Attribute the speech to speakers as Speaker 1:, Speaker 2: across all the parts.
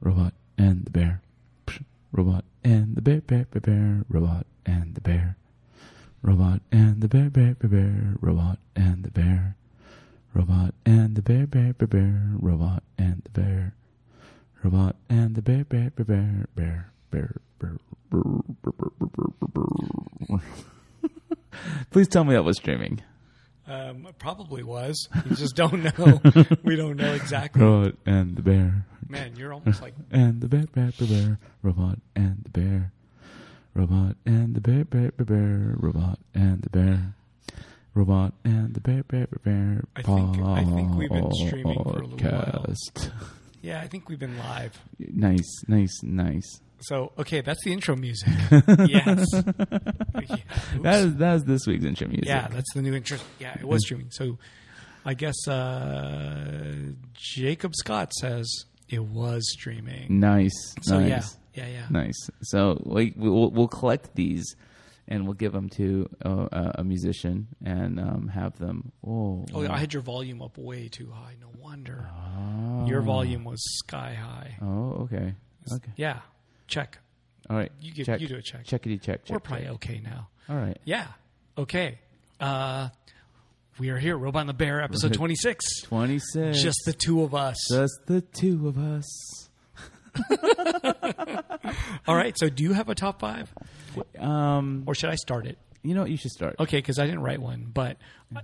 Speaker 1: robot and the bear, Psh, robot and the bear, bear, bear, bear, robot and the bear, robot and the bear, bear, bear, bear, robot and the bear, robot and the bear, bear, bear, bear, robot and the bear, robot and the bear, bear, bear, bear, bear, bear, bear. bear, bear, bear, bear, bear, bear. Please tell me that was streaming.
Speaker 2: Um, it probably was. We just don't know. we don't know exactly.
Speaker 1: Robot and the bear.
Speaker 2: Man, you're almost like
Speaker 1: and the bear, bear, bear, bear, robot and the bear, robot and the bear, bear, bear, bear, robot and the bear, robot and the bear, bear, bear, bear.
Speaker 2: I think- I think we've been streaming for a little while.
Speaker 1: podcast.
Speaker 2: yeah. I think we've been live.
Speaker 1: nice, nice, nice.
Speaker 2: So okay, that's the intro music. yes. Yeah,
Speaker 1: That
Speaker 2: oops.
Speaker 1: is that is this week's intro music.
Speaker 2: yeah, that's the new intro. Yeah, it was streaming. So I guess uh, Jacob Scott says it was streaming.
Speaker 1: nice.
Speaker 2: So
Speaker 1: nice.
Speaker 2: yeah, yeah, yeah.
Speaker 1: Nice. So we, we'll we'll collect these, and we'll give them to uh, a, a musician and um, have them. Oh,
Speaker 2: Oh, yeah, I had your volume up way too high. No wonder your volume was sky high.
Speaker 1: Oh, okay. Okay.
Speaker 2: Yeah, check.
Speaker 1: All right.
Speaker 2: You give-
Speaker 1: check,
Speaker 2: you do a check.
Speaker 1: Checkity check.
Speaker 2: We're
Speaker 1: check.
Speaker 2: probably okay now.
Speaker 1: All right.
Speaker 2: Yeah. Okay. Uh, we are here, Robot and the Bear, episode
Speaker 1: Right.
Speaker 2: 26.
Speaker 1: Twenty six.
Speaker 2: Just the two of us.
Speaker 1: just the two of us.
Speaker 2: All right. So, do you have a top five?
Speaker 1: Um,
Speaker 2: Or should I start it?
Speaker 1: you know what? You should start.
Speaker 2: Okay, because I didn't write one, but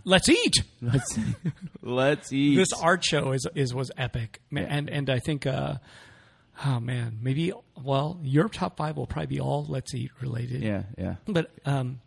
Speaker 2: let's eat.
Speaker 1: Let's let's eat.
Speaker 2: This art show is, is was epic. Ma- And, and I think, uh, oh man, maybe, well, your top five will probably be all let's eat related.
Speaker 1: yeah, yeah.
Speaker 2: But um,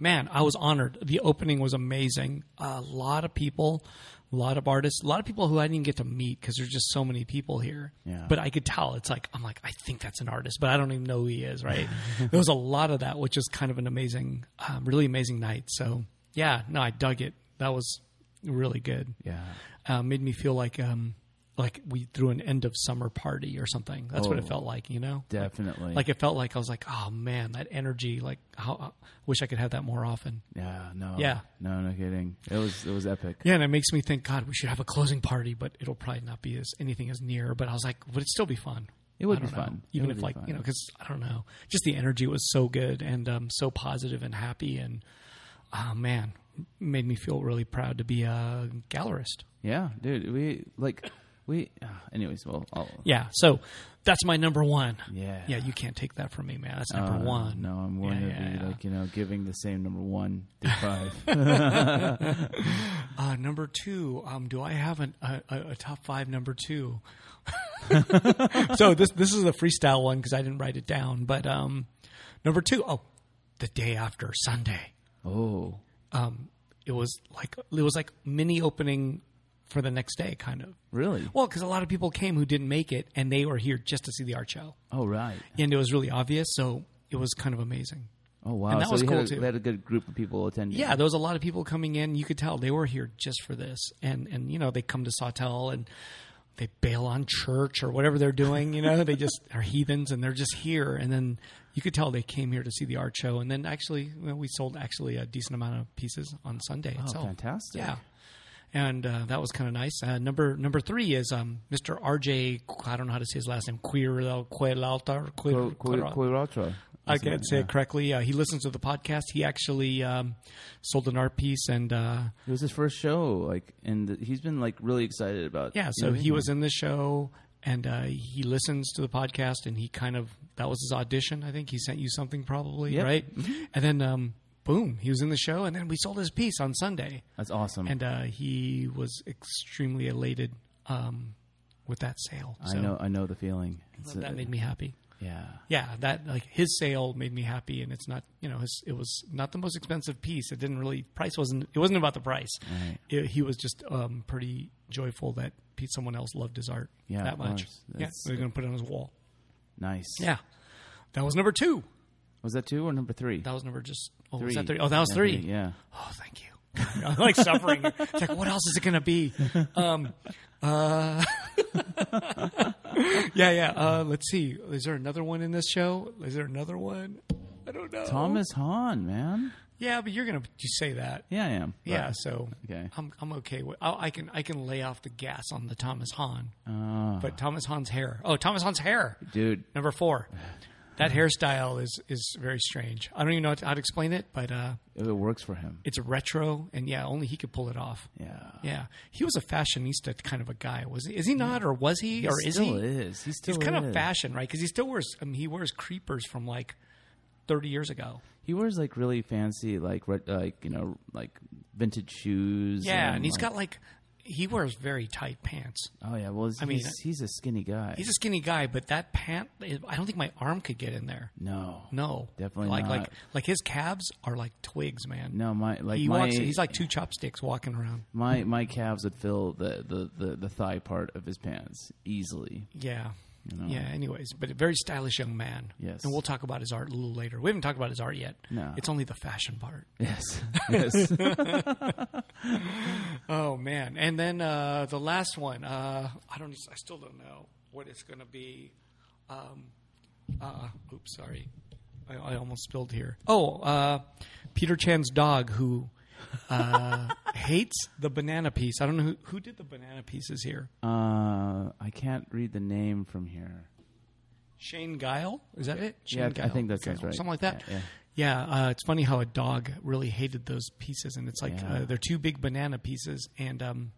Speaker 2: man, I was honored. The opening was amazing. A lot of people, a lot of artists, a lot of people who I didn't get to meet because there's just so many people here.
Speaker 1: Yeah.
Speaker 2: But I could tell. It's like I'm like I think that's an artist, but I don't even know who he is. Right? there was a lot of that, which is kind of an amazing, um, really amazing night. So yeah, no, I dug it. That was really good.
Speaker 1: Yeah.
Speaker 2: Uh, made me feel like um like we threw an end of summer party or something. That's what
Speaker 1: Oh.
Speaker 2: it felt like. You know.
Speaker 1: Definitely.
Speaker 2: Like it felt like I was like, oh man, that energy. Like, how, I wish I could have that more often.
Speaker 1: yeah. No.
Speaker 2: Yeah.
Speaker 1: No. No kidding. It was it was epic.
Speaker 2: Yeah, and it makes me think, God, we should have a closing party, but it'll probably not be as anything as near. But I was like, would it still be fun?
Speaker 1: It would
Speaker 2: I don't
Speaker 1: be
Speaker 2: know.
Speaker 1: fun. It
Speaker 2: even
Speaker 1: would
Speaker 2: if
Speaker 1: be
Speaker 2: like
Speaker 1: fun.
Speaker 2: you know, because I don't know, just the energy was so good and um, so positive and happy, and oh man, made me feel really proud to be a gallerist.
Speaker 1: Yeah, dude. We like we. Uh, anyways, well, I'll,
Speaker 2: Yeah, so that's my number one.
Speaker 1: Yeah.
Speaker 2: yeah, you can't take that from me, man. That's number
Speaker 1: uh,
Speaker 2: one.
Speaker 1: No, I'm going
Speaker 2: Yeah,
Speaker 1: to
Speaker 2: yeah,
Speaker 1: be
Speaker 2: yeah.
Speaker 1: like you know giving the same number one through five.
Speaker 2: Uh, number two, um, do I have an, a, a, a top five number two? so this this is a freestyle one because I didn't write it down. But um, number two, oh, the day after Sunday, Um,
Speaker 1: oh,
Speaker 2: it was like it was like mini opening for the next day, kind of.
Speaker 1: really?
Speaker 2: Well, because a lot of people came who didn't make it, and they were here just to see the art show,
Speaker 1: Oh, right.
Speaker 2: and it was really obvious. So it was kind of amazing.
Speaker 1: Oh, wow.
Speaker 2: And that
Speaker 1: so
Speaker 2: was
Speaker 1: we
Speaker 2: cool,
Speaker 1: had a,
Speaker 2: too.
Speaker 1: We had a good group of people attending.
Speaker 2: Yeah, there was a lot of people coming in. You could tell they were here just for this, and and you know they come to Sawtell and they bail on church or whatever they're doing. You know, they just are heathens and they're just here. And then you could tell they came here to see the art show. And then actually, well, we sold actually a decent amount of pieces on Sunday itself.
Speaker 1: fantastic.
Speaker 2: Yeah. And uh, that was kind of nice. Uh, number number three is um, Mr. R.J. Qu- I don't know how to say his last name. Quirrell Quirlaltar.
Speaker 1: Qu-
Speaker 2: Quir-
Speaker 1: Qu-
Speaker 2: Quirrell-
Speaker 1: Quiratra.
Speaker 2: I can't say it correctly. Uh, he listens to the podcast. He actually um, sold an art piece, and uh,
Speaker 1: It was his first show, like, and th- he's been like really excited about.
Speaker 2: yeah, so he was in the show, and uh, he listens to the podcast, and he kind of that was his audition. I think he sent you something probably,
Speaker 1: Yep.
Speaker 2: right? And then um, boom, he was in the show, and then we sold his piece on Sunday,
Speaker 1: That's awesome.
Speaker 2: and uh, he was extremely elated um, with that sale. So
Speaker 1: I know. I know the feeling. It's a-
Speaker 2: that made me happy.
Speaker 1: yeah.
Speaker 2: yeah, that like his sale made me happy, and it's not you know his, it was not the most expensive piece. It didn't really price wasn't it wasn't about the price.
Speaker 1: Right.
Speaker 2: It- he was just um, pretty joyful that pe- someone else loved his art
Speaker 1: Yeah,
Speaker 2: that
Speaker 1: of
Speaker 2: much.
Speaker 1: course.
Speaker 2: Yeah,
Speaker 1: That's-
Speaker 2: they're gonna put it on his wall.
Speaker 1: Nice.
Speaker 2: Yeah, that was number two.
Speaker 1: Was that two or number three?
Speaker 2: That was number just oh was
Speaker 1: Three.
Speaker 2: that three? Oh, that was
Speaker 1: Yeah,
Speaker 2: three.
Speaker 1: Yeah.
Speaker 2: Oh, thank you. I'm like suffering. It's like, what else is it going to be? Um, uh, yeah, yeah. Uh, let's see. Is there another one in this show? Is there another one? I don't know.
Speaker 1: Thomas Hahn, man.
Speaker 2: Yeah, but you're gonna just say that.
Speaker 1: Yeah, I am. But-
Speaker 2: Yeah, so
Speaker 1: Okay.
Speaker 2: I'm I'm okay with I, I can I can lay off the gas on the Thomas Hahn,
Speaker 1: Ah,
Speaker 2: but Thomas Hahn's hair. Oh, Thomas Hahn's hair.
Speaker 1: dude,
Speaker 2: Number four, that hairstyle is is very strange. I don't even know how to explain it, but uh,
Speaker 1: it works for him.
Speaker 2: it's retro, and yeah, only he could pull it off.
Speaker 1: Yeah.
Speaker 2: Yeah, he was a fashionista kind of a guy. Was he? Is he not, or was he, or is
Speaker 1: still
Speaker 2: he?
Speaker 1: is. He still
Speaker 2: He's kind of
Speaker 1: is.
Speaker 2: fashion, right? Because he still wears. I mean, he wears creepers from like thirty years ago.
Speaker 1: He wears like really fancy, like red, like you know, like vintage shoes.
Speaker 2: Yeah, and
Speaker 1: he's
Speaker 2: he's got like he wears very tight pants.
Speaker 1: Oh yeah, well, he's,
Speaker 2: mean,
Speaker 1: he's, he's a skinny guy.
Speaker 2: He's a skinny guy, but that pant. I don't think my arm could get in there.
Speaker 1: no,
Speaker 2: No,
Speaker 1: Definitely
Speaker 2: like
Speaker 1: not.
Speaker 2: like like his calves are like twigs, man.
Speaker 1: no, my like
Speaker 2: he
Speaker 1: my
Speaker 2: walks. He's like two chopsticks walking around.
Speaker 1: my my calves would fill the, the, the, the thigh part of his pants easily.
Speaker 2: Yeah. Yeah. Anyways, but a very stylish young man.
Speaker 1: Yes.
Speaker 2: And we'll talk about his art a little later. We haven't talked about his art yet.
Speaker 1: No.
Speaker 2: It's only the fashion part.
Speaker 1: Yes, yes.
Speaker 2: Oh man. And then uh, the last one. Uh, I don't. I still don't know what it's going to be. Um, uh, oops. Sorry. I, I almost spilled here. Oh, uh, Peter Chan's dog who uh, hates the banana piece. I don't know who, who did the banana pieces here.
Speaker 1: uh, I can't read the name from here.
Speaker 2: Shane Guile. Is that it? Shane
Speaker 1: Yeah, I
Speaker 2: Guile.
Speaker 1: think that sounds right.
Speaker 2: Something like that.
Speaker 1: Yeah,
Speaker 2: Yeah, uh, it's funny how a dog really hated those pieces, and it's like
Speaker 1: Yeah.
Speaker 2: uh, they're two big banana pieces, and um,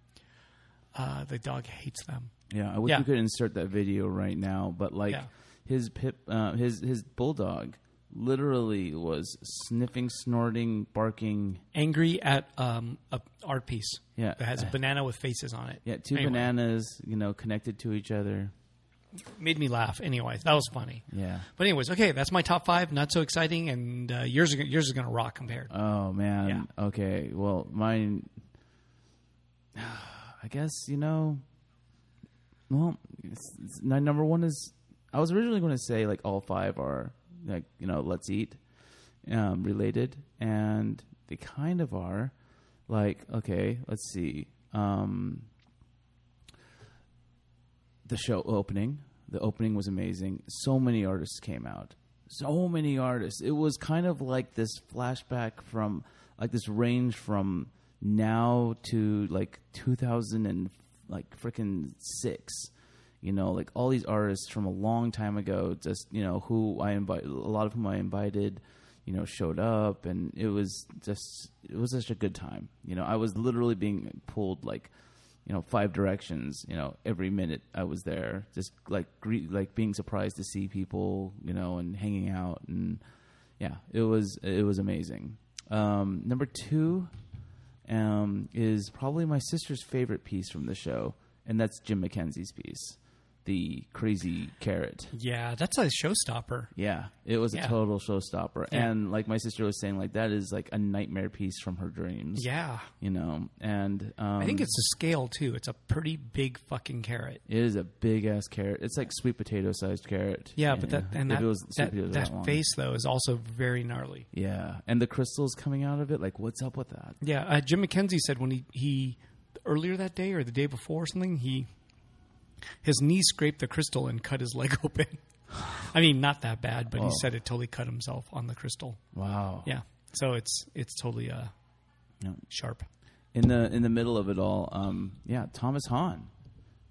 Speaker 2: uh, the dog hates them.
Speaker 1: Yeah, I wish
Speaker 2: Yeah.
Speaker 1: we could insert that video right now, but like
Speaker 2: Yeah.
Speaker 1: his pip, uh, his his bulldog, literally was sniffing, snorting, barking.
Speaker 2: Angry at um, a art piece
Speaker 1: Yeah. Uh.
Speaker 2: that has a banana with faces on it.
Speaker 1: Yeah, two
Speaker 2: Anyway,
Speaker 1: bananas, you know, connected to each other.
Speaker 2: made me laugh. Anyway, that was funny.
Speaker 1: Yeah.
Speaker 2: But anyways, okay, that's my top five. Not so exciting, and uh, yours are, gonna- yours is going to rock compared.
Speaker 1: Oh man. Okay. Well, mine. I guess you know. Well, it's, it's, my number one is. I was originally going to say like all five are like you know let's eat, um, related, and they kind of are. Like okay, let's see. Um, the show opening. The opening was amazing. So many artists came out. So many artists. It was kind of like this flashback from like this range from now to like 2000 and like freaking 6. You know, like all these artists from a long time ago just, you know, who I invite a lot of whom I invited, you know, showed up and it was just it was such a good time. You know, I was literally being pulled like you know five directions you know every minute i was there just like gre- like being surprised to see people you know and hanging out and yeah it was it was amazing um number 2 um is probably my sister's favorite piece from the show and that's jim mckenzie's piece the crazy carrot
Speaker 2: yeah, that's a showstopper.
Speaker 1: yeah, it was
Speaker 2: Yeah.
Speaker 1: a total showstopper,
Speaker 2: Yeah.
Speaker 1: and like my sister was saying, like that is like a nightmare piece from her dreams.
Speaker 2: Yeah.
Speaker 1: you know, and um,
Speaker 2: I think it's the scale too. It's a pretty big fucking carrot.
Speaker 1: It is a big ass carrot. It's like sweet potato sized carrot.
Speaker 2: Yeah, but that and
Speaker 1: If
Speaker 2: that
Speaker 1: it was sweet
Speaker 2: that,
Speaker 1: potatoes
Speaker 2: that
Speaker 1: long.
Speaker 2: face though is also very gnarly.
Speaker 1: Yeah, and the crystals coming out of it. Like, what's up with that?
Speaker 2: Yeah, uh, Jim McKenzie said when he he earlier that day or the day before or something he his knee scraped the crystal and cut his leg open. I mean, not that bad, but he
Speaker 1: Wow.
Speaker 2: said it totally cut himself on the crystal.
Speaker 1: Wow.
Speaker 2: Yeah, so it's it's totally uh
Speaker 1: Yeah.
Speaker 2: sharp.
Speaker 1: In the in the middle of it all, um, yeah, Thomas Hahn.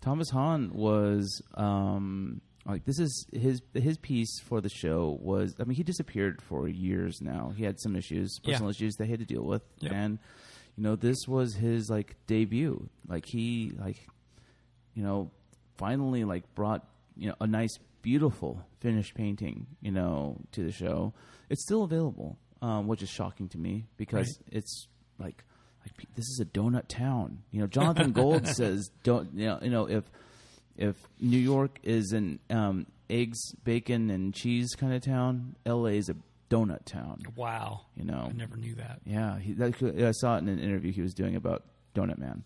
Speaker 1: Thomas Hahn was um, like this is his his piece for the show was. I mean, he disappeared for years now. He had some issues,
Speaker 2: Yeah.
Speaker 1: personal issues that he had to deal with,
Speaker 2: Yep.
Speaker 1: and you know, this was his like debut. Like he like you know, finally like brought you know a nice, beautiful finished painting, you know, to the show. It's still available, um, which is shocking to me because it's like, like pe- this is a donut town. You know, Jonathan Gold says, don't you know, you know if if New York is an um, eggs, bacon, and cheese kind of town, L.A. is a donut town.
Speaker 2: Wow,
Speaker 1: You know,
Speaker 2: I never knew that.
Speaker 1: yeah, he, that, I saw it in an interview he was doing about Donut Man,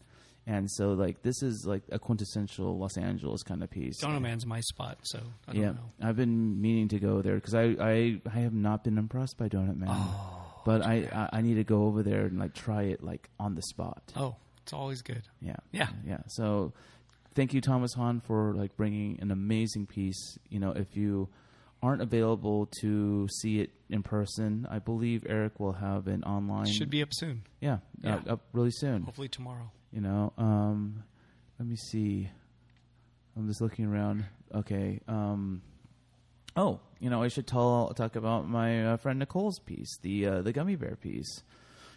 Speaker 1: and so like this is like a quintessential Los Angeles kind of piece.
Speaker 2: Donut Man's my spot, so I don't
Speaker 1: yeah,
Speaker 2: know.
Speaker 1: I've been meaning to go there because I, I I have not been impressed by Donut Man,
Speaker 2: Oh,
Speaker 1: but I, I I need to go over there and like try it like on the spot.
Speaker 2: Oh, it's always good.
Speaker 1: Yeah,
Speaker 2: Yeah.
Speaker 1: yeah. So thank you, Thomas Hahn, for like bringing an amazing piece. You know, if you aren't available to see it in person, I believe Eric will have an online.
Speaker 2: Should be up soon.
Speaker 1: yeah,
Speaker 2: Yeah.
Speaker 1: Up, up really soon.
Speaker 2: Hopefully tomorrow.
Speaker 1: You know, um, let me see. I'm just looking around. Okay. Um, oh, you know, I should tell, talk about my uh, friend Nicole's piece, the uh, the gummy bear piece.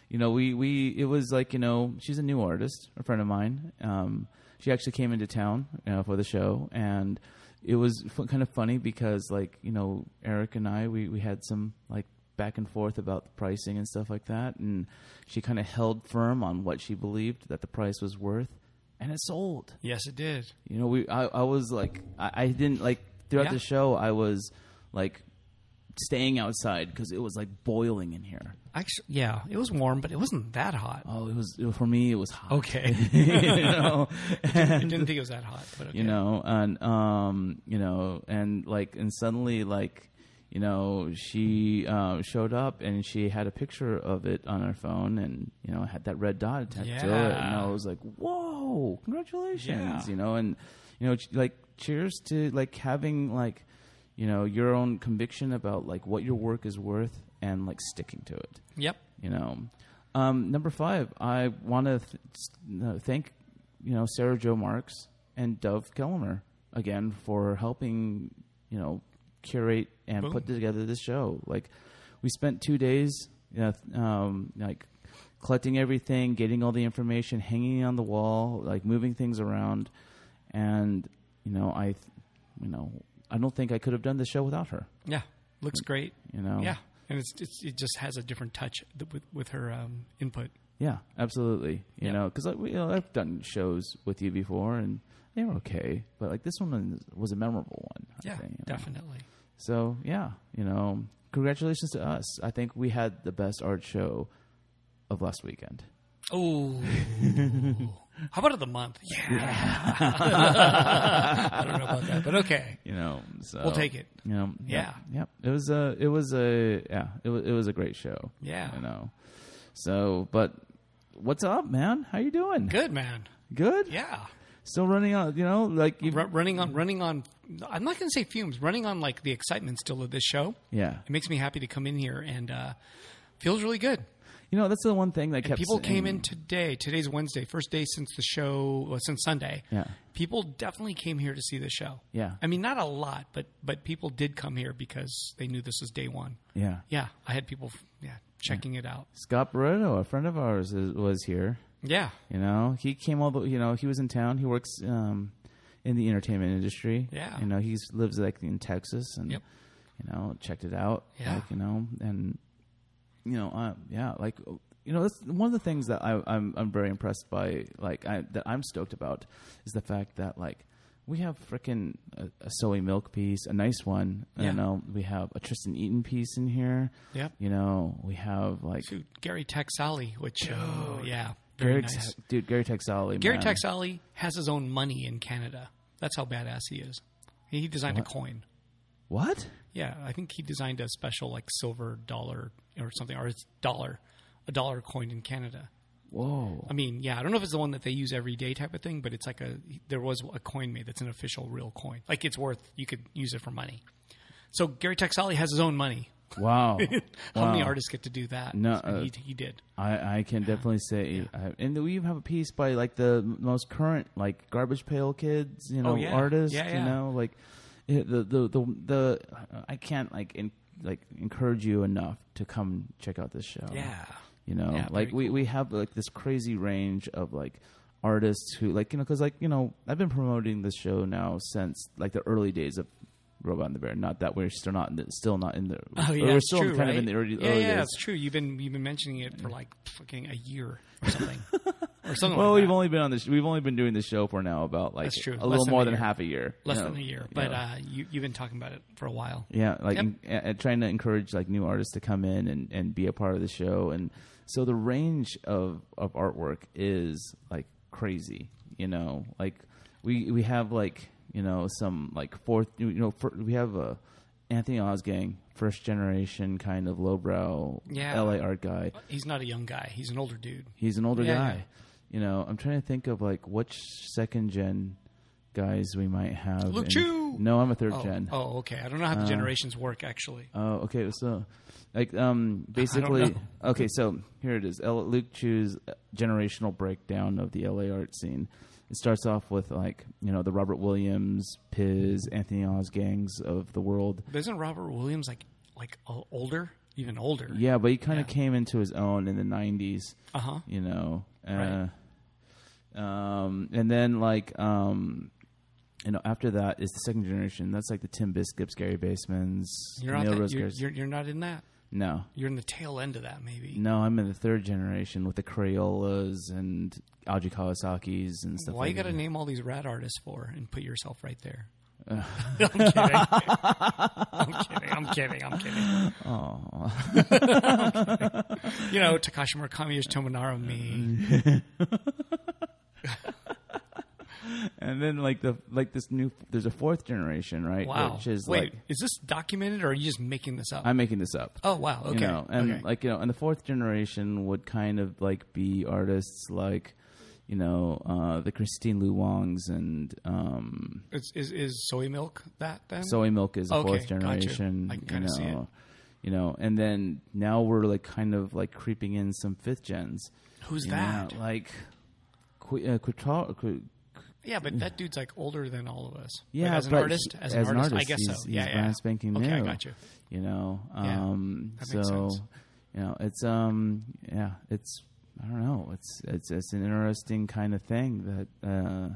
Speaker 1: You know, we, we it was like you know she's a new artist, a friend of mine. Um, she actually came into town you know, for the show, and it was f- kind of funny because like you know Eric and I we, we had some like back and forth about the pricing and stuff like that, and she kind of held firm on what she believed that the price was worth, and it sold.
Speaker 2: Yes, it did.
Speaker 1: You know, we I, I was like I, I didn't like throughout
Speaker 2: Yeah.
Speaker 1: the show I was like staying outside because it was like boiling in here.
Speaker 2: Actually, yeah, it was warm, but it wasn't that hot.
Speaker 1: Oh, it was for me. It was hot.
Speaker 2: Okay,
Speaker 1: you know,
Speaker 2: I didn't think it was that hot, but okay.
Speaker 1: you know, and um, you know, and like, and suddenly, like, you know, she uh, showed up and she had a picture of it on her phone, and you know, had that red dot attached to it, and
Speaker 2: Yeah.
Speaker 1: I was like, whoa, congratulations,
Speaker 2: Yeah.
Speaker 1: you know, and you know, ch- like, cheers to like having like, you know, your own conviction about like what your work is worth and like sticking to it
Speaker 2: Yep.
Speaker 1: you know. Um, number five, I want to th- s- no, thank you know Sarah Jo Marks and Dove Kellner again for helping you know curate and
Speaker 2: Boom.
Speaker 1: put together this show. Like we spent two days, you know, th- um, like collecting everything, getting all the information, hanging it on the wall, like moving things around, and you know I, th- you know I don't think I could have done this show without her.
Speaker 2: Yeah. Looks great.
Speaker 1: You know,
Speaker 2: Yeah. And it's, it's it just has a different touch th- with with her um, input.
Speaker 1: Yeah, absolutely. You
Speaker 2: Yeah.
Speaker 1: know, because like, we- you know, I've done shows with you before, and they were okay, but like this one was a memorable one. I
Speaker 2: Yeah,
Speaker 1: think, you know.
Speaker 2: definitely.
Speaker 1: So yeah, you know, congratulations to us. I think we had the best art show of last weekend.
Speaker 2: Oh, how about of the month? Yeah. I don't know about that, but okay,
Speaker 1: You know, so
Speaker 2: we'll take it.
Speaker 1: You know,
Speaker 2: Yeah.
Speaker 1: yeah. It was a, it was a, yeah, it was, it was a great show.
Speaker 2: Yeah.
Speaker 1: you know. So, but what's up, man? How you doing?
Speaker 2: Good man.
Speaker 1: Good?
Speaker 2: Yeah.
Speaker 1: Still running out? You know, like you,
Speaker 2: Ru- running on, running on. I'm not going to say fumes. Running on like the excitement still of this show.
Speaker 1: yeah.
Speaker 2: It makes me happy to come in here and uh, feels really good.
Speaker 1: You know, that's the one thing that kept
Speaker 2: People came
Speaker 1: saying-
Speaker 2: in today. Today's Wednesday, first day since the show, well, since Sunday.
Speaker 1: Yeah.
Speaker 2: People definitely came here to see the show.
Speaker 1: Yeah.
Speaker 2: I mean, not a lot, but but people did come here because they knew this was day one.
Speaker 1: Yeah.
Speaker 2: Yeah, I had people, yeah, checking it out.
Speaker 1: Scott Barreto, a friend of ours, is, was here.
Speaker 2: Yeah,
Speaker 1: You know, he came all the. You know, he was in town. He works um, in the entertainment industry.
Speaker 2: Yeah.
Speaker 1: You know, he lives like in Texas, and
Speaker 2: Yep.
Speaker 1: you know, checked it out.
Speaker 2: Yeah.
Speaker 1: Like, you know, and you know, uh, yeah, like you know, that's one of the things that I, I'm I'm very impressed by. Like, I, that I'm stoked about is the fact that like. We have frickin' a, a soy milk piece, a nice one.
Speaker 2: Yeah.
Speaker 1: You know, we have a Tristan Eaton piece in here.
Speaker 2: Yep.
Speaker 1: You know, we have like
Speaker 2: Dude, Gary Texali, which oh, yeah, very
Speaker 1: Gary,
Speaker 2: nice.
Speaker 1: Tex- dude, Gary Texali.
Speaker 2: Gary
Speaker 1: man.
Speaker 2: Texali has his own money in Canada. That's how badass he is. He designed a coin.
Speaker 1: What?
Speaker 2: Yeah, I think he designed a special like silver dollar or something, or it's dollar, a dollar coin in Canada.
Speaker 1: Whoa.
Speaker 2: I mean, yeah, I don't know if it's the one that they use every day type of thing, but it's like a there was a coin made that's an official real coin. Like it's worth you could use it for money. So Gary Texali has his own money.
Speaker 1: Wow.
Speaker 2: How many
Speaker 1: Wow.
Speaker 2: artists get to do that?
Speaker 1: No,
Speaker 2: And
Speaker 1: uh,
Speaker 2: he, he did.
Speaker 1: I, I can definitely say, I, and we even have a piece by like the most current like garbage pail kids, you know,
Speaker 2: Oh, yeah.
Speaker 1: artist,
Speaker 2: Yeah, yeah.
Speaker 1: you know, like it- the, the the the I can't like in, like encourage you enough to come check out this show. you know
Speaker 2: Yeah,
Speaker 1: like
Speaker 2: very
Speaker 1: we, we have like this crazy range of like artists who like you know because like you know i've been promoting this show now since like the early days of robot and the bear not that we're still not in the, still not in the
Speaker 2: Oh yeah,
Speaker 1: we're
Speaker 2: it's
Speaker 1: still
Speaker 2: true,
Speaker 1: kind of in
Speaker 2: right?
Speaker 1: the early,
Speaker 2: yeah,
Speaker 1: early
Speaker 2: yeah,
Speaker 1: days
Speaker 2: it's true. You've been you've been mentioning it for like fucking a year or something, or something.
Speaker 1: well
Speaker 2: like
Speaker 1: we've
Speaker 2: that.
Speaker 1: only been on this we've only been doing this show for now about like
Speaker 2: Uh-huh. That's true.
Speaker 1: a
Speaker 2: Less
Speaker 1: little
Speaker 2: than
Speaker 1: more
Speaker 2: a
Speaker 1: than
Speaker 2: year.
Speaker 1: half a year
Speaker 2: less
Speaker 1: you
Speaker 2: than
Speaker 1: know,
Speaker 2: a year,
Speaker 1: you
Speaker 2: but
Speaker 1: know.
Speaker 2: uh, you you've been talking about it for a while.
Speaker 1: Yeah, like
Speaker 2: Yep.
Speaker 1: en- en- trying to encourage like new artists to come in and, and be a part of the show, and so the range of, of artwork is like crazy. You know, like we we have like you know some like fourth you know fir- we have a Anthony Osgang first generation kind of lowbrow
Speaker 2: Yeah.
Speaker 1: LA art guy.
Speaker 2: He's not a young guy. He's an older dude.
Speaker 1: He's an older
Speaker 2: Yeah,
Speaker 1: guy.
Speaker 2: yeah.
Speaker 1: You know, I'm trying to think of like which second gen guys we might have.
Speaker 2: Luke
Speaker 1: in-
Speaker 2: Chu!
Speaker 1: No, I'm a third
Speaker 2: Oh,
Speaker 1: gen.
Speaker 2: oh, okay. I don't know
Speaker 1: Uh,
Speaker 2: how the generations work actually.
Speaker 1: Oh, okay. So, like, um, basically,
Speaker 2: know.
Speaker 1: okay. So here it is. L- Luke Chu's uh, generational breakdown of the LA art scene. It starts off with like you know the Robert Williams, Piz, Anthony Oz gangs of the world.
Speaker 2: But isn't Robert Williams like like o- older, even older?
Speaker 1: Yeah, but he kind of
Speaker 2: Yeah.
Speaker 1: came into his own in the '90s.
Speaker 2: Uh huh.
Speaker 1: you know. Uh, um, and then like um, you know, after that is the second generation. That's like the Tim Biscuits, Gary Basemans,
Speaker 2: You're not
Speaker 1: Neil
Speaker 2: that, you're,
Speaker 1: Rosegars.
Speaker 2: you're, you're not in that.
Speaker 1: No,
Speaker 2: You're in the tail end of that maybe.
Speaker 1: no, I'm in the third generation with the Crayolas and Aji Kawasaki's and stuff.
Speaker 2: Why you
Speaker 1: like
Speaker 2: got to
Speaker 1: that.
Speaker 2: name all these rat artists for and put yourself right there? I'm kidding. I'm kidding. I'm kidding. I'm kidding. I'm kidding. You know, Takashi Murakami is Tomonaro
Speaker 1: Mm-hmm.
Speaker 2: me.
Speaker 1: And then like the like this new there's a fourth generation, right?
Speaker 2: Wow.
Speaker 1: Which is like
Speaker 2: Wait, is this documented or are you just making this up?
Speaker 1: I'm making this up.
Speaker 2: oh, wow. Okay.
Speaker 1: You know, and
Speaker 2: okay.
Speaker 1: like you know, and the fourth generation would kind of like be artists like, you know, uh, the Christine Lu Wongs and um,
Speaker 2: is, is, is soy milk that then?
Speaker 1: Soy Milk is the
Speaker 2: Mm-hmm. Okay,
Speaker 1: fourth
Speaker 2: got you.
Speaker 1: generation.
Speaker 2: I can
Speaker 1: you
Speaker 2: kinda see it.
Speaker 1: know, You know, and then now we're like kind of like creeping in some fifth gens.
Speaker 2: Who's
Speaker 1: You know,
Speaker 2: that?
Speaker 1: like, Qu- uh, Quetal- Qu-
Speaker 2: yeah, but that dude's like older than all of us.
Speaker 1: yeah,
Speaker 2: Like, as an
Speaker 1: but
Speaker 2: artist,
Speaker 1: he-
Speaker 2: as, an artist, I guess
Speaker 1: he's,
Speaker 2: so.
Speaker 1: He's
Speaker 2: yeah, yeah.
Speaker 1: brand spanking
Speaker 2: okay,
Speaker 1: new.
Speaker 2: I got you.
Speaker 1: you know
Speaker 2: Yeah,
Speaker 1: um
Speaker 2: that
Speaker 1: so
Speaker 2: makes sense.
Speaker 1: you know it's um yeah it's i don't know it's it's it's an interesting kind of thing that uh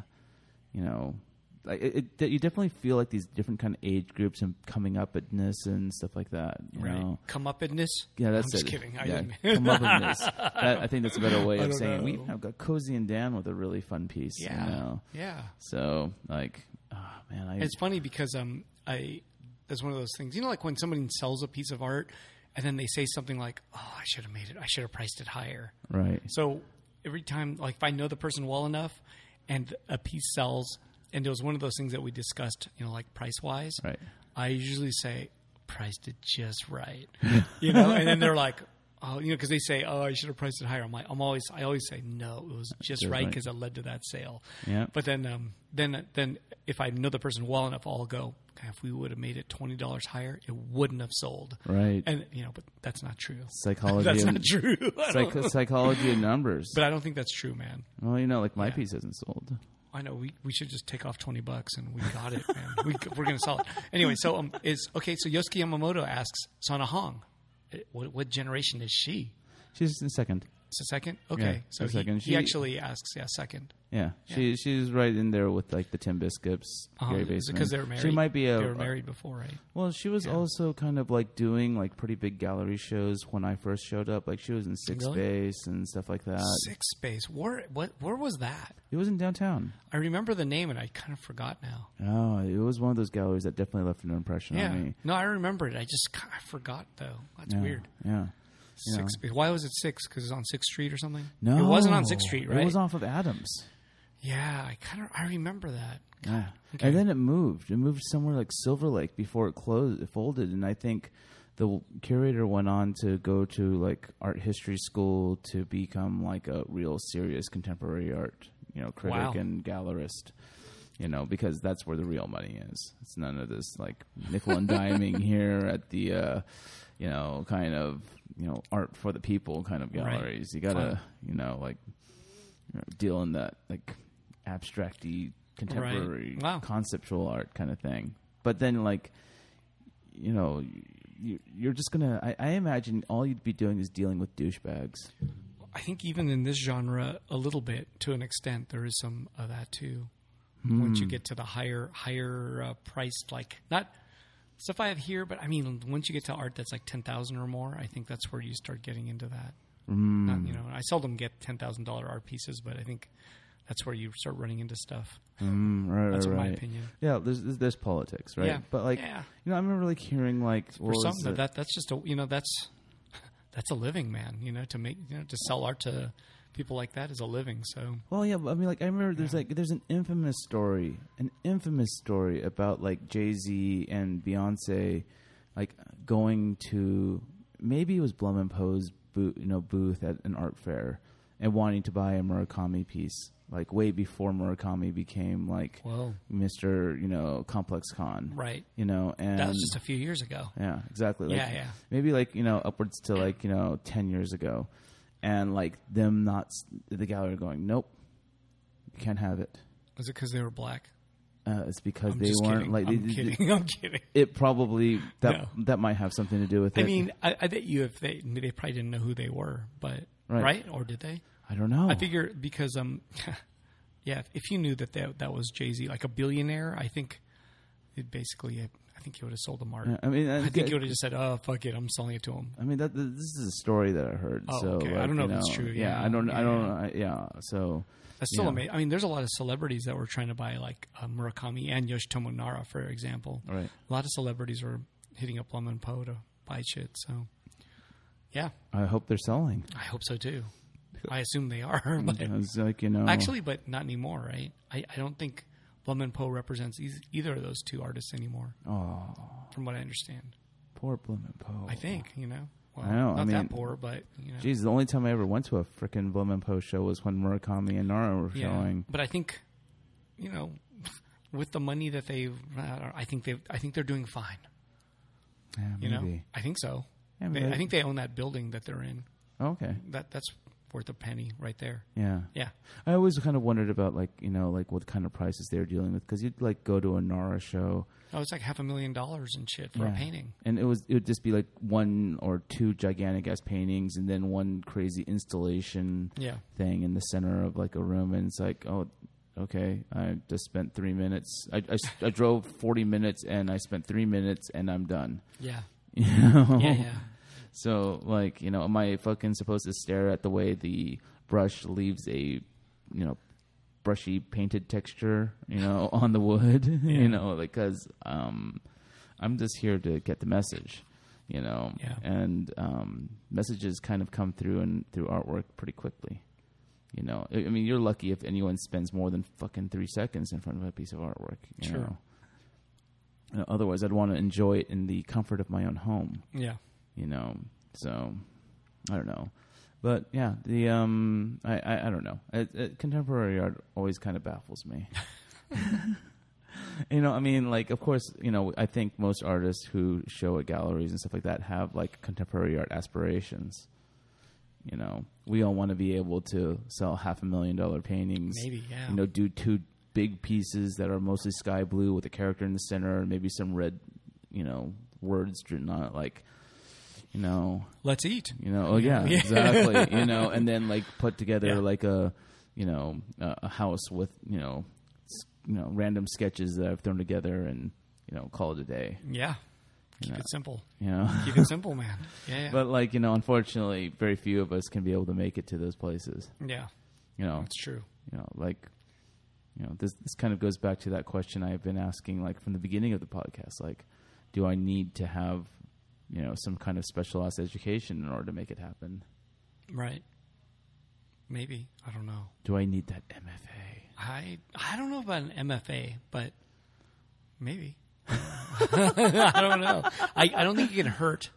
Speaker 1: you know like it, it that you definitely feel like these different kind of age groups and coming up at this and stuff like that you
Speaker 2: Right.
Speaker 1: know
Speaker 2: Come up in this?
Speaker 1: yeah, that's
Speaker 2: I'm just
Speaker 1: it.
Speaker 2: kidding. I
Speaker 1: Yeah,
Speaker 2: didn't.
Speaker 1: come up with this. That, I think that's a better way
Speaker 2: I
Speaker 1: of
Speaker 2: don't
Speaker 1: saying it. we
Speaker 2: know.
Speaker 1: have got cozy and Dan with a really fun piece. you
Speaker 2: Yeah.
Speaker 1: know?
Speaker 2: Yeah.
Speaker 1: So like, oh man, I
Speaker 2: It's funny because um, I that's one of those things. You know, like when somebody sells a piece of art and then they say something like, "Oh, I should have made it. I should have priced it higher."
Speaker 1: right.
Speaker 2: So every time, like if I know the person well enough, and a piece sells, and it was one of those things that we discussed, you know, like price wise.
Speaker 1: Right.
Speaker 2: I usually say priced it just right, you know, and then they're like. Oh, you know, because they say, "Oh, I should have priced it higher." I'm like, I'm always, I always say, "No, it was just
Speaker 1: Just
Speaker 2: right
Speaker 1: right.
Speaker 2: because it led to that sale."
Speaker 1: Yeah.
Speaker 2: But then, um, then, then, if I know the person well enough, I'll go. "God, If we would have made it twenty dollars higher, it wouldn't have sold.
Speaker 1: Right.
Speaker 2: And you know, but that's not true.
Speaker 1: Psychology
Speaker 2: that's
Speaker 1: and-
Speaker 2: not true. I don't-
Speaker 1: Psych- psychology and numbers.
Speaker 2: but I don't think that's true, man.
Speaker 1: Well, you know, like my piece isn't sold.
Speaker 2: I know we, we should just take off twenty bucks and we got it, man. we, we're gonna sell it anyway. So um, is okay. So Yosuke Yamamoto asks Sana Hong, eh, what, what generation is she?
Speaker 1: She's in second.
Speaker 2: It's a second. Okay,
Speaker 1: Yeah,
Speaker 2: so
Speaker 1: a second.
Speaker 2: He, he
Speaker 1: She-
Speaker 2: actually asks, yeah, second.
Speaker 1: Yeah, she she's right in there with like the Tim Biscuits, Gary
Speaker 2: Is it
Speaker 1: Baseman.
Speaker 2: Um, because they were married.
Speaker 1: She might be a uh,
Speaker 2: they were married before, right?
Speaker 1: well. She was also kind of like doing like pretty big gallery shows when I first showed up. Like she was in Six
Speaker 2: Really?
Speaker 1: Space and stuff like that.
Speaker 2: Six Space. Where what where was that?
Speaker 1: It was in downtown.
Speaker 2: I remember the name and I kind of forgot now.
Speaker 1: Oh, it was one of those galleries that definitely left an impression
Speaker 2: Yeah.
Speaker 1: on me.
Speaker 2: No, I remember it. I just kind of forgot though. That's
Speaker 1: Yeah,
Speaker 2: weird.
Speaker 1: Yeah.
Speaker 2: Six. Why was it six? Because it's on Sixth Street or something.
Speaker 1: No,
Speaker 2: it wasn't on Sixth Street, right?
Speaker 1: It was off of Adams.
Speaker 2: yeah, I kind of I remember that.
Speaker 1: Yeah.
Speaker 2: Okay.
Speaker 1: And then it moved. It moved somewhere like Silver Lake before it closed, it folded. And I think the curator went on to go to like art history school to become like a real serious contemporary art, you know, critic
Speaker 2: Wow.
Speaker 1: and gallerist. You know, because that's where the real money is. It's none of this like nickel and diming here at the, uh, you know, kind of you know art for the people kind of galleries. You gotta,
Speaker 2: Fun.
Speaker 1: you know, like you know, deal in that like abstracty contemporary
Speaker 2: Wow.
Speaker 1: conceptual art kind of thing but then like you know you, you're just gonna I, I imagine all you'd be doing is dealing with douchebags
Speaker 2: I think even in this genre, a little bit to an extent, there is some of that too. Once you get to the higher higher uh, priced, like not stuff I have here, but I mean, once you get to art that's like ten thousand or more, I think that's where you start getting into that. Not, you know, I seldom get ten thousand dollar art pieces, but I think that's where you start running into stuff.
Speaker 1: mm, right,
Speaker 2: That's
Speaker 1: right,
Speaker 2: my
Speaker 1: right.
Speaker 2: opinion.
Speaker 1: yeah there's, there's there's politics right
Speaker 2: Yeah.
Speaker 1: but like
Speaker 2: Yeah.
Speaker 1: you know i remember like hearing like
Speaker 2: for some that, that that's just a you know that's that's a living man you know to make you know to sell art to people like that is a living so
Speaker 1: Well, yeah, but I mean, like I remember there's like there's an infamous story, an infamous story about like Jay Z and Beyonce, like going to maybe it was Blum and Poe's booth, you know, booth at an art fair, and wanting to buy a Murakami piece, like way before Murakami became like
Speaker 2: Whoa.
Speaker 1: Mr. You know Complex Con,
Speaker 2: Right.
Speaker 1: You know, and
Speaker 2: That was just a few years ago.
Speaker 1: yeah, exactly. Like,
Speaker 2: Yeah, yeah.
Speaker 1: Maybe like you know upwards to like you know ten years ago, and like them not s- the gallery going, nope, you can't have it.
Speaker 2: Was it because they were black?
Speaker 1: Uh, it's because
Speaker 2: I'm
Speaker 1: they
Speaker 2: just
Speaker 1: weren't
Speaker 2: kidding.
Speaker 1: like
Speaker 2: I'm
Speaker 1: they- they-
Speaker 2: kidding. I'm kidding.
Speaker 1: It probably that
Speaker 2: No.
Speaker 1: that might have something to do with
Speaker 2: I
Speaker 1: it.
Speaker 2: mean, I, I bet you if they they probably didn't know who they were, but
Speaker 1: Right.
Speaker 2: right, or did they?
Speaker 1: I don't know.
Speaker 2: I figure because um, yeah, if- if you knew that that, that was Jay Z, like a billionaire, I think it basically, I think you would have sold him art.
Speaker 1: Yeah, I mean,
Speaker 2: I think you would have just said, "Oh fuck it, I'm selling it to him."
Speaker 1: I mean, that, th- this is a story that I heard.
Speaker 2: Oh,
Speaker 1: so
Speaker 2: okay. I
Speaker 1: like,
Speaker 2: don't know
Speaker 1: you
Speaker 2: if it's true.
Speaker 1: Yeah,
Speaker 2: Yeah,
Speaker 1: I don't. I
Speaker 2: yeah,
Speaker 1: don't.
Speaker 2: yeah.
Speaker 1: I, yeah. So
Speaker 2: That's still
Speaker 1: Yeah.
Speaker 2: amazing. I mean, there's a lot of celebrities that were trying to buy like uh, Murakami and Yoshitomo Nara, for example.
Speaker 1: Right.
Speaker 2: A lot of celebrities were hitting up Lum and Poe to buy shit. So, yeah,
Speaker 1: I hope they're selling.
Speaker 2: I hope so too. I assume they are, but
Speaker 1: It's like you know.
Speaker 2: actually, but not anymore, right? I, I don't think Blum and Poe represents eith- either of those two artists anymore,
Speaker 1: oh,
Speaker 2: from what I understand.
Speaker 1: poor Bloomin' Poe.
Speaker 2: I think you know, well,
Speaker 1: I know,
Speaker 2: not
Speaker 1: I mean-
Speaker 2: that poor, but you know,
Speaker 1: Jeez, the only time I ever went to a frickin' Bloomin' Poe show was when Murakami and Nara were
Speaker 2: Yeah.
Speaker 1: showing.
Speaker 2: But I think, you know, with the money that they, I think they, I think they're doing fine.
Speaker 1: Yeah,
Speaker 2: You know,
Speaker 1: maybe.
Speaker 2: I think so.
Speaker 1: Yeah, but
Speaker 2: They-
Speaker 1: I-
Speaker 2: I think they own that building that they're in.
Speaker 1: Oh, Okay.
Speaker 2: That that's worth a penny right there.
Speaker 1: Yeah.
Speaker 2: Yeah,
Speaker 1: I always kind of wondered about like you know like what kind of prices they were dealing with because you'd like go to a Nara show
Speaker 2: oh, it's like half a million dollars and shit for
Speaker 1: Yeah.
Speaker 2: a painting.
Speaker 1: and it was it would just be like one or two gigantic ass paintings and then one crazy installation
Speaker 2: Yeah.
Speaker 1: thing in the center of like a room and it's like oh okay i just spent three minutes i, I s- I drove 40 minutes and i spent three minutes and i'm done
Speaker 2: Yeah,
Speaker 1: you know
Speaker 2: yeah, yeah.
Speaker 1: so like you know am i fucking supposed to stare at the way the brush leaves a you know brushy painted texture you know on the wood you know because um i'm just here to get the message you know
Speaker 2: Yeah.
Speaker 1: and um messages kind of come through and through artwork pretty quickly you know i I mean you're lucky if anyone spends more than fucking three seconds in front of a piece of artwork you
Speaker 2: Sure.
Speaker 1: know? You know, otherwise i'd want to enjoy it in the comfort of my own home
Speaker 2: yeah.
Speaker 1: you know. So I don't know, but yeah, the um, I I, I don't know. It, it, contemporary art always kind of baffles me. you know, I mean, like of course, you know, I think most artists who show at galleries and stuff like that have like contemporary art aspirations. You know, we all want to be able to sell half a million dollar paintings.
Speaker 2: Maybe, yeah.
Speaker 1: You know, do two big pieces that are mostly sky blue with a character in the center and maybe some red, you know, words written on it like you know,
Speaker 2: Let's eat.
Speaker 1: you know, oh yeah,
Speaker 2: Yeah.
Speaker 1: exactly, you know, and then like put together
Speaker 2: Yeah.
Speaker 1: like a, you know, a a house with you know, s- you know, random sketches that I've thrown together and you know, call it a day,
Speaker 2: Yeah, keep
Speaker 1: Yeah.
Speaker 2: it simple.
Speaker 1: you know.
Speaker 2: Keep it simple, man. Yeah, yeah.
Speaker 1: but like you know, unfortunately, very few of us can be able to make it to those places,
Speaker 2: yeah.
Speaker 1: you know,
Speaker 2: That's true.
Speaker 1: you know, like. You know, this this kind of goes back to that question I've been asking, like from the beginning of the podcast, like, do I need to have, you know, some kind of specialized education in order to make it happen?
Speaker 2: Right. Maybe I don't know.
Speaker 1: Do I need that MFA?
Speaker 2: I I don't know about an MFA, but maybe. I don't know. I, I don't think it can hurt.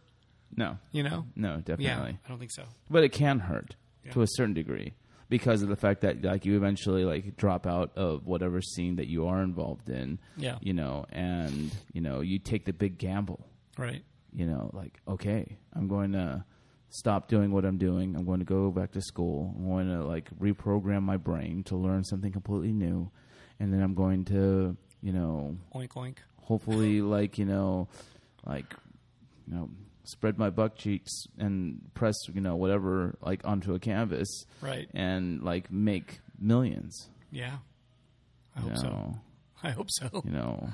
Speaker 1: No,
Speaker 2: You know?
Speaker 1: no, definitely.
Speaker 2: Yeah, I don't think so.
Speaker 1: But it can hurt
Speaker 2: Yeah.
Speaker 1: to a certain degree because of the fact that like you eventually like drop out of whatever scene that you are involved in.
Speaker 2: Yeah.
Speaker 1: You know, and you know, you take the big gamble.
Speaker 2: Right.
Speaker 1: You know, like okay, I'm going to stop doing what I'm doing. I'm going to go back to school. I'm going to like reprogram my brain to learn something completely new, and then I'm going to you know
Speaker 2: Oink oink.
Speaker 1: hopefully like you know like you know spread my buck cheeks and press you know whatever like onto a canvas
Speaker 2: Right.
Speaker 1: and like make millions
Speaker 2: Yeah. I
Speaker 1: you
Speaker 2: hope so.
Speaker 1: know
Speaker 2: I hope so.
Speaker 1: you know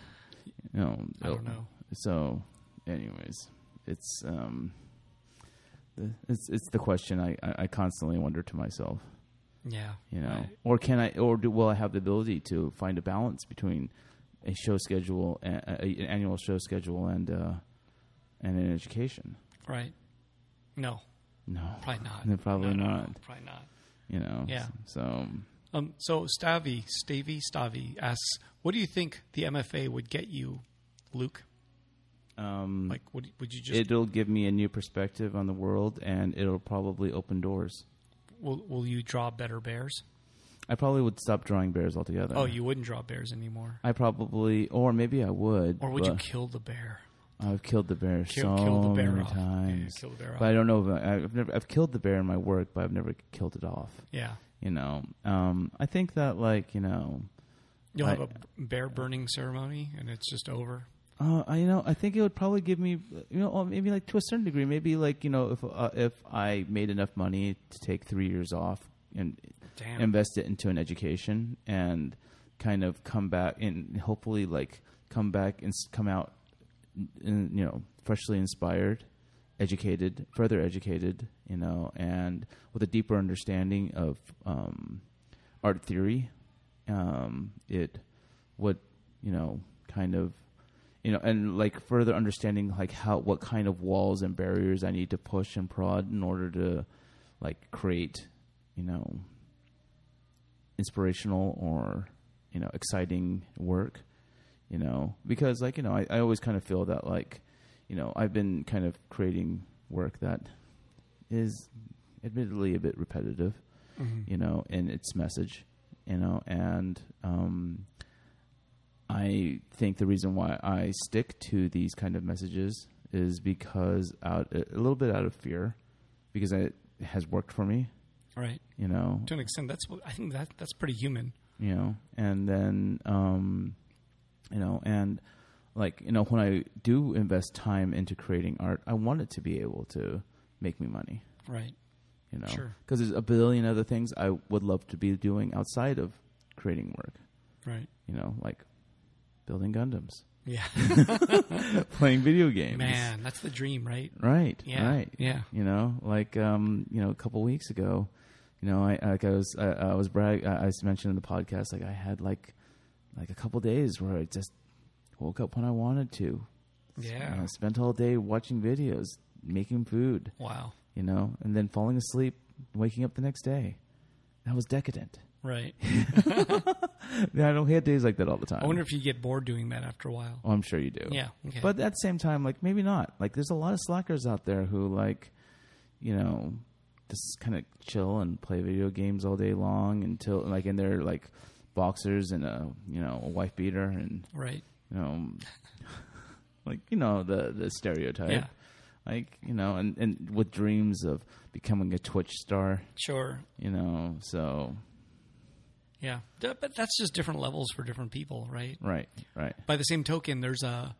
Speaker 1: you know
Speaker 2: I don't know.
Speaker 1: so anyways it's um the, it's it's the question I, I I constantly wonder to myself
Speaker 2: Yeah.
Speaker 1: you know
Speaker 2: Right.
Speaker 1: or can i or do will i have the ability to find a balance between a show schedule a, a, an annual show schedule and uh and an education
Speaker 2: Right. No,
Speaker 1: no
Speaker 2: probably not.
Speaker 1: No, probably
Speaker 2: No, no, no,
Speaker 1: not
Speaker 2: probably not.
Speaker 1: you know
Speaker 2: Yeah.
Speaker 1: so
Speaker 2: Um, so Stavi, Stavy, Stavi asks, what do you think the MFA would get you, Luke?
Speaker 1: um
Speaker 2: Like, would, would you just,
Speaker 1: it'll give me a new perspective on the world and it'll probably open doors
Speaker 2: will, will you draw better bears?
Speaker 1: I probably would stop drawing bears altogether.
Speaker 2: Oh, you wouldn't draw bears anymore,
Speaker 1: I probably, or maybe I would.
Speaker 2: or would you
Speaker 1: but
Speaker 2: kill the bear?
Speaker 1: I've killed the bear
Speaker 2: Kill,
Speaker 1: so
Speaker 2: kill the bear
Speaker 1: many
Speaker 2: off. Yeah,
Speaker 1: times.
Speaker 2: kill the bear off.
Speaker 1: but I don't know. If I, I've never. I've killed the bear in my work, but I've never killed it off.
Speaker 2: yeah,
Speaker 1: You know. Um. I think that like you know.
Speaker 2: you'll have
Speaker 1: I-
Speaker 2: a bear burning ceremony, and it's just over.
Speaker 1: Uh, I- you know, I think it would probably give me, you know, or maybe like to a certain degree, maybe like you know, if uh, if I made enough money to take three years off and
Speaker 2: Damn.
Speaker 1: invest it into an education and kind of come back and hopefully like come back and s- come out, in, you know, freshly inspired, educated, further educated, you know, and with a deeper understanding of um, art theory, um, it would, you know, kind of you know, and like further understanding like how what kind of walls and barriers I need to push and prod in order to like create, you know, inspirational or you know exciting work, you know, because like you know I, I always kind of feel that like you know I've been kind of creating work that is admittedly a bit repetitive,
Speaker 2: Mhm.
Speaker 1: you know, in its message, you know, and um, I think the reason why I stick to these kind of messages is because out a little bit out of fear, because I, it has worked for me,
Speaker 2: Right.
Speaker 1: you know,
Speaker 2: To an extent, that's what I think that that's pretty human.
Speaker 1: you know, and then um, you know, and like you know, when I do invest time into creating art, I want it to be able to make me money.
Speaker 2: Right.
Speaker 1: you know
Speaker 2: Sure.
Speaker 1: because there's a billion other things i would love to be doing outside of creating work
Speaker 2: Right.
Speaker 1: you know like building gundams
Speaker 2: Yeah.
Speaker 1: playing video games
Speaker 2: Man, that's the dream, right?
Speaker 1: right
Speaker 2: Yeah.
Speaker 1: right
Speaker 2: Yeah.
Speaker 1: you know like um you know a couple weeks ago you know i like i was i, I was brag I, I mentioned in the podcast like i had like like a couple days where i just woke up when i wanted to
Speaker 2: Yeah.
Speaker 1: and i spent all day watching videos making food
Speaker 2: Wow.
Speaker 1: you know and then falling asleep waking up the next day that was decadent
Speaker 2: Right.
Speaker 1: Yeah, I don't have days like that all the time.
Speaker 2: I wonder if you get bored doing that after a while.
Speaker 1: oh, I'm sure you do.
Speaker 2: Yeah. Okay.
Speaker 1: But at the same time, like maybe not. Like there's a lot of slackers out there who like, you know, just kind of chill and play video games all day long until like and they're like boxers and a you know a wife beater and
Speaker 2: right.
Speaker 1: you know like you know the the stereotype.
Speaker 2: Yeah.
Speaker 1: Like you know, and and with dreams of becoming a Twitch star,
Speaker 2: Sure.
Speaker 1: you know. So
Speaker 2: Yeah. Th- But that's just different levels for different people, right?
Speaker 1: right, right.
Speaker 2: By the same token, there's a,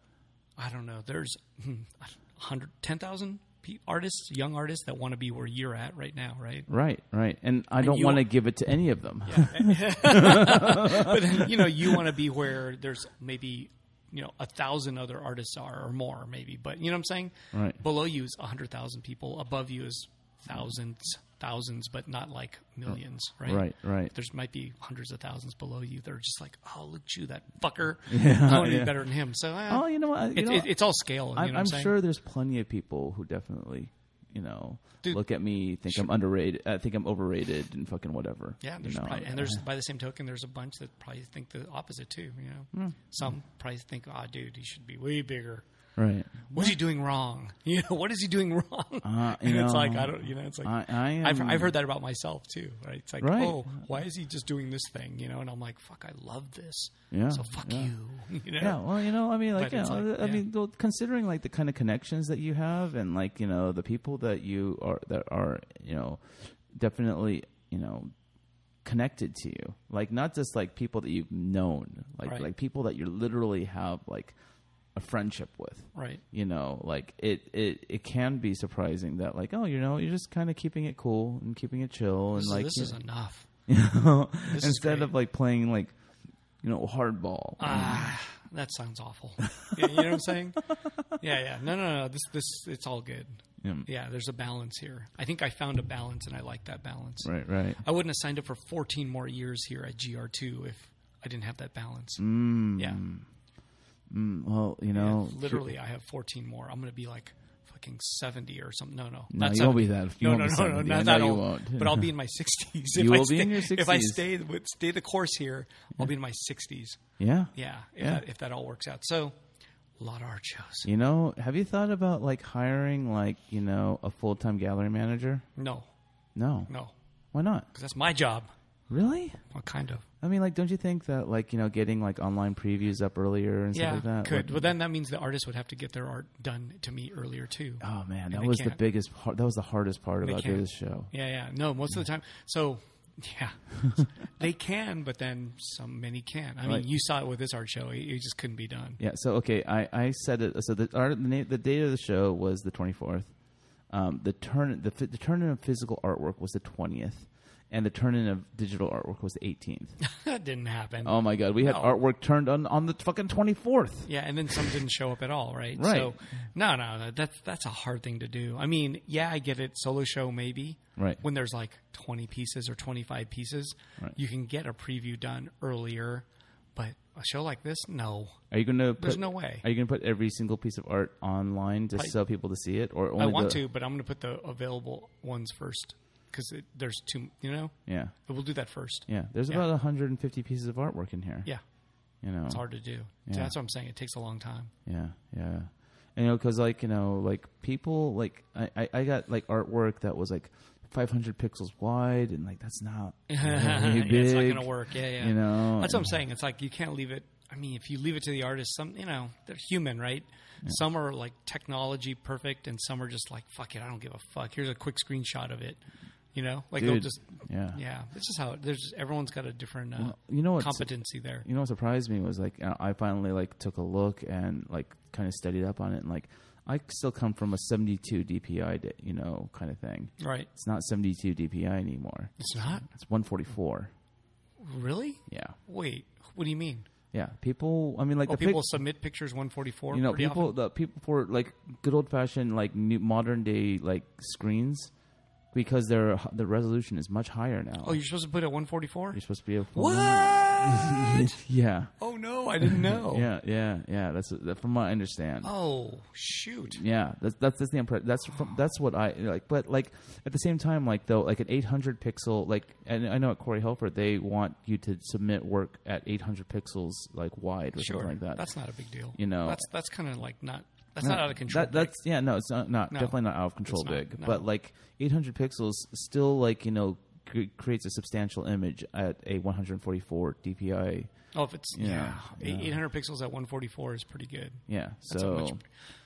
Speaker 2: I don't know, there's hmm, I don't- 100, 10,000 pe- artists, young artists that want to be where you're at right now, right?
Speaker 1: Right, right. And I don't
Speaker 2: you-
Speaker 1: want to give it to any of them.
Speaker 2: But then, you know, you want to be where there's maybe, you know, a thousand other artists are or more, maybe. But you know what I'm saying?
Speaker 1: Right.
Speaker 2: Below you is 100,000 people. Above you is thousands, thousands, but not like millions, right?
Speaker 1: Oh, Right, right.
Speaker 2: There's might be hundreds of thousands below you that are just like, oh, look at you, that fucker. Yeah, I want to
Speaker 1: yeah.
Speaker 2: be better than him. So, eh,
Speaker 1: Oh, you know what? You
Speaker 2: it,
Speaker 1: know,
Speaker 2: it, it's all scale.
Speaker 1: I'm,
Speaker 2: you know what
Speaker 1: I'm
Speaker 2: saying?
Speaker 1: sure there's plenty of people who definitely, you know,
Speaker 2: Dude.
Speaker 1: look at me, think I'm underrated, uh, think I'm overrated, and fucking whatever.
Speaker 2: Yeah,
Speaker 1: you
Speaker 2: there's
Speaker 1: know?
Speaker 2: probably, and there's by the same token, there's a bunch that probably think the opposite too. You
Speaker 1: Hmm.
Speaker 2: know, some probably think, "Ah, dude, he should be way bigger.
Speaker 1: right.
Speaker 2: What's he doing wrong? You know, what is he doing wrong?"
Speaker 1: Uh, you
Speaker 2: and it's like
Speaker 1: know,
Speaker 2: I don't, you know, it's like
Speaker 1: I, I am,
Speaker 2: I've, I've heard that about myself too. Right? It's like,
Speaker 1: Right.
Speaker 2: oh, why is he just doing this thing? You know, and I'm like, fuck, I love this.
Speaker 1: Yeah,
Speaker 2: So fuck
Speaker 1: yeah.
Speaker 2: you. You know.
Speaker 1: Yeah, well, you know, I mean, like,
Speaker 2: But
Speaker 1: you
Speaker 2: it's
Speaker 1: know,
Speaker 2: like,
Speaker 1: I
Speaker 2: yeah.
Speaker 1: mean, well, considering like the kind of connections that you have, and like, you know, the people that you are that are, you know, definitely, you know, connected to you, like not just like people that you've known, like
Speaker 2: Right.
Speaker 1: like people that you literally have like a friendship with.
Speaker 2: Right.
Speaker 1: You know, like it, it, it can be surprising that like, oh, you know, you're just kind of keeping it cool and keeping it chill and
Speaker 2: So
Speaker 1: like
Speaker 2: this
Speaker 1: you
Speaker 2: is enough.
Speaker 1: know,
Speaker 2: this is
Speaker 1: instead
Speaker 2: great.
Speaker 1: of like playing like, you know, Mm. hardball.
Speaker 2: Ah, that sounds awful. Yeah, you know what I'm saying? Yeah, yeah. No, no, no. This, this, it's all good.
Speaker 1: Yeah.
Speaker 2: Yeah, there's a balance here. I think I found a balance, and I like that balance.
Speaker 1: Right, right.
Speaker 2: I wouldn't have signed up for 14 more years here at GR2 if I didn't have that balance. Yeah,
Speaker 1: Mm, well, you
Speaker 2: Yeah,
Speaker 1: know,
Speaker 2: literally, I have 14 more. I'm going to be like fucking 70 or something. No, no,
Speaker 1: No,
Speaker 2: not
Speaker 1: you won't
Speaker 2: 70.
Speaker 1: be that- you
Speaker 2: no,
Speaker 1: won't
Speaker 2: no,
Speaker 1: be
Speaker 2: no, no,
Speaker 1: 70. I
Speaker 2: not
Speaker 1: know
Speaker 2: that
Speaker 1: you
Speaker 2: old.
Speaker 1: won't.
Speaker 2: But I'll be in my 60s. If
Speaker 1: You
Speaker 2: I
Speaker 1: will be
Speaker 2: stay,
Speaker 1: in your
Speaker 2: If I
Speaker 1: 60s.
Speaker 2: stay, with- stay the course here, I'll be in my 60s.
Speaker 1: Yeah.
Speaker 2: Yeah, if,
Speaker 1: Yeah.
Speaker 2: That, if that all works out. So, a lot of art shows.
Speaker 1: You know, have you thought about like hiring like, you know, a full time gallery manager?
Speaker 2: No,
Speaker 1: No.
Speaker 2: no,
Speaker 1: Why not?
Speaker 2: because that's my job.
Speaker 1: Really?
Speaker 2: Well, kind of.
Speaker 1: I mean, like, don't you think that, like, you know, getting like online previews up earlier and
Speaker 2: yeah,
Speaker 1: stuff like that?
Speaker 2: could.
Speaker 1: would-
Speaker 2: Well, then that means the artist would have to get their art done to me earlier too.
Speaker 1: oh man,
Speaker 2: And
Speaker 1: that
Speaker 2: they
Speaker 1: was the
Speaker 2: can't.
Speaker 1: biggest. Part, that was the hardest part
Speaker 2: They
Speaker 1: about
Speaker 2: can't.
Speaker 1: this show.
Speaker 2: Yeah, yeah. No, most of the time. So, yeah, they can, but then some many can't. I mean,
Speaker 1: Right.
Speaker 2: you saw it with this art show; it, it just couldn't be done.
Speaker 1: Yeah. So okay, I, I said it. So the art, the, na- the date of the show was the twenty fourth. Um, the turn the, fi- the turn in of physical artwork was the twentieth, and the turn in of digital artwork was the eighteenth.
Speaker 2: that didn't happen.
Speaker 1: oh my god, we had
Speaker 2: No.
Speaker 1: artwork turned on on the fucking twenty fourth.
Speaker 2: Yeah, and then some didn't show up at all, right?
Speaker 1: Right.
Speaker 2: So, no, no, that- that's that's a hard thing to do. I mean, yeah, I get it. Solo show maybe.
Speaker 1: Right.
Speaker 2: When there's like 20 pieces or 25 pieces,
Speaker 1: Right.
Speaker 2: you can get a preview done earlier. But a show like this, no,
Speaker 1: Are you gonna? Put,
Speaker 2: there's no way.
Speaker 1: Are you gonna put every single piece of art online just
Speaker 2: I-
Speaker 1: so people to see it, or only
Speaker 2: I want
Speaker 1: the-
Speaker 2: to, but I'm going to put the available ones first because there's two. You know,
Speaker 1: Yeah,
Speaker 2: we'll do that first.
Speaker 1: yeah. There's
Speaker 2: Yeah.
Speaker 1: about 150 pieces of artwork in here.
Speaker 2: Yeah,
Speaker 1: you know,
Speaker 2: it's hard to do.
Speaker 1: Yeah.
Speaker 2: So that's what I'm saying. It takes a long time.
Speaker 1: Yeah, yeah. And, you know, because like you know, like people like I, I, I got like artwork that was like 500 pixels wide, and like that's not really
Speaker 2: Yeah,
Speaker 1: big.
Speaker 2: it's not going to work. Yeah, yeah.
Speaker 1: You know,
Speaker 2: That's what I'm saying. It's like you can't leave it. I mean, if you leave it to the artist, some you know they're human, right? Some are like technology perfect, and some are just like fuck it, I don't give a fuck. Here's a quick screenshot of it, you know? Like they'll
Speaker 1: Dude,
Speaker 2: just
Speaker 1: yeah.
Speaker 2: yeah. It's just how there's just, everyone's got a different uh,
Speaker 1: Well, you know what's-
Speaker 2: competency there.
Speaker 1: You know what surprised me was like uh, I finally like took a look and like kind of studied up on it, and like I still come from a 72 DPI, da- you know, kind of thing.
Speaker 2: Right?
Speaker 1: It's not 72 DPI anymore.
Speaker 2: It's not
Speaker 1: It's 144.
Speaker 2: really.
Speaker 1: Yeah,
Speaker 2: Wait, what do you mean?
Speaker 1: yeah. People, I mean, like
Speaker 2: Oh,
Speaker 1: the pic-
Speaker 2: people submit pictures 144.
Speaker 1: you know
Speaker 2: pretty
Speaker 1: people
Speaker 2: often?
Speaker 1: the people for like good old fashioned like new modern day like screens because their the resolution is much higher now.
Speaker 2: Oh, you're supposed to put it at 144.
Speaker 1: You're supposed to be a
Speaker 2: What?
Speaker 1: Yeah,
Speaker 2: oh no, I didn't know.
Speaker 1: yeah, yeah, yeah. That's that, from what I understand.
Speaker 2: Oh shoot.
Speaker 1: Yeah, that's that's, that's the impression. That's from, that's what I like. But like at the same time, like though, like an 800 pixel, like and I know at Corey Helper they want you to submit work at 800 pixels like wide or
Speaker 2: Sure,
Speaker 1: something like that.
Speaker 2: that's not a big deal.
Speaker 1: You know-
Speaker 2: that's that's kind of like not that's
Speaker 1: No,
Speaker 2: not out of control.
Speaker 1: That, that's yeah, no, it's not, not
Speaker 2: No,
Speaker 1: definitely not out of control
Speaker 2: it's not,
Speaker 1: big,
Speaker 2: no.
Speaker 1: but like 800 pixels still like you know cre- creates a substantial image at a 144 DPI.
Speaker 2: oh, if it's yeah,
Speaker 1: Yeah, yeah. Oh.
Speaker 2: eight hundred pixels at one forty four is pretty good.
Speaker 1: Yeah,
Speaker 2: That's
Speaker 1: so
Speaker 2: not much.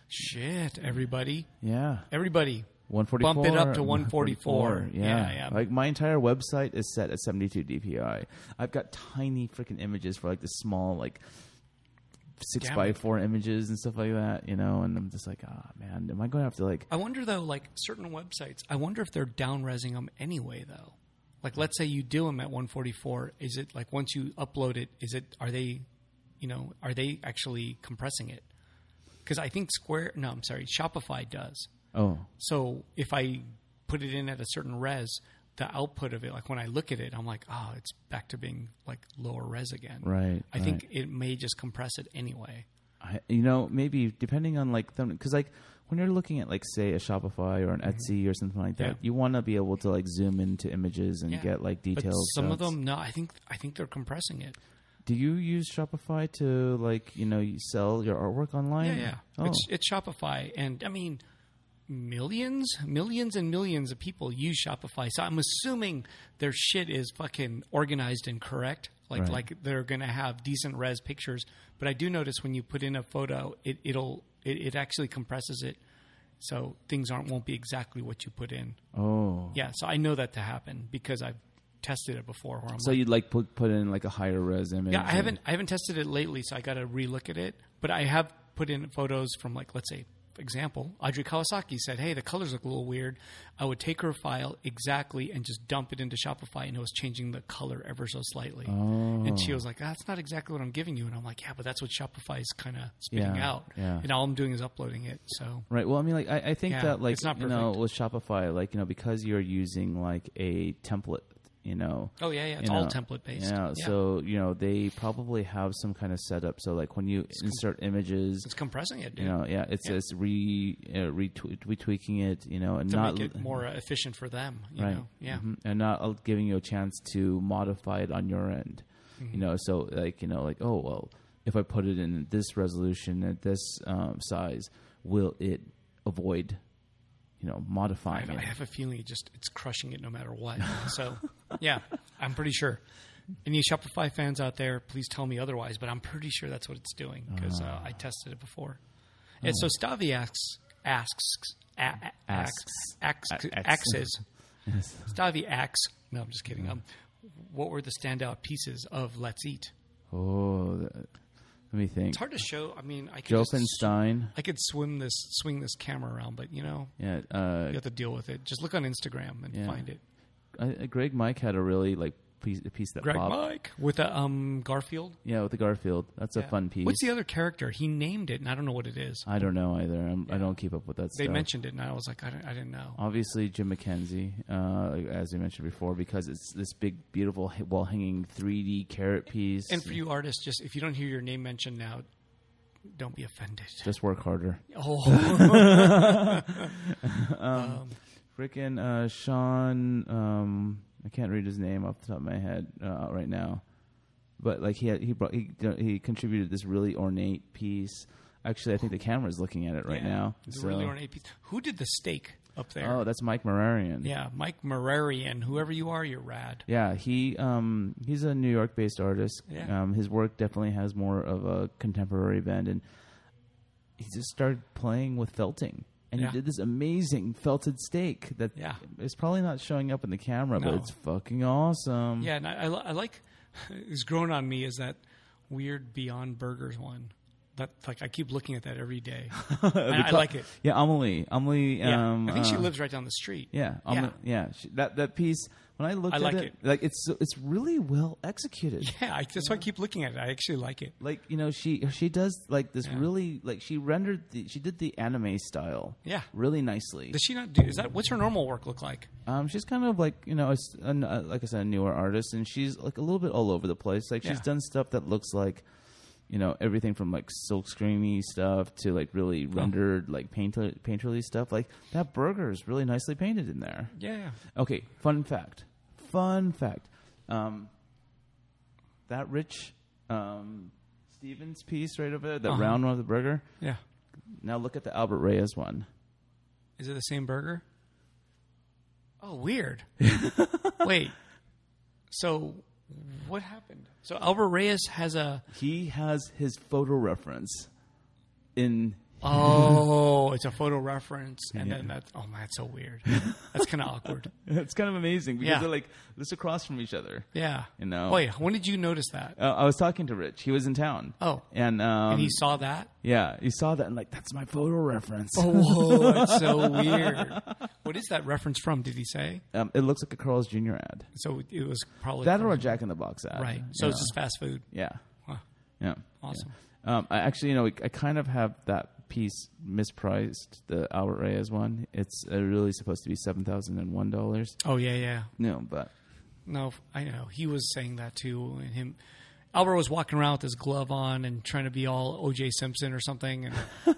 Speaker 2: Shit, everybody,
Speaker 1: yeah,
Speaker 2: everybody,
Speaker 1: 144.
Speaker 2: Bump it up to 144.
Speaker 1: 144,
Speaker 2: Yeah, yeah.
Speaker 1: Like my entire website is set at 72 DPI. I've got tiny freaking images for like the small like. Six
Speaker 2: Damn
Speaker 1: by
Speaker 2: it.
Speaker 1: four images and stuff like that, you know, and I'm just like, ah, man, am I going to have to like
Speaker 2: I wonder though, like certain websites, I wonder if they're downresing them anyway though. Like let's say you do them at 144, is it like once you upload it, is it are they, you know, are they actually compressing it? Because I think Square, no, I'm sorry, Shopify does.
Speaker 1: oh
Speaker 2: So if I put it in at a certain res, the output of it, like when I look at it, I'm like, oh, it's back to being like lower res again.
Speaker 1: Right,
Speaker 2: I think it may just compress it anyway.
Speaker 1: I, you know, maybe depending on like them, because like when you're looking at like say a Shopify or an Etsy or something like that,
Speaker 2: Mm-hmm. Yeah.
Speaker 1: you want to be able to like zoom into images and
Speaker 2: Yeah.
Speaker 1: get like
Speaker 2: But
Speaker 1: details.
Speaker 2: some of them, no, I think I think they're compressing it.
Speaker 1: Do you use Shopify to like you know you sell your artwork online?
Speaker 2: Yeah, yeah.
Speaker 1: Oh,
Speaker 2: It's, it's Shopify, and I mean, millions, millions, and millions of people use Shopify. So I'm assuming their shit is fucking organized and correct. Like,
Speaker 1: Right.
Speaker 2: like they're gonna have decent res pictures. But I do notice when you put in a photo, it, it'll it, it actually compresses it, so things aren't won't be exactly what you put in.
Speaker 1: oh.
Speaker 2: Yeah. So I know that to happen because I've tested it before. Where I'm
Speaker 1: So
Speaker 2: like,
Speaker 1: you'd like put put in like a higher res image?
Speaker 2: yeah, I
Speaker 1: and-
Speaker 2: haven't I haven't tested it lately, so I got to relook at it. But I have put in photos from like let's say for example, Audrey Kawasaki said, "Hey, the colors look a little weird." I would take her file exactly and just dump it into Shopify, and it was changing the color ever so slightly. And
Speaker 1: Oh.
Speaker 2: she was like, "Ah, "That's not exactly what I'm giving you," and I'm like, "Yeah, but that's what Shopify is kind of spitting
Speaker 1: Yeah,
Speaker 2: out,
Speaker 1: yeah.
Speaker 2: and all I'm doing is uploading it." So
Speaker 1: Right. Well, I mean, like I, I think
Speaker 2: Yeah,
Speaker 1: that like
Speaker 2: it's not
Speaker 1: you know
Speaker 2: perfect.
Speaker 1: with Shopify, like you know because you're using like a template, you know.
Speaker 2: Oh, yeah, yeah, it's
Speaker 1: you
Speaker 2: all
Speaker 1: know,
Speaker 2: template-based.
Speaker 1: Yeah,
Speaker 2: Yeah.
Speaker 1: So you know they probably have some kind of setup. So like when you insert images.
Speaker 2: it's compressing it, dude,
Speaker 1: you know, yeah, it's
Speaker 2: Yeah.
Speaker 1: it's re uh, retwe- retweaking it, you know, and
Speaker 2: to
Speaker 1: not
Speaker 2: make it more uh, efficient for them. You
Speaker 1: right,
Speaker 2: know? yeah.
Speaker 1: mhm, and not uh, giving you a chance to modify it on your end,
Speaker 2: Mm-hmm.
Speaker 1: you know. So like you know, like oh well, if I put it in this resolution at this um, size, will it avoid, you know, modifying
Speaker 2: I, I
Speaker 1: it?
Speaker 2: have a feeling it just it's crushing it no matter what. So yeah, I'm pretty sure. Any Shopify fans out there, please tell me otherwise, but I'm pretty sure that's what it's doing because
Speaker 1: Uh-huh.
Speaker 2: uh, I tested it before.
Speaker 1: Oh.
Speaker 2: And so Stavi asks, asks, a- a- asks, asks,
Speaker 1: A- asks.
Speaker 2: axes.
Speaker 3: Yes.
Speaker 2: Stavi asks, no, I'm just kidding. Um, what were the standout pieces of Let's Eat?
Speaker 1: Oh, th- let me think.
Speaker 2: It's hard to show. I mean, I could, just,
Speaker 1: Jolfenstein.
Speaker 2: I could swim this, swing this camera around, but you know,
Speaker 1: Yeah, uh,
Speaker 2: you have to deal with it. Just look on Instagram and
Speaker 1: Yeah.
Speaker 2: find it.
Speaker 1: I- I- Greg Mike had a really like piece, a piece that
Speaker 2: Greg
Speaker 1: popped.
Speaker 2: Mike with a, um Garfield.
Speaker 1: Yeah, with the Garfield. That's a
Speaker 2: Yeah.
Speaker 1: fun piece.
Speaker 2: What's the other character? He named it, and I don't know what it is.
Speaker 1: I don't know either. I'm, I don't keep up with that
Speaker 2: They
Speaker 1: stuff.
Speaker 2: mentioned it, and I was like, I, don't, I didn't know.
Speaker 1: Obviously, Jim McKenzie, uh, as we mentioned before, because it's this big, beautiful, wall hanging 3D carrot piece.
Speaker 2: And for you artists, just if you don't hear your name mentioned now, don't be offended.
Speaker 1: Just work harder.
Speaker 2: Oh,
Speaker 1: Frickin' uh, Sean, um, I can't read his name off the top of my head uh, right now, but like he had, he brought he he contributed this really ornate piece. Actually, I think the camera's looking at it right
Speaker 2: yeah.
Speaker 1: now.
Speaker 2: It's
Speaker 1: so-
Speaker 2: really ornate piece. Who did the steak up there?
Speaker 1: Oh, that's Mike Morarian.
Speaker 2: yeah, Mike Morarian. Whoever you are, you're rad.
Speaker 1: Yeah, he um, he's a New York based artist.
Speaker 2: Yeah.
Speaker 1: Um, his work definitely has more of a contemporary bend, and he just started playing with felting, and
Speaker 2: Yeah.
Speaker 1: he did this amazing felted steak that
Speaker 2: Yeah.
Speaker 1: is probably not showing up in the camera,
Speaker 2: No.
Speaker 1: but it's fucking awesome.
Speaker 2: Yeah, and I, I, li- I like it's grown on me is that weird Beyond Burgers one. That like I keep looking at that every day. And I like it.
Speaker 1: Yeah, Amelie. Amelie.
Speaker 2: Yeah,
Speaker 1: Um,
Speaker 2: I think she
Speaker 1: uh,
Speaker 2: lives right down the street.
Speaker 1: Yeah, Amelie, yeah. She, that that piece. When I looked
Speaker 2: I
Speaker 1: at
Speaker 2: like
Speaker 1: it,
Speaker 2: it.
Speaker 1: like it's so- it's really well executed.
Speaker 2: yeah. I, that's why I keep looking at it. I actually like it.
Speaker 1: Like you know, she she does like this
Speaker 2: Yeah.
Speaker 1: really like she rendered the she did the anime style.
Speaker 2: Yeah.
Speaker 1: really nicely.
Speaker 2: Does she not do? Is that what's her normal work look like?
Speaker 1: Um, she's kind of like you know, a s- an- uh, like I said, a newer artist, and she's like a little bit all over the place. Like she's
Speaker 2: Yeah.
Speaker 1: done stuff that looks like, you know, everything from like silk screeny stuff to like really rendered like painter painterly stuff. Like that burger is really nicely painted in there.
Speaker 2: Yeah.
Speaker 1: Okay, fun fact. Fun fact. Um, that Rich um, Stevens piece right over there, that
Speaker 2: Uh-huh.
Speaker 1: round one of the burger.
Speaker 2: Yeah.
Speaker 1: Now look at the Albert Reyes one.
Speaker 2: Is it the same burger? Oh, weird. Wait. So, what happened? So Albert Reyes has a
Speaker 1: He has his photo reference in
Speaker 2: oh, it's a photo reference, and then that oh man, that's so weird. That's kind of awkward.
Speaker 1: It's kind of amazing because
Speaker 2: Yeah.
Speaker 1: they're like this across from each other.
Speaker 2: Yeah.
Speaker 1: You know.
Speaker 2: Wait, when did you notice that?
Speaker 1: Uh, I was talking to Rich. He was in town.
Speaker 2: Oh.
Speaker 1: and, um,
Speaker 2: and he saw that.
Speaker 1: yeah, he saw that and like that's my photo reference.
Speaker 2: Oh. Whoa, that's so weird. What is that reference from? Did he say?
Speaker 1: Um, it looks like a Carl's Jr. ad.
Speaker 2: So it was probably
Speaker 1: That or a Jack in the Box ad.
Speaker 2: right. So
Speaker 1: yeah.
Speaker 2: it's just fast food.
Speaker 1: yeah,
Speaker 2: Wow.
Speaker 1: yeah,
Speaker 2: Awesome.
Speaker 1: Yeah. Um, I actually, you know, I kind of have that piece mispriced. The Albert Reyes one. It's uh, really supposed to be seven thousand and one dollars.
Speaker 2: Oh yeah, yeah.
Speaker 1: No, but
Speaker 2: No, I know. He was saying that too. And him, Albert was walking around with his glove on and trying to be all O.J. Simpson or something. And,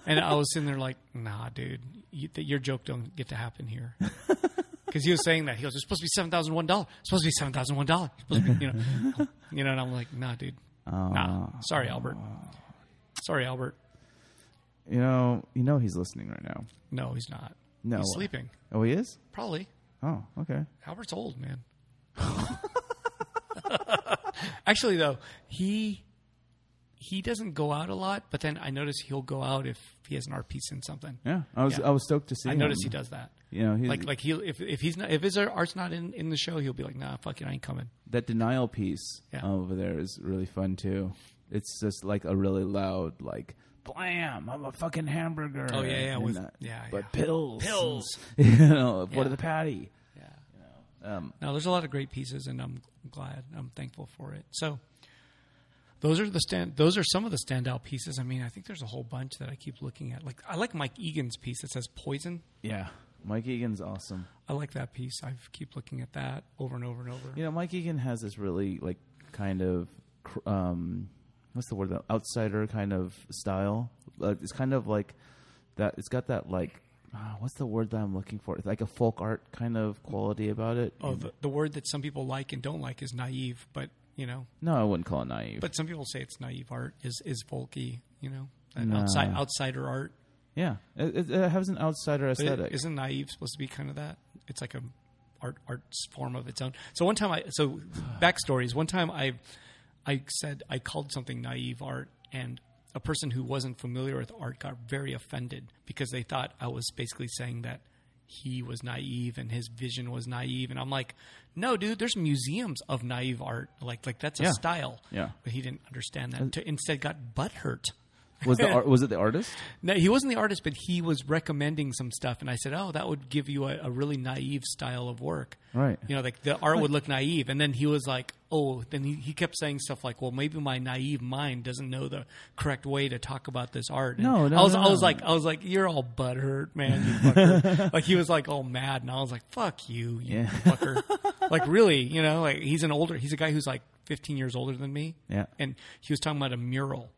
Speaker 2: and I was sitting there like, nah, dude, you, th- your joke don't get to happen here. Because he was saying that he goes, it's supposed to be seven thousand one dollar. Supposed to be seven thousand one dollar. Supposed to be, you know, you know. And I'm like, nah, dude, nah. Sorry, Albert. Sorry, Albert.
Speaker 1: you know, you know, he's listening right now.
Speaker 2: No, he's not.
Speaker 1: No.
Speaker 2: he's sleeping.
Speaker 1: Oh, he is.
Speaker 2: Probably.
Speaker 1: Oh, okay.
Speaker 2: Albert's old, man. Actually, though, he he doesn't go out a lot, but then I notice he'll go out if he has an art piece in something.
Speaker 1: Yeah, I was
Speaker 2: Yeah.
Speaker 1: I was stoked to see.
Speaker 2: I
Speaker 1: him.
Speaker 2: notice he does that.
Speaker 1: You know, he's,
Speaker 2: Like like he will if if he's not if his art's not in in the show, he'll be like, nah, fuck it, I ain't coming.
Speaker 1: that denial piece
Speaker 2: Yeah.
Speaker 1: over there is really fun too. It's just like a really loud like blam. I'm a fucking hamburger.
Speaker 2: Oh, yeah, yeah,
Speaker 1: and
Speaker 2: with-
Speaker 1: that-
Speaker 2: yeah,
Speaker 1: but
Speaker 2: yeah.
Speaker 1: pills,
Speaker 2: Pills.
Speaker 1: you know, what
Speaker 2: Yeah.
Speaker 1: of the patty?
Speaker 2: Yeah. no, there's a lot of great pieces, and I'm glad. I'm thankful for it. So, those are the stand. Those are some of the standout pieces. I mean, I think there's a whole bunch that I keep looking at. Like I like Mike Egan's piece that says "Poison."
Speaker 1: Yeah, Mike Egan's awesome.
Speaker 2: I like that piece. I keep looking at that over and over and over.
Speaker 1: You know, Mike Egan has this really like kind of cr- um, what's the word? Outsider kind of style. Like it's kind of like that. It's got that like. ah, what's the word that I'm looking for? It's like a folk art kind of quality about it.
Speaker 2: Oh, the, the word that some people like and don't like is naive, but you know,
Speaker 1: No, I wouldn't call it naive.
Speaker 2: but some people say it's naive art is is folky, you know, and outside outsider art.
Speaker 1: Yeah, it, it, it has an outsider
Speaker 2: But
Speaker 1: aesthetic.
Speaker 2: isn't naive supposed to be kind of that? It's like a art art form of its own. So one time I so backstories. One time I I said I called something naive art, and a person who wasn't familiar with art got very offended because they thought I was basically saying that he was naive and his vision was naive and i'm like no dude there's museums of naive art like like that's a
Speaker 1: Yeah.
Speaker 2: style
Speaker 1: Yeah.
Speaker 2: but he didn't understand that T- instead got butthurt
Speaker 1: Was the ar- was it the artist?
Speaker 2: no, he wasn't the artist, but he was recommending some stuff, and I said, "Oh, that would give you a, a really naive style of work."
Speaker 1: Right.
Speaker 2: You know, like the art would look naive, and then he was like, "Oh," then he, he kept saying stuff like, "Well, maybe my naive mind doesn't know the correct way to talk about this art." And
Speaker 1: No, no,
Speaker 2: I was,
Speaker 1: no,
Speaker 2: I was
Speaker 1: no.
Speaker 2: like, I was like, "You're all butthurt, man." You fucker. like he was like all mad, and I was like, "Fuck you, you
Speaker 1: Yeah.
Speaker 2: fucker!" like really, you know, like he's an older, he's a guy who's like 15 years older than me,
Speaker 1: Yeah.
Speaker 2: and he was talking about a mural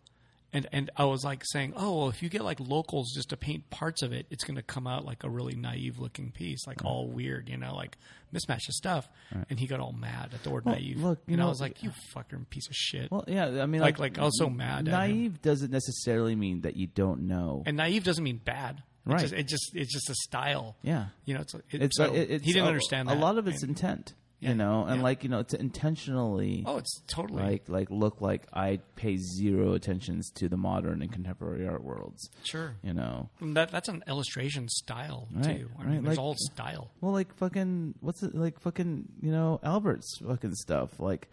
Speaker 2: and and I was like saying, "Oh, well, if you get like locals just to paint parts of it, it's going to come out like a really naive looking piece, like all weird, you know, like mismatch of stuff." And he got all mad at the word
Speaker 1: Well,
Speaker 2: naive.
Speaker 1: look, you
Speaker 2: and I
Speaker 1: know- uh,
Speaker 2: was like, "You fucking piece of shit."
Speaker 1: Well, yeah. I mean,
Speaker 2: Like- like, I was so mad at him.
Speaker 1: Naive doesn't necessarily mean that you don't know.
Speaker 2: and naive doesn't mean bad. It
Speaker 1: Right.
Speaker 2: just, it just it's just a style.
Speaker 1: yeah.
Speaker 2: You know, it's it,
Speaker 1: It's,
Speaker 2: so
Speaker 1: like- it- it's
Speaker 2: he didn't
Speaker 1: a-
Speaker 2: understand
Speaker 1: a
Speaker 2: that.
Speaker 1: lot of it's
Speaker 2: And-
Speaker 1: intent,
Speaker 2: Yeah.
Speaker 1: you know, and
Speaker 2: Yeah.
Speaker 1: like you know, to intentionally
Speaker 2: oh, it's totally
Speaker 1: like like look like I pay zero attentions to the modern and contemporary art worlds,
Speaker 2: sure.
Speaker 1: you know.
Speaker 2: And That that's an illustration style
Speaker 1: Right,
Speaker 2: too. I
Speaker 1: right,
Speaker 2: mean, it's
Speaker 1: like-
Speaker 2: all style.
Speaker 1: Well, like fucking what's it like fucking you know Albert's fucking stuff like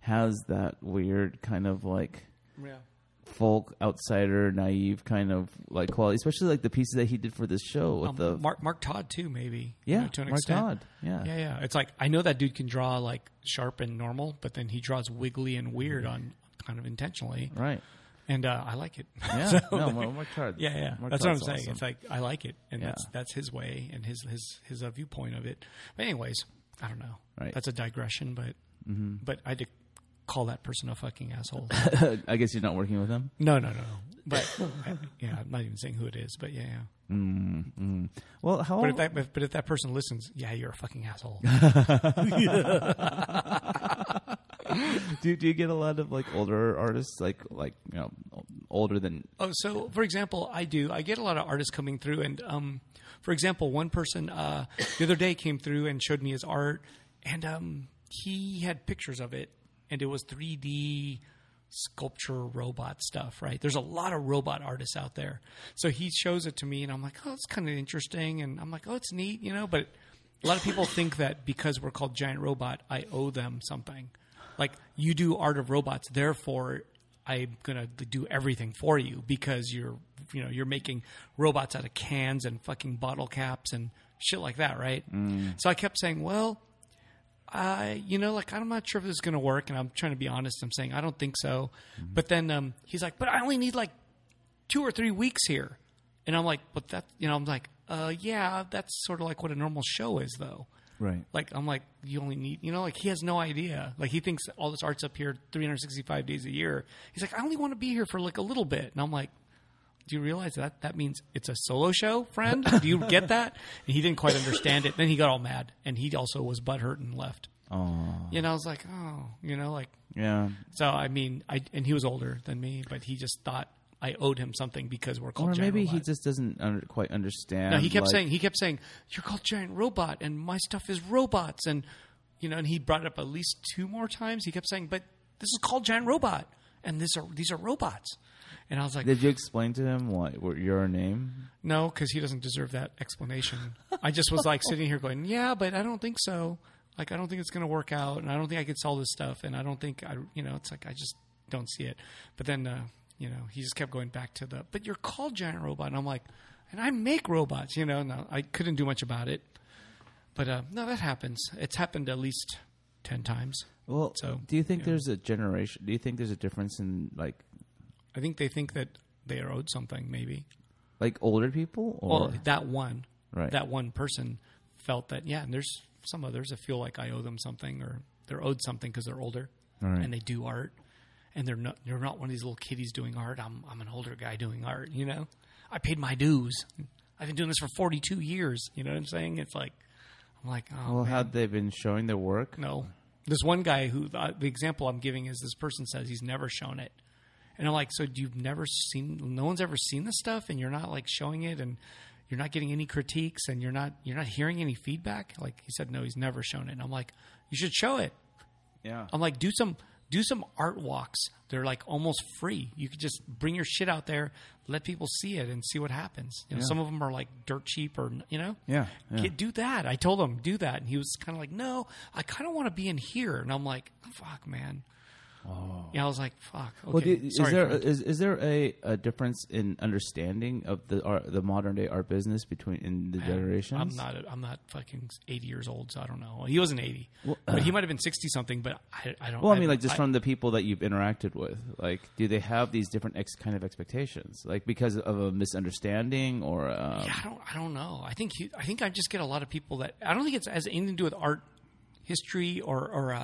Speaker 1: has that weird kind of like
Speaker 2: Yeah.
Speaker 1: folk outsider naive kind of like quality, especially like the pieces that he did for this show with
Speaker 2: Um,
Speaker 1: the
Speaker 2: Mark Mark Todd too, maybe. you
Speaker 1: yeah
Speaker 2: know, to an
Speaker 1: Mark
Speaker 2: extent.
Speaker 1: Todd yeah
Speaker 2: Yeah, yeah. It's like I know that dude can draw like sharp and normal, but then he draws wiggly and weird on kind of intentionally,
Speaker 1: right
Speaker 2: and uh, I like it.
Speaker 1: yeah
Speaker 2: So,
Speaker 1: no Mar- Mark Todd
Speaker 2: yeah, yeah.
Speaker 1: Mark
Speaker 2: that's what I'm
Speaker 1: Todd's
Speaker 2: saying.
Speaker 1: awesome.
Speaker 2: It's like I like it, and
Speaker 1: Yeah.
Speaker 2: that's that's his way and his his his uh, viewpoint of it. But anyways, I don't know.
Speaker 1: Right. Mm-hmm.
Speaker 2: That's a digression, but but I did call that person a fucking asshole.
Speaker 1: I guess you're not working with him.
Speaker 2: no, no, no. But yeah, I'm not even saying who it is. But yeah, yeah.
Speaker 1: Well, how
Speaker 2: But
Speaker 1: old?
Speaker 2: if that if, but if that person listens, yeah, you're a fucking asshole.
Speaker 1: do do you get a lot of like older artists, like like you know, older than
Speaker 2: Oh, so for example, I do. I get a lot of artists coming through, and um, for example, one person uh, the other day came through and showed me his art, and um, he had pictures of it, and it was 3D sculpture robot stuff. Right? There's a lot of robot artists out there, so he shows it to me, and I'm like, oh, it's kind of interesting, and I'm like, oh, it's neat, you know, but. A lot of people think that because we're called Giant Robot, I owe them something. Like you do art of robots, therefore I'm gonna do everything for you because you're you know you're making robots out of cans and fucking bottle caps and shit like that, right? So I kept saying, well, I, you know, like I'm not sure if this is going to work, and I'm trying to be honest. I'm saying I don't think so. But then um, he's like, "But I only need like two or three weeks here," and I'm like, "But that, you know, I'm like, uh, yeah, that's sort of like what a normal show is, though."
Speaker 1: right?
Speaker 2: Like I'm like, you only need, you know, like he has no idea. Like he thinks all this art's up here 365 days a year. He's like, I only want to be here for like a little bit, and I'm like. Do you realize that that means it's a solo show, friend? Do you get that? And he didn't quite understand it. Then he got all mad, and he also was butthurt and left.
Speaker 1: Oh,
Speaker 2: You know, I was like, oh, you know, like
Speaker 1: yeah.
Speaker 2: so. I mean, I and he was older than me, but he just thought I owed him something because we're called.
Speaker 1: Or
Speaker 2: giant
Speaker 1: maybe he
Speaker 2: robot.
Speaker 1: just doesn't under, quite understand.
Speaker 2: No, he kept
Speaker 1: like-
Speaker 2: saying he kept saying you're called giant robot, and my stuff is robots, and you know, and he brought it up at least two more times. He kept saying, but this is called giant robot, and this are these are robots, and I was like,
Speaker 1: Did you explain to him what, what your name?
Speaker 2: No, because he doesn't deserve that explanation. I just was like sitting here going, yeah, but I don't think so. Like, I don't think it's going to work out, and I don't think I could sell this stuff, and I don't think I, you know, it's like I just don't see it. But then, uh, you know, he just kept going back to the, but you're called Giant Robot, and I'm like, and I make robots, you know. No, I couldn't do much about it, but uh, no, that happens. It's happened at least ten times.
Speaker 1: Well,
Speaker 2: So,
Speaker 1: do you think
Speaker 2: yeah.
Speaker 1: there's a generation? Do you think there's a difference in like
Speaker 2: I think they think that they are owed something, maybe.
Speaker 1: like older people or
Speaker 2: Well, that one,
Speaker 1: Right.
Speaker 2: that one person felt that. Yeah, and there's some others that feel like I owe them something or they're owed something because they're older
Speaker 1: right.
Speaker 2: and they do art, and they're not they're not one of these little kiddies doing art. I'm I'm an older guy doing art. You know, I paid my dues. I've been doing this for 42 years. You know what I'm saying? It's like I'm like oh
Speaker 1: well,
Speaker 2: man.
Speaker 1: had they been showing their work?
Speaker 2: No. This one guy who uh, the, the example I'm giving is this person says he's never shown it. And I'm like, so you've never seen, no one's ever seen this stuff and you're not like showing it and you're not getting any critiques and you're not you're not hearing any feedback like he said no he's never shown it and i'm like you should show it
Speaker 1: Yeah.
Speaker 2: i'm like do some do some art walks they're like almost free you could just bring your shit out there let people see it and see what happens you know
Speaker 1: Yeah.
Speaker 2: some of them are like dirt cheap or you know
Speaker 1: Yeah. yeah.
Speaker 2: Get, do that. I told him do that, and he was kind of like, "No, I kind of want to be in here." And I'm like, "Fuck, man." Oh. Yeah, I was like, "Fuck." Okay.
Speaker 1: Well, do- is
Speaker 2: Sorry,
Speaker 1: there
Speaker 2: friend.
Speaker 1: is, is there a, a difference in understanding of the art, the modern day art business between in the generations?
Speaker 2: I'm not. I'm not fucking 80 years old, so I don't know. He wasn't 80, but he might have been 60 something. But I, I don't.
Speaker 1: Well, I mean, like just
Speaker 2: I-
Speaker 1: from the people that you've interacted with, like, do they have these different ex kind of expectations, like because of a misunderstanding or? Um,
Speaker 2: Yeah, I don't. I don't know. I think. He, I think I just get a lot of people that I don't think it's has anything to do with art history or or uh,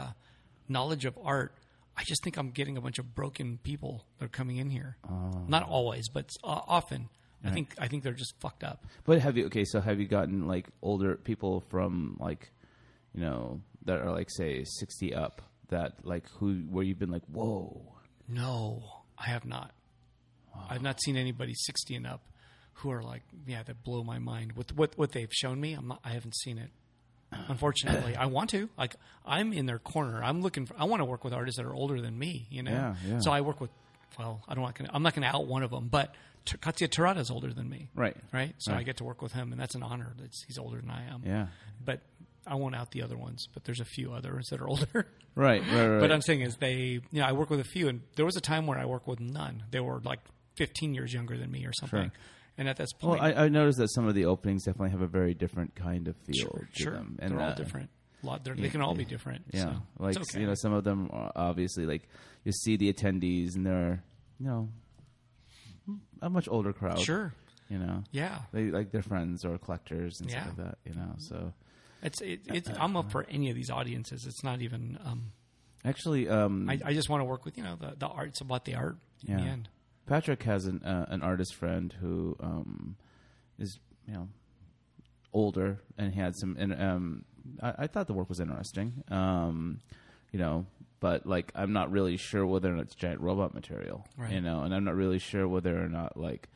Speaker 2: knowledge of art. I just think I'm getting a bunch of broken people that are coming in here. Not always, but uh, often. I think. I think they're just fucked up.
Speaker 1: But have you okay? So have you gotten like older people from like, you know, that are like say sixty up that like who where you've been like whoa
Speaker 2: No, I have not. I've not seen anybody 60 and up who are like, yeah, that blow my mind with what what they've shown me. I'm not, I haven't seen it. Unfortunately, I want to. Like, I'm in their corner. I'm looking for. I want to work with artists that are older than me. You know.
Speaker 1: Yeah, yeah.
Speaker 2: So I work with. Well, I don't. want to- I'm not going to out one of them, but T- Katsuya Tarada's older than me.
Speaker 1: right
Speaker 2: Right. So I get to work with him, and that's an honor. That's he's older than I am.
Speaker 1: yeah
Speaker 2: But I won't out the other ones. But there's a few others that are older.
Speaker 1: right right right,
Speaker 2: But I'm saying is they, you know, I work with a few, and there was a time where I worked with none. They were like 15 years younger than me or something.
Speaker 1: Sure.
Speaker 2: And at this
Speaker 1: well
Speaker 2: point,
Speaker 1: I, I noticed that some of the openings definitely have a very different kind of feel to
Speaker 2: sure,
Speaker 1: them
Speaker 2: they're all
Speaker 1: uh,
Speaker 2: different. A lot, they're, they can all be different.
Speaker 1: yeah
Speaker 2: so
Speaker 1: like
Speaker 2: it's okay.
Speaker 1: you know some of them are obviously like you see the attendees and they're you know a much older crowd
Speaker 2: sure,
Speaker 1: you know
Speaker 2: yeah.
Speaker 1: they like their friends or collectors and
Speaker 2: Yeah.
Speaker 1: stuff like that you know so.
Speaker 2: It's it,
Speaker 1: Uh,
Speaker 2: it's I'm up for any of these audiences. It's not even. Um,
Speaker 1: Actually, um,
Speaker 2: I, I just want to work with you know the the art. It's about the art in the
Speaker 1: Yeah.
Speaker 2: end.
Speaker 1: Patrick has an uh, an artist friend who um, is you know older and he had some and um, I, I thought the work was interesting, um, you know, but like I'm not really sure whether or not it's giant robot material,
Speaker 2: Right.
Speaker 1: you know, and I'm not really sure whether or not like.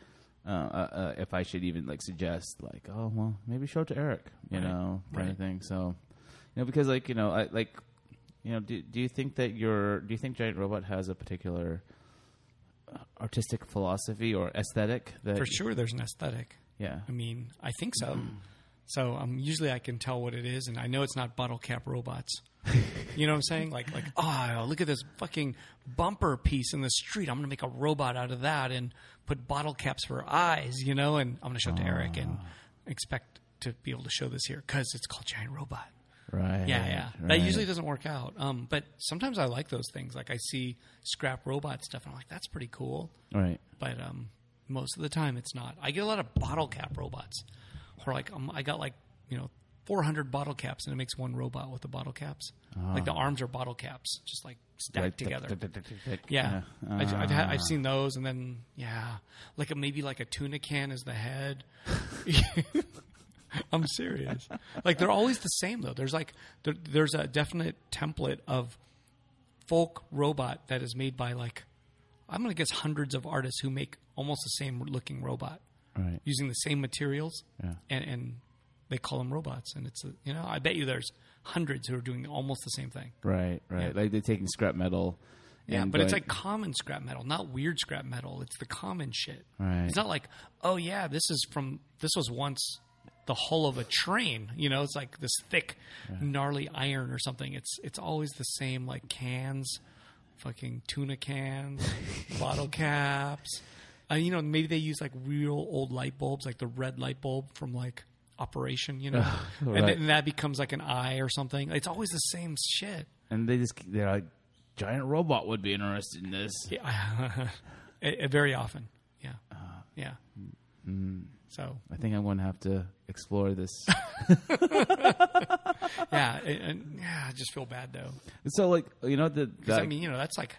Speaker 1: Uh, uh, uh, if I should even like suggest, like, oh well, maybe show it to Eric, you
Speaker 2: Right.
Speaker 1: know, kind
Speaker 2: Right.
Speaker 1: of thing. So, you know, because like, you know, I like, you know, do do you think that your do you think Giant Robot has a particular uh, artistic philosophy or aesthetic that
Speaker 2: For sure, there's an aesthetic.
Speaker 1: yeah
Speaker 2: I mean, I think so.
Speaker 1: Mm-hmm.
Speaker 2: So um, usually I can tell what it is, and I know it's not bottle cap robots. you know what I'm saying? Like, like, oh, look at this fucking bumper piece in the street. I'm gonna make a robot out of that and put bottle caps for eyes. You know, and I'm gonna show it to Eric and
Speaker 1: Ah.
Speaker 2: expect to be able to show this here because it's called Giant Robot.
Speaker 1: right
Speaker 2: Yeah, yeah. That
Speaker 1: right.
Speaker 2: usually doesn't work out. Um, but sometimes I like those things. Like I see scrap robot stuff, and I'm like, that's pretty cool
Speaker 1: right
Speaker 2: but um, most of the time it's not. I get a lot of bottle cap robots, or like um, I got like you know 400 bottle caps, and it makes one robot with the bottle caps. Like the arms are bottle caps, just like stacked
Speaker 1: Like, tick,
Speaker 2: together.
Speaker 1: tick, tick, tick, tick, tick.
Speaker 2: Yeah,
Speaker 1: Yeah. Ah.
Speaker 2: I've, I've, had, I've seen those, and then yeah, like a, maybe like a tuna can is the head. I'm serious. Like they're always the same though. There's like there, there's a definite template of folk robot that is made by like I'm gonna guess hundreds of artists who make almost the same looking robot
Speaker 1: right
Speaker 2: using the same materials,
Speaker 1: Yeah.
Speaker 2: and and they call them robots. And it's a, you know I bet you there's hundreds who are doing almost the same thing.
Speaker 1: right right like they're taking scrap metal
Speaker 2: Yeah,
Speaker 1: and
Speaker 2: but it's
Speaker 1: going-
Speaker 2: like common scrap metal, not weird scrap metal. It's the common shit.
Speaker 1: Right.
Speaker 2: It's not like, oh yeah, this is from this was once the hull of a train. You know, it's like this thick, gnarly iron or something. It's it's always the same like cans, fucking tuna cans, bottle caps. Uh, you know, maybe they use like real old light bulbs, like the red light bulb from like Operation. You know, and,
Speaker 1: Right.
Speaker 2: then that becomes like an eye or something. It's always the same shit.
Speaker 1: and they just they're like giant robot would be interested in this
Speaker 2: Yeah, Eh, eh, very often. Yeah, yeah. So
Speaker 1: i think i'm gonna have to explore this
Speaker 2: yeah, eh, and yeah, I just feel bad though.
Speaker 1: so like you know the
Speaker 2: 'Cause, I
Speaker 1: that-
Speaker 2: mean, you know, that's like,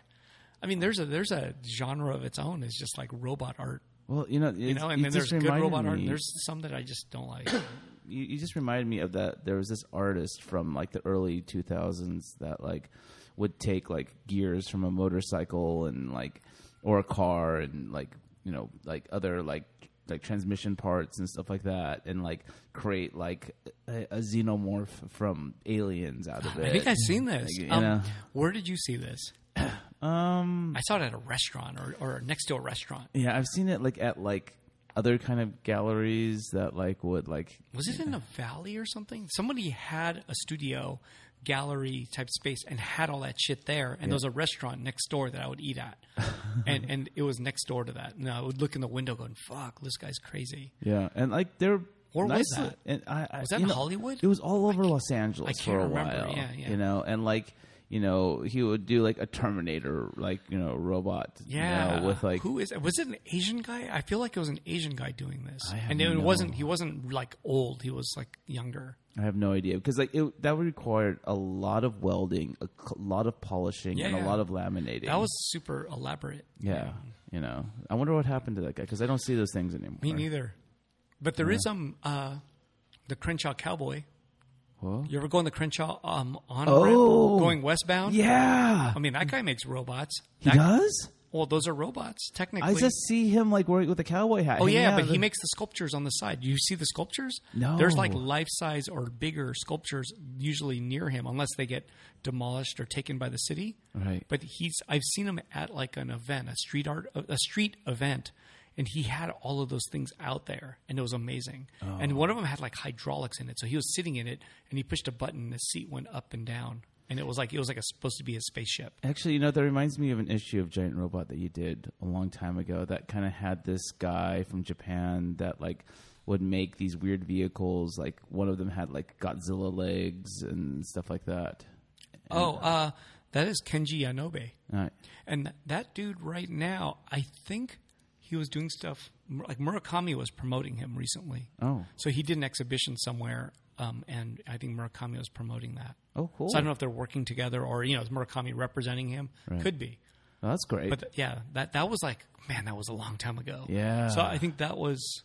Speaker 2: I mean, there's a there's a genre of its own. It's just like robot art,
Speaker 1: well you know it's,
Speaker 2: you know. And
Speaker 1: you
Speaker 2: then
Speaker 1: just
Speaker 2: there's good
Speaker 1: reminded
Speaker 2: robot art.
Speaker 1: me-
Speaker 2: And there's some that I just don't like.
Speaker 1: you, you just reminded me of that. There was this artist from like the early 2000s that like would take like gears from a motorcycle and like or a car and like you know like other like like transmission parts and stuff like that, and like create like a, a xenomorph from aliens out of it.
Speaker 2: I think I've seen this.
Speaker 1: Like, you know.
Speaker 2: um, where did you see this?
Speaker 1: Um,
Speaker 2: I saw it at a restaurant or, or next to a restaurant.
Speaker 1: yeah, I've seen it like at like other kind of galleries that like would like
Speaker 2: Was it in a valley or something? Somebody had a studio gallery type space and had all that shit there. And there was a restaurant next door that I would eat at. and and it was next door to that. And I would look in the window going, fuck, this guy's crazy.
Speaker 1: yeah, and like they're.
Speaker 2: Where was
Speaker 1: nice
Speaker 2: that?
Speaker 1: And I, I,
Speaker 2: Was that
Speaker 1: you
Speaker 2: in
Speaker 1: know,
Speaker 2: Hollywood?
Speaker 1: It was all over Los Angeles
Speaker 2: can't
Speaker 1: for a
Speaker 2: remember.
Speaker 1: while.
Speaker 2: Yeah, yeah.
Speaker 1: You know, and like you know, he would do like a Terminator, like you know, robot. you
Speaker 2: Yeah,
Speaker 1: know, with like
Speaker 2: who is it? Was it an Asian guy? I feel like it was an Asian guy doing this,
Speaker 1: I have
Speaker 2: and it
Speaker 1: no-
Speaker 2: wasn't. He wasn't like old. He was like younger.
Speaker 1: I have no idea because like it, that would require a lot of welding, a c- lot of polishing,
Speaker 2: Yeah,
Speaker 1: and a
Speaker 2: yeah.
Speaker 1: lot of laminating.
Speaker 2: That was super elaborate.
Speaker 1: yeah, you know. I wonder what happened to that guy because I don't see those things anymore.
Speaker 2: Me neither. But there is um uh, the Crenshaw Cowboy.
Speaker 1: Huh?
Speaker 2: You ever go on the Crenshaw um on
Speaker 1: Oh!
Speaker 2: ramp going westbound?
Speaker 1: Yeah,
Speaker 2: I mean that guy makes robots.
Speaker 1: he
Speaker 2: That-
Speaker 1: does.
Speaker 2: Well, those are robots
Speaker 1: I
Speaker 2: technically.
Speaker 1: just see him like wearing with a cowboy hat.
Speaker 2: Oh yeah, but
Speaker 1: the-
Speaker 2: he makes the sculptures on the side. You see the sculptures?
Speaker 1: No.
Speaker 2: There's like life size or bigger sculptures usually near him, unless they get demolished or taken by the city.
Speaker 1: Right.
Speaker 2: But he's I've seen him at like an event, a street art a street event, and he had all of those things out there, and it was amazing. And one of them had like hydraulics in it, so he was sitting in it, and he pushed a button, and the seat went up and down, and it was like it was like a, supposed to be a spaceship.
Speaker 1: Actually, you know, that reminds me of an issue of Giant Robot that you did a long time ago that kind of had this guy from Japan that, like, would make these weird vehicles. Like, one of them had, like, Godzilla legs and stuff like that.
Speaker 2: Oh, uh, that is Kenji Yanobe.
Speaker 1: All right.
Speaker 2: And th- that dude right now, I think he was doing stuff like Murakami was promoting him recently.
Speaker 1: Oh.
Speaker 2: So he did an exhibition somewhere, um, and I think Murakami was promoting that.
Speaker 1: Oh, cool.
Speaker 2: So I don't know if they're working together or, you know, is Murakami representing him? Could be.
Speaker 1: Oh, that's great.
Speaker 2: But th- yeah, that, that was like, man, that was a long time ago.
Speaker 1: Yeah.
Speaker 2: So I think that was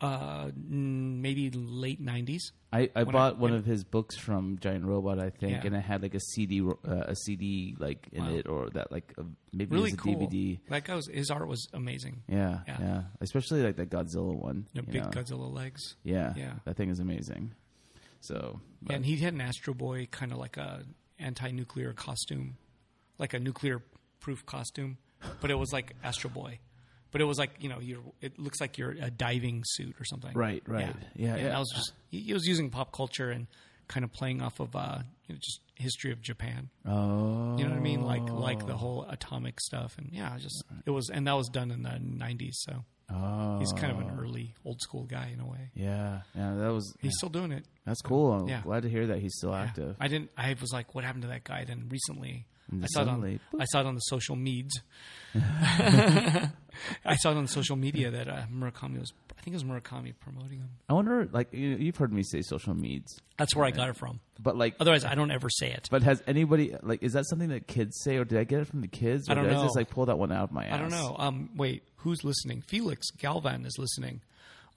Speaker 2: uh, mm, maybe late 90s.
Speaker 1: I, I
Speaker 2: when I-
Speaker 1: bought one of his books from Giant Robot, I think,
Speaker 2: Yeah.
Speaker 1: and it had, like, a CD, ro- uh, a CD, like, in it, or that, like, a, maybe
Speaker 2: Really
Speaker 1: it was a
Speaker 2: cool.
Speaker 1: DVD.
Speaker 2: That guy was, his art was amazing.
Speaker 1: Yeah,
Speaker 2: Yeah.
Speaker 1: yeah, Especially, like, that Godzilla one.
Speaker 2: You know,
Speaker 1: you
Speaker 2: big
Speaker 1: know?
Speaker 2: Godzilla legs.
Speaker 1: Yeah,
Speaker 2: Yeah.
Speaker 1: That thing is amazing. So, but-
Speaker 2: and he had an Astro Boy kind of like a anti-nuclear costume, like a nuclear-proof costume, but it was like Astro Boy, but it was like you know you're it looks like you're a diving suit or something.
Speaker 1: Right, right. Yeah,
Speaker 2: And
Speaker 1: yeah.
Speaker 2: that was just he, he was using pop culture and kind of playing off of uh, you know, just history of Japan.
Speaker 1: Oh,
Speaker 2: You know what I mean? Like like the whole atomic stuff and yeah, just it was and that was done in the '90s. So
Speaker 1: oh,
Speaker 2: he's kind of an early old school guy in a way.
Speaker 1: yeah, yeah. That was
Speaker 2: He's still doing it.
Speaker 1: that's cool. I'm
Speaker 2: Yeah.
Speaker 1: glad to hear that he's still
Speaker 2: Yeah.
Speaker 1: active.
Speaker 2: I didn't. I was like, what happened to that guy? Then recently,
Speaker 1: And
Speaker 2: I saw it on.
Speaker 1: suddenly,
Speaker 2: I saw it on the social meds. I saw it on social media that uh, Murakami was. I think it was Murakami promoting him.
Speaker 1: I wonder, like you, you've heard me say social meds,
Speaker 2: That's where I got it from.
Speaker 1: but like,
Speaker 2: Otherwise, I don't ever say it.
Speaker 1: but has anybody like is that something that kids say, or did I get it from the kids? Or
Speaker 2: I don't
Speaker 1: did I just
Speaker 2: know.
Speaker 1: like pull that one out of my ass?
Speaker 2: I don't know. Um, wait, who's listening? Felix Galvan is listening.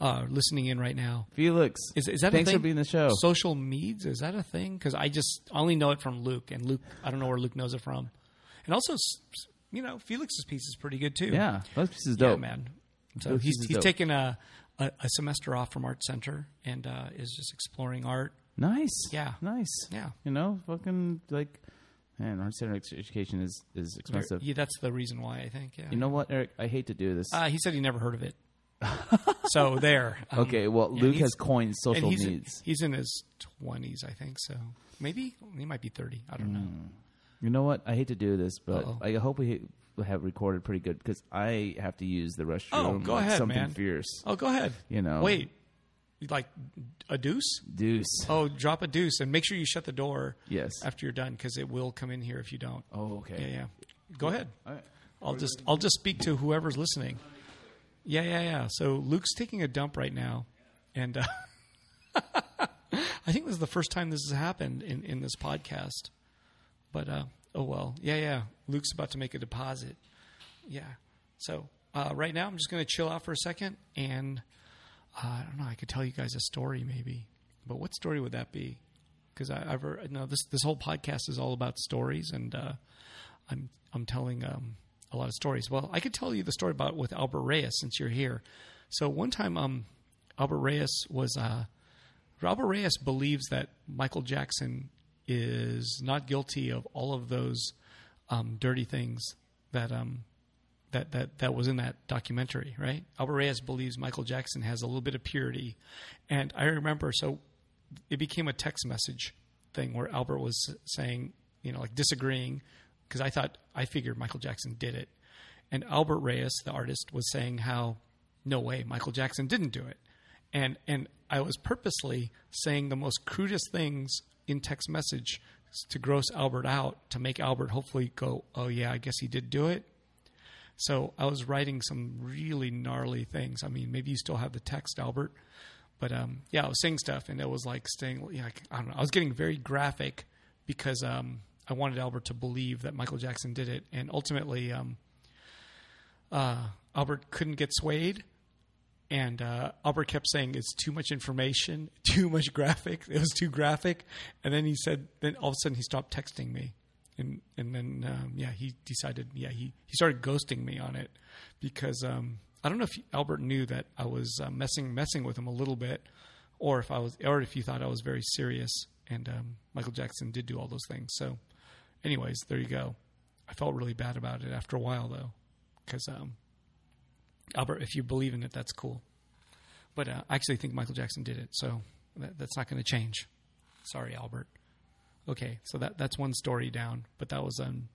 Speaker 2: Uh, listening in right now.
Speaker 1: Felix,
Speaker 2: Is, is that
Speaker 1: thanks
Speaker 2: a thing?
Speaker 1: for being the show.
Speaker 2: Social meds is that a thing? Because I just I only know it from Luke, and Luke I don't know where Luke knows it from. And also, s- s- you know, Felix's piece is pretty good too.
Speaker 1: yeah, those pieces
Speaker 2: Yeah,
Speaker 1: dope.
Speaker 2: man. So
Speaker 1: Dope.
Speaker 2: he's
Speaker 1: He's
Speaker 2: he's
Speaker 1: dope.
Speaker 2: taken a, a a semester off from Art Center and uh, is just exploring art.
Speaker 1: Nice.
Speaker 2: Yeah.
Speaker 1: Nice.
Speaker 2: Yeah.
Speaker 1: You know, fucking like, man, art center ex- education is is expensive.
Speaker 2: Yeah, that's the reason why I think. Yeah.
Speaker 1: You know what, Eric? I hate to do this.
Speaker 2: uh, he said he never heard of it. so there. Um,
Speaker 1: okay, well,
Speaker 2: yeah,
Speaker 1: Luke
Speaker 2: he's-
Speaker 1: has coined
Speaker 2: and
Speaker 1: social
Speaker 2: he's
Speaker 1: needs.
Speaker 2: he's in his twenties, I think. So maybe he might be thirty. I don't
Speaker 1: Hmm.
Speaker 2: know.
Speaker 1: You know what? I hate to do this, but
Speaker 2: Uh-oh.
Speaker 1: I hope we have recorded pretty good because I have to use the restroom.
Speaker 2: Oh, go
Speaker 1: like
Speaker 2: ahead,
Speaker 1: something
Speaker 2: man.
Speaker 1: fierce.
Speaker 2: Oh, go ahead.
Speaker 1: You know.
Speaker 2: Wait. You Like a deuce?
Speaker 1: Deuce.
Speaker 2: Oh, drop a deuce and make sure you shut the door
Speaker 1: Yes.
Speaker 2: after you're done because it will come in here if you don't.
Speaker 1: Oh, okay.
Speaker 2: Yeah, yeah. Go ahead.
Speaker 1: All right.
Speaker 2: I'll just I'll just speak to whoever's listening. Yeah, yeah, yeah. So Luke's taking a dump right now, and uh, I think this is the first time this has happened in in this podcast. But uh, oh well. Yeah, yeah. Luke's about to make a deposit. Yeah. So uh, right now I'm just going to chill out for a second, and uh, I don't know. I could tell you guys a story maybe, but what story would that be? Because I've heard- no this this whole podcast is all about stories, and uh, I'm I'm telling um, a lot of stories. Well, I could tell you the story about with Albert Reyes since you're here. So one time, um, Albert Reyes was uh, Robert Reyes believes that Michael Jackson is not guilty of all of those um, dirty things that um, that that that was in that documentary, right? Albert Reyes believes Michael Jackson has a little bit of purity, and I remember so it became a text message thing where Albert was saying, you know, like disagreeing because I thought I figured Michael Jackson did it, and Albert Reyes, the artist, was saying how no way Michael Jackson didn't do it, and and I was purposely saying the most crudest things in text message to gross Albert out to make Albert hopefully go, oh yeah, I guess he did do it. So I was writing some really gnarly things. I mean, maybe you still have the text, Albert. But um, yeah, I was saying stuff, and it was like staying. Yeah, like, I don't know. I was getting very graphic because um, I wanted Albert to believe that Michael Jackson did it, and ultimately, um, uh, Albert couldn't get swayed. And uh, Albert kept saying it's too much information, too much graphic. It was too graphic, and then he said, then all of a sudden he stopped texting me, and and then um, yeah, he decided yeah he he started ghosting me on it because um, I don't know if Albert knew that I was uh, messing messing with him a little bit, or if I was or if he thought I was very serious. And um, Michael Jackson did do all those things. So, anyways, there you go. I felt really bad about it after a while though, because um, Albert, if you believe in it, that's cool. But uh, I actually think Michael Jackson did it, so that, that's not going to change. Sorry, Albert. Okay, so that that's one story down. But that was an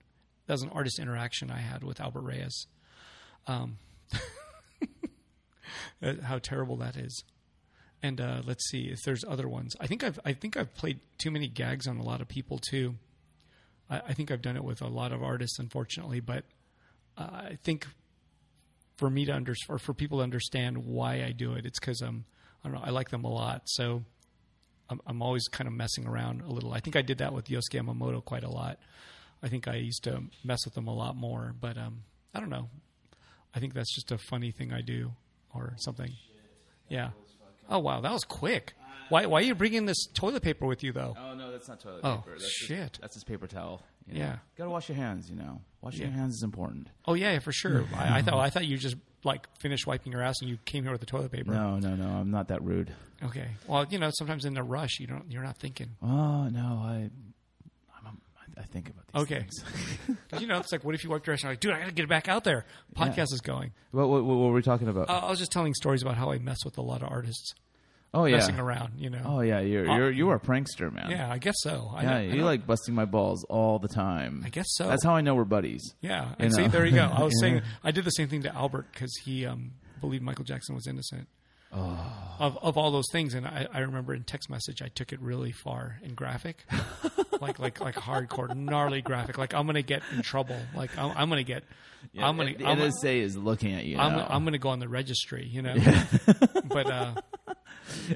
Speaker 2: that was an artist interaction I had with Albert Reyes. Um, uh, how terrible that is. And uh, let's see if there's other ones. I think I've I think I've played too many gags on a lot of people too. I, I think I've done it with a lot of artists, unfortunately. But uh, I think for me to under or for people to understand why I do it, it's because um I don't know I like them a lot, so I'm, I'm always kind of messing around a little. I think I did that with Yosuke Yamamoto quite a lot. I think I used to mess with them a lot more, but um I don't know. I think that's just a funny thing I do or something. Yeah. Oh wow, that was quick. Why why are you bringing this toilet paper with you though?
Speaker 1: Oh no, that's not toilet
Speaker 2: Oh,
Speaker 1: paper. That's
Speaker 2: shit.
Speaker 1: Just, that's just paper towel. you know.
Speaker 2: Yeah.
Speaker 1: gotta wash your hands. You know, washing your hands is important.
Speaker 2: Oh yeah, yeah, for sure. I, I thought I thought you just like finished wiping your ass and you came here with the toilet paper.
Speaker 1: No, no, no. I'm not that rude.
Speaker 2: Okay. Well, you know, sometimes in a rush, you don't you're not thinking.
Speaker 1: Oh no, I, I'm, I'm, I think about these.
Speaker 2: Okay.
Speaker 1: things.
Speaker 2: you know, it's like, what if you wiped your ass? and you're Like, dude, I gotta get back out there. Podcast is going.
Speaker 1: What, what, what were we talking about?
Speaker 2: Uh, I was just telling stories about how I mess with a lot of artists
Speaker 1: oh yeah.
Speaker 2: messing around. You know.
Speaker 1: Oh yeah. You're you're you are a prankster, man.
Speaker 2: yeah, I guess so. I,
Speaker 1: Yeah,
Speaker 2: I
Speaker 1: you
Speaker 2: don't-
Speaker 1: like busting my balls all the time.
Speaker 2: I guess so.
Speaker 1: That's how I know we're buddies.
Speaker 2: Yeah.
Speaker 1: You
Speaker 2: And see,
Speaker 1: know.
Speaker 2: there you go. I was saying I did the same thing to Albert because he um, believed Michael Jackson was innocent
Speaker 1: Oh.
Speaker 2: of of all those things. And I, I remember in text message I took it really far and graphic, like like like hardcore, gnarly graphic. Like I'm gonna get in trouble. Like I'm, I'm gonna get. I'm gonna.
Speaker 1: the
Speaker 2: I'm, gonna-
Speaker 1: NSA is looking at you.
Speaker 2: I'm,
Speaker 1: now.
Speaker 2: I'm gonna go on the registry. You know. but uh,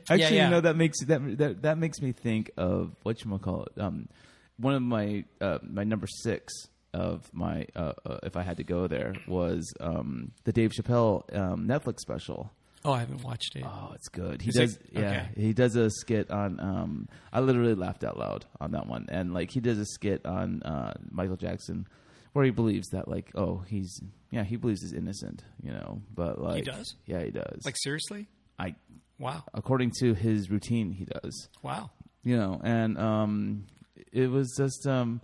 Speaker 1: Actually,
Speaker 2: yeah.
Speaker 1: you know that makes that that that makes me think of what you call it. Um, one of my uh, my number six of my uh, uh, if I had to go there was um, the Dave Chappelle um, Netflix special.
Speaker 2: oh, I haven't watched it.
Speaker 1: Oh, it's good. He
Speaker 2: Is
Speaker 1: does,
Speaker 2: it-
Speaker 1: yeah.
Speaker 2: okay.
Speaker 1: He does a skit on. Um, I literally laughed out loud on that one, and like he does a skit on uh, Michael Jackson, where he believes that like, oh, he's yeah, he believes he's innocent, you know. But like,
Speaker 2: does?
Speaker 1: yeah, he does.
Speaker 2: Like seriously?
Speaker 1: I,
Speaker 2: Wow.
Speaker 1: according to his routine, he does
Speaker 2: Wow.
Speaker 1: you know and um it was just um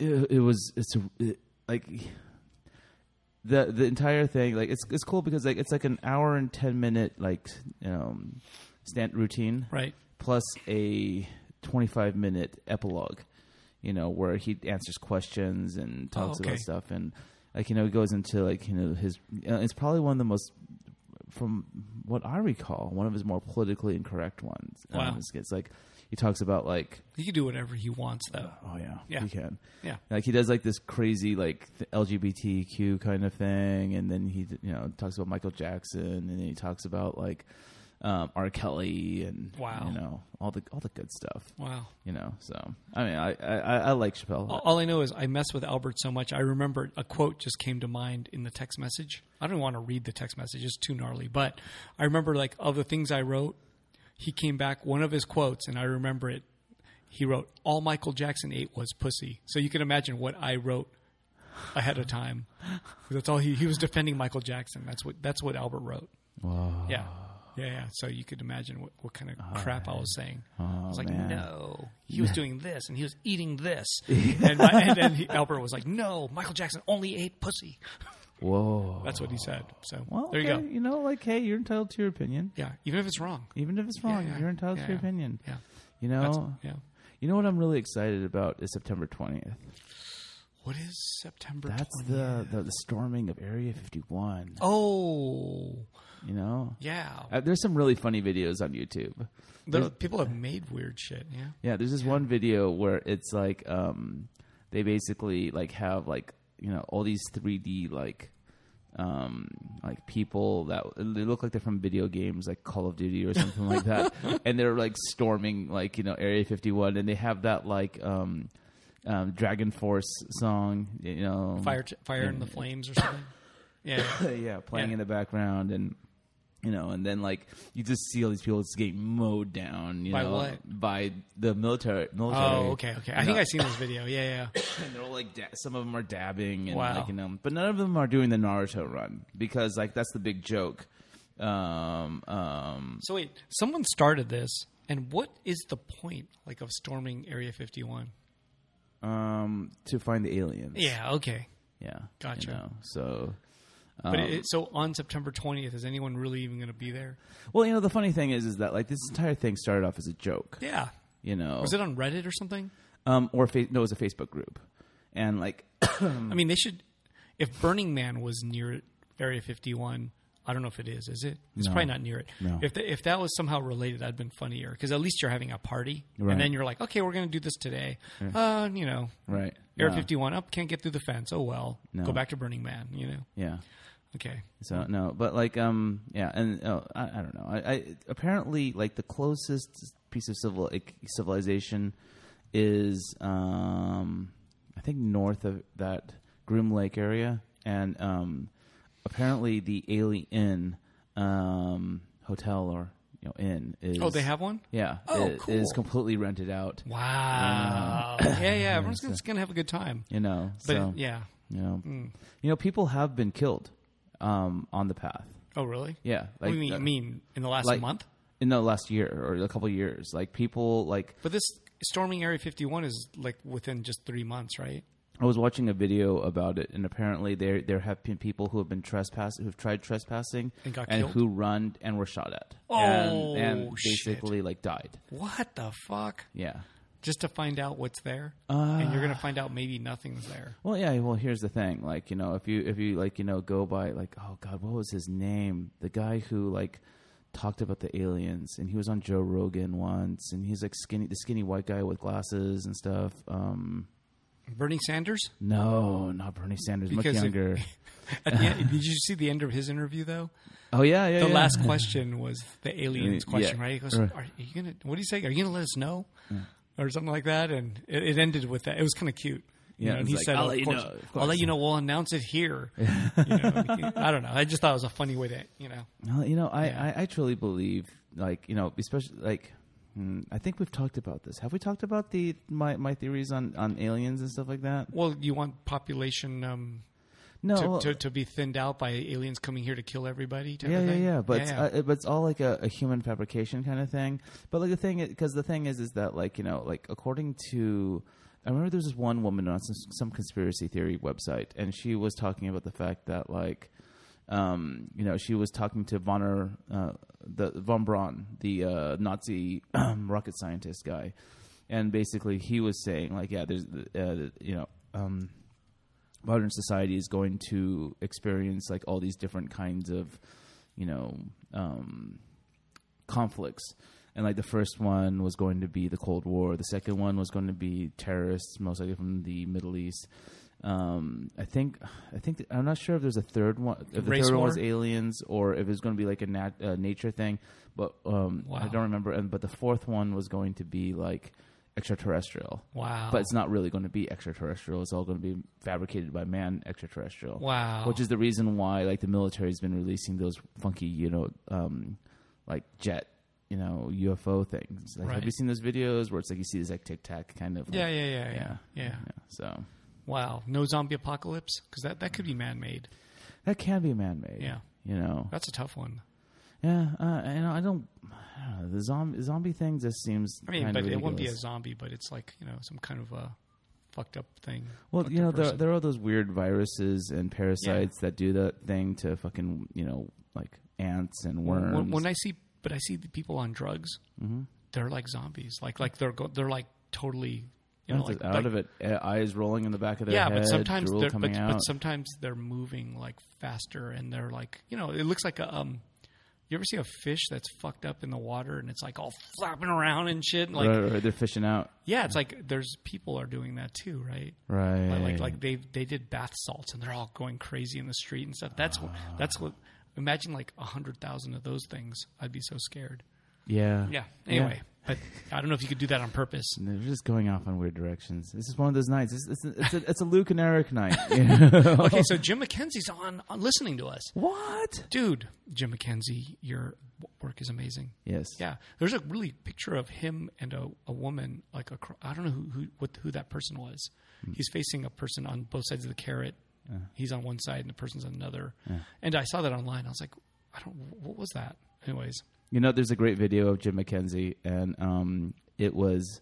Speaker 1: it, it was it's a, it, like the the entire thing like it's it's cool because like it's like an hour and 10 minute like you know stand routine
Speaker 2: Right.
Speaker 1: plus a 25 minute epilogue you know where he answers questions and talks
Speaker 2: Oh, okay.
Speaker 1: about stuff and like you know he goes into like you know his uh, it's probably one of the most from what i recall one of his more politically incorrect ones
Speaker 2: Wow.
Speaker 1: um, it's like he talks about like
Speaker 2: He can do whatever he wants though.
Speaker 1: oh yeah,
Speaker 2: Yeah.
Speaker 1: he can
Speaker 2: Yeah.
Speaker 1: like he does like this crazy like th- LGBTQ kind of thing, and then he you know talks about Michael Jackson, and then he talks about like um, R. Kelly and
Speaker 2: Wow.
Speaker 1: you know all the all the good stuff,
Speaker 2: Wow.
Speaker 1: you know. So I mean, I I, I- I like Chappelle.
Speaker 2: All all I know is I mess with Albert so much. I remember a quote just came to mind in the text message. I don't want to read the text message; it's too gnarly. But I remember, like, of the things I wrote, he came back one of his quotes, and I remember it. He wrote, "All Michael Jackson ate was pussy." So you can imagine what I wrote ahead of time. That's all he he was defending Michael Jackson. That's what that's what Albert wrote.
Speaker 3: Wow.
Speaker 2: Yeah. Yeah, yeah. So you could imagine what, what kind of crap I was saying. I was like,
Speaker 1: Oh, man.
Speaker 2: no, he was doing this and he was eating this. and, my, and then he, Albert was like, no, Michael Jackson only ate pussy.
Speaker 3: Whoa.
Speaker 2: Oh. That's what he said. So
Speaker 1: Well,
Speaker 2: there you
Speaker 1: okay,
Speaker 2: go.
Speaker 1: You know, like, hey, you're entitled to your opinion,
Speaker 2: Yeah, even if it's wrong.
Speaker 1: even if it's wrong.
Speaker 2: yeah,
Speaker 1: you're entitled
Speaker 2: yeah,
Speaker 1: to your
Speaker 2: yeah.
Speaker 1: opinion.
Speaker 2: Yeah.
Speaker 1: You
Speaker 2: That's,
Speaker 1: know,
Speaker 2: yeah.
Speaker 1: you know what I'm really excited about is September 20th.
Speaker 2: What is September?
Speaker 1: That's
Speaker 2: 20th?
Speaker 1: the, the the storming of Area 51.
Speaker 2: Oh,
Speaker 1: You know,
Speaker 2: yeah.
Speaker 1: Uh, there's some really funny videos on YouTube.
Speaker 2: The, people have made weird shit. Yeah.
Speaker 1: Yeah, there's this one video where it's like um they basically like have like you know all these 3D like um like people that they look like they're from video games like Call of Duty or something like that and they're like storming like you know Area 51 and they have that like um um Dragon Force song you know
Speaker 2: Fire, t- fire in the flames or something. Yeah.
Speaker 1: yeah, playing
Speaker 2: Yeah.
Speaker 1: in the background and you know, and then like you just see all these people just getting mowed down, you
Speaker 2: By
Speaker 1: know,
Speaker 2: what?
Speaker 1: by the military. Military.
Speaker 2: Oh, okay, okay. I
Speaker 1: No.
Speaker 2: think I've seen this video. Yeah, yeah.
Speaker 1: And they're all like, da- some of them are dabbing, and
Speaker 2: Wow.
Speaker 1: like, you know, but none of them are doing the Naruto run because like that's the big joke. Um, um,
Speaker 2: So wait, someone started this, and what is the point, like, of storming Area 51?
Speaker 1: um, to find the aliens.
Speaker 2: Yeah, okay.
Speaker 1: yeah, you
Speaker 2: Gotcha.
Speaker 1: know, so
Speaker 2: But it, so on September 20th, is anyone really even going to be there?
Speaker 1: well, you know, the funny thing is, is that like this entire thing started off as a joke.
Speaker 2: Yeah.
Speaker 1: You know,
Speaker 2: Was it on Reddit or something?
Speaker 1: um, or fa- no, it was a Facebook group, and like
Speaker 2: I mean, they should. If Burning Man was near Area 51, I don't know if it is. Is it? It's
Speaker 1: No.
Speaker 2: probably not near it.
Speaker 1: No.
Speaker 2: If the, if that was somehow related, that'd been funnier because at least you're having a party,
Speaker 1: Right.
Speaker 2: and then you're like, okay, we're going to do this today. Uh, you know,
Speaker 1: right
Speaker 2: Area
Speaker 1: yeah.
Speaker 2: 51 up can't get through the fence. Oh well,
Speaker 1: No.
Speaker 2: go back to Burning Man. You know.
Speaker 1: Yeah.
Speaker 2: Okay.
Speaker 1: So no, but like um yeah, and oh, I, I don't know. I, I apparently like the closest piece of civil like, civilization is um I think north of that Groom Lake area, and um apparently the Alien Inn um hotel or you know inn is
Speaker 2: Oh, they have one.
Speaker 1: yeah
Speaker 2: Oh,
Speaker 1: it-
Speaker 2: cool.
Speaker 1: is completely rented out.
Speaker 2: Wow. yeah, yeah. Everyone's just gonna have a good time.
Speaker 1: You know,
Speaker 2: But Mm.
Speaker 1: so
Speaker 2: yeah.
Speaker 1: you know, you know, people have been killed um on the path.
Speaker 2: Oh, really?
Speaker 1: Yeah,
Speaker 2: What do you mean,
Speaker 1: uh,
Speaker 2: mean in the last
Speaker 1: like-
Speaker 2: month?
Speaker 1: in the last year or a couple years. Like people like
Speaker 2: But this storming Area 51 is like within just three months, right?
Speaker 1: I was watching a video about it, and apparently there there have been people who have been trespass who've tried trespassing
Speaker 2: And got killed?
Speaker 1: who run and were shot at
Speaker 2: Oh,
Speaker 1: and, and
Speaker 2: shit.
Speaker 1: basically like died.
Speaker 2: What the fuck?
Speaker 1: Yeah.
Speaker 2: Just to find out what's there, and
Speaker 1: Uh.
Speaker 2: you're gonna find out maybe nothing's there.
Speaker 1: Well, yeah. Well, here's the thing. Like, you know, if you if you like, you know, go by like, oh God, what was his name? The guy who like talked about the aliens, and he was on Joe Rogan once, and he's like skinny, the skinny white guy with glasses and stuff. Um,
Speaker 2: Bernie Sanders.
Speaker 1: no, not Bernie Sanders,
Speaker 2: Because
Speaker 1: much
Speaker 2: if-
Speaker 1: younger.
Speaker 2: At the end, did you see the end of his interview though?
Speaker 1: Oh yeah, yeah.
Speaker 2: The
Speaker 1: yeah.
Speaker 2: last question was the aliens
Speaker 1: Yeah.
Speaker 2: question, right? He goes,
Speaker 1: Right.
Speaker 2: "Are you gonna? What do you say? Are you gonna let us know?" Or something like that, and it, it ended with that. It was kind of cute. You
Speaker 1: Yeah,
Speaker 2: know,
Speaker 1: it
Speaker 2: and
Speaker 1: was
Speaker 2: he
Speaker 1: like,
Speaker 2: said,
Speaker 1: "I'll
Speaker 2: "Of
Speaker 1: let you
Speaker 2: course,
Speaker 1: know, of
Speaker 2: I'll let
Speaker 1: course."
Speaker 2: you know. We'll announce it here." You know, I don't know. I just thought it was a funny way to, you know.
Speaker 1: Well, you know, I, I, I truly believe, like, you know, especially like, hmm, I think we've talked about this. Have we talked about the my, my theories on, on aliens and stuff like that?
Speaker 2: Well, you want population um,
Speaker 1: No,
Speaker 2: to,
Speaker 1: well,
Speaker 2: to, to be thinned out by aliens coming here to kill everybody. Type
Speaker 1: yeah,
Speaker 2: of
Speaker 1: yeah,
Speaker 2: thing.
Speaker 1: yeah. But It's, uh, but it's all like a, a human fabrication kind of thing. But like the thing, because the thing is, is that like you know, like according to, I remember there was this one woman on some, some conspiracy theory website, and she was talking about the fact that like, um, you know, she was talking to Vonner, uh, the von Braun, the uh, Nazi um, rocket scientist guy, and basically he was saying like, yeah, there's, uh, you know. Um, modern society is going to experience like all these different kinds of you know um, conflicts and like the first one was going to be the cold war the second one was going to be terrorists most likely from the middle east um, I think, I think I'm not sure if there's a third one. If the
Speaker 2: Race
Speaker 1: third one
Speaker 2: war?
Speaker 1: was aliens, or if it was going to be like a nat- uh, nature thing, but um, I
Speaker 2: Wow.
Speaker 1: don't remember. And but the fourth one was going to be like extraterrestrial
Speaker 2: Wow.
Speaker 1: but it's not really going to be extraterrestrial. It's all going to be fabricated by man extraterrestrial.
Speaker 2: Wow.
Speaker 1: Which is the reason why like the military has been releasing those funky, you know, um, like jet, you know, UFO things. Like, Have
Speaker 2: Right.
Speaker 1: you seen those videos where it's like you see this like tic tac kind of? like-
Speaker 2: yeah, yeah, yeah, yeah, yeah,
Speaker 1: So
Speaker 2: Wow. No zombie apocalypse because that that could be man made.
Speaker 1: that can be man made.
Speaker 2: Yeah.
Speaker 1: You know.
Speaker 2: That's a tough one.
Speaker 1: Yeah, uh, and I don't. I don't know, the zombie zombie thing just seems.
Speaker 2: I mean,
Speaker 1: kinda
Speaker 2: but it wouldn't be a
Speaker 1: ridiculous.
Speaker 2: zombie, but it's like you know some kind of a fucked up thing.
Speaker 1: Well,
Speaker 2: fucked
Speaker 1: you
Speaker 2: up
Speaker 1: know, there,
Speaker 2: person.
Speaker 1: there are those weird viruses and parasites that do that thing to fucking, you know, like ants and worms. Mm-hmm.
Speaker 2: when, when I see, but I see the people on drugs, they're like zombies. Like like they're go, they're like totally you know
Speaker 1: Ants is
Speaker 2: like
Speaker 1: out
Speaker 2: like-
Speaker 1: of it, uh, eyes rolling in the back of their
Speaker 2: yeah,
Speaker 1: head,
Speaker 2: but sometimes
Speaker 1: drool
Speaker 2: they're
Speaker 1: coming
Speaker 2: but,
Speaker 1: out.
Speaker 2: but sometimes they're moving like faster and they're like you know it looks like a um. You ever see a fish that's fucked up in the water and it's like all flapping around and shit? And like,
Speaker 1: Right, right, they're fishing out.
Speaker 2: yeah, it's like there's people are doing that too, right?
Speaker 1: Right.
Speaker 2: Like- Like like they they did bath salts and they're all going crazy in the street and stuff. That's what that's what. Imagine like a hundred thousand of those things. I'd be so scared.
Speaker 1: yeah.
Speaker 2: Yeah. Anyway, but I don't know if you could do that on purpose.
Speaker 1: And They're just going off in weird directions. This is one of those nights. It's, it's, it's, a, it's a Luke and Eric night. you know?
Speaker 2: Okay, so Jim McKenzie's on, on listening to us,
Speaker 1: what?
Speaker 2: dude. Jim McKenzie, your w- work is amazing.
Speaker 1: Yes.
Speaker 2: Yeah, there's a really picture of him and a, a woman like acro- I don't know who who, what, who that person was.
Speaker 1: Hmm.
Speaker 2: He's facing a person on both sides of the carrot. He's on one side and the person's on another. And I saw that online. I was like, I don't. What was that? Anyways,
Speaker 1: You know, there's a great video of Jim McKenzie, and um, it was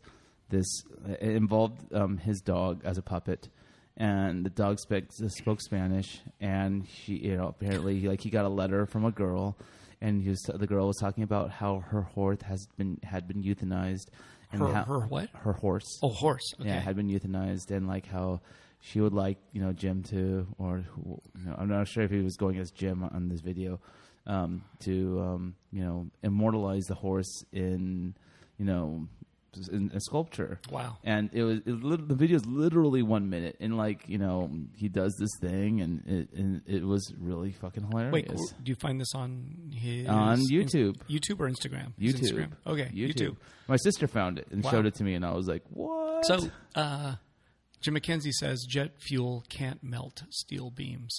Speaker 1: this. It involved um, his dog as a puppet, and the dog spoke, spoke Spanish, and he, you know, apparently, like he got a letter from a girl, and he was, the girl was talking about how her horse has been had been euthanized, and
Speaker 2: Her-
Speaker 1: how,
Speaker 2: her what?
Speaker 1: Her horse.
Speaker 2: oh horse. Okay.
Speaker 1: Yeah, had been euthanized, and like how she would like you know Jim to, or who, you know, I'm not sure if he was going as Jim on this video, um, to um, you know immortalize the horse in you know in a sculpture.
Speaker 2: Wow.
Speaker 1: And it was it, lit- the video is literally one minute, and like you know he does this thing, and it and it was really fucking hilarious.
Speaker 2: Wait, w- do you find this on his
Speaker 1: On YouTube.
Speaker 2: YouTube or Instagram? His
Speaker 1: YouTube.
Speaker 2: Instagram. Okay, YouTube.
Speaker 1: My sister found it and
Speaker 2: Wow.
Speaker 1: showed it to me, and I was like, "What?"
Speaker 2: So, uh, Jim McKenzie says jet fuel can't melt steel beams.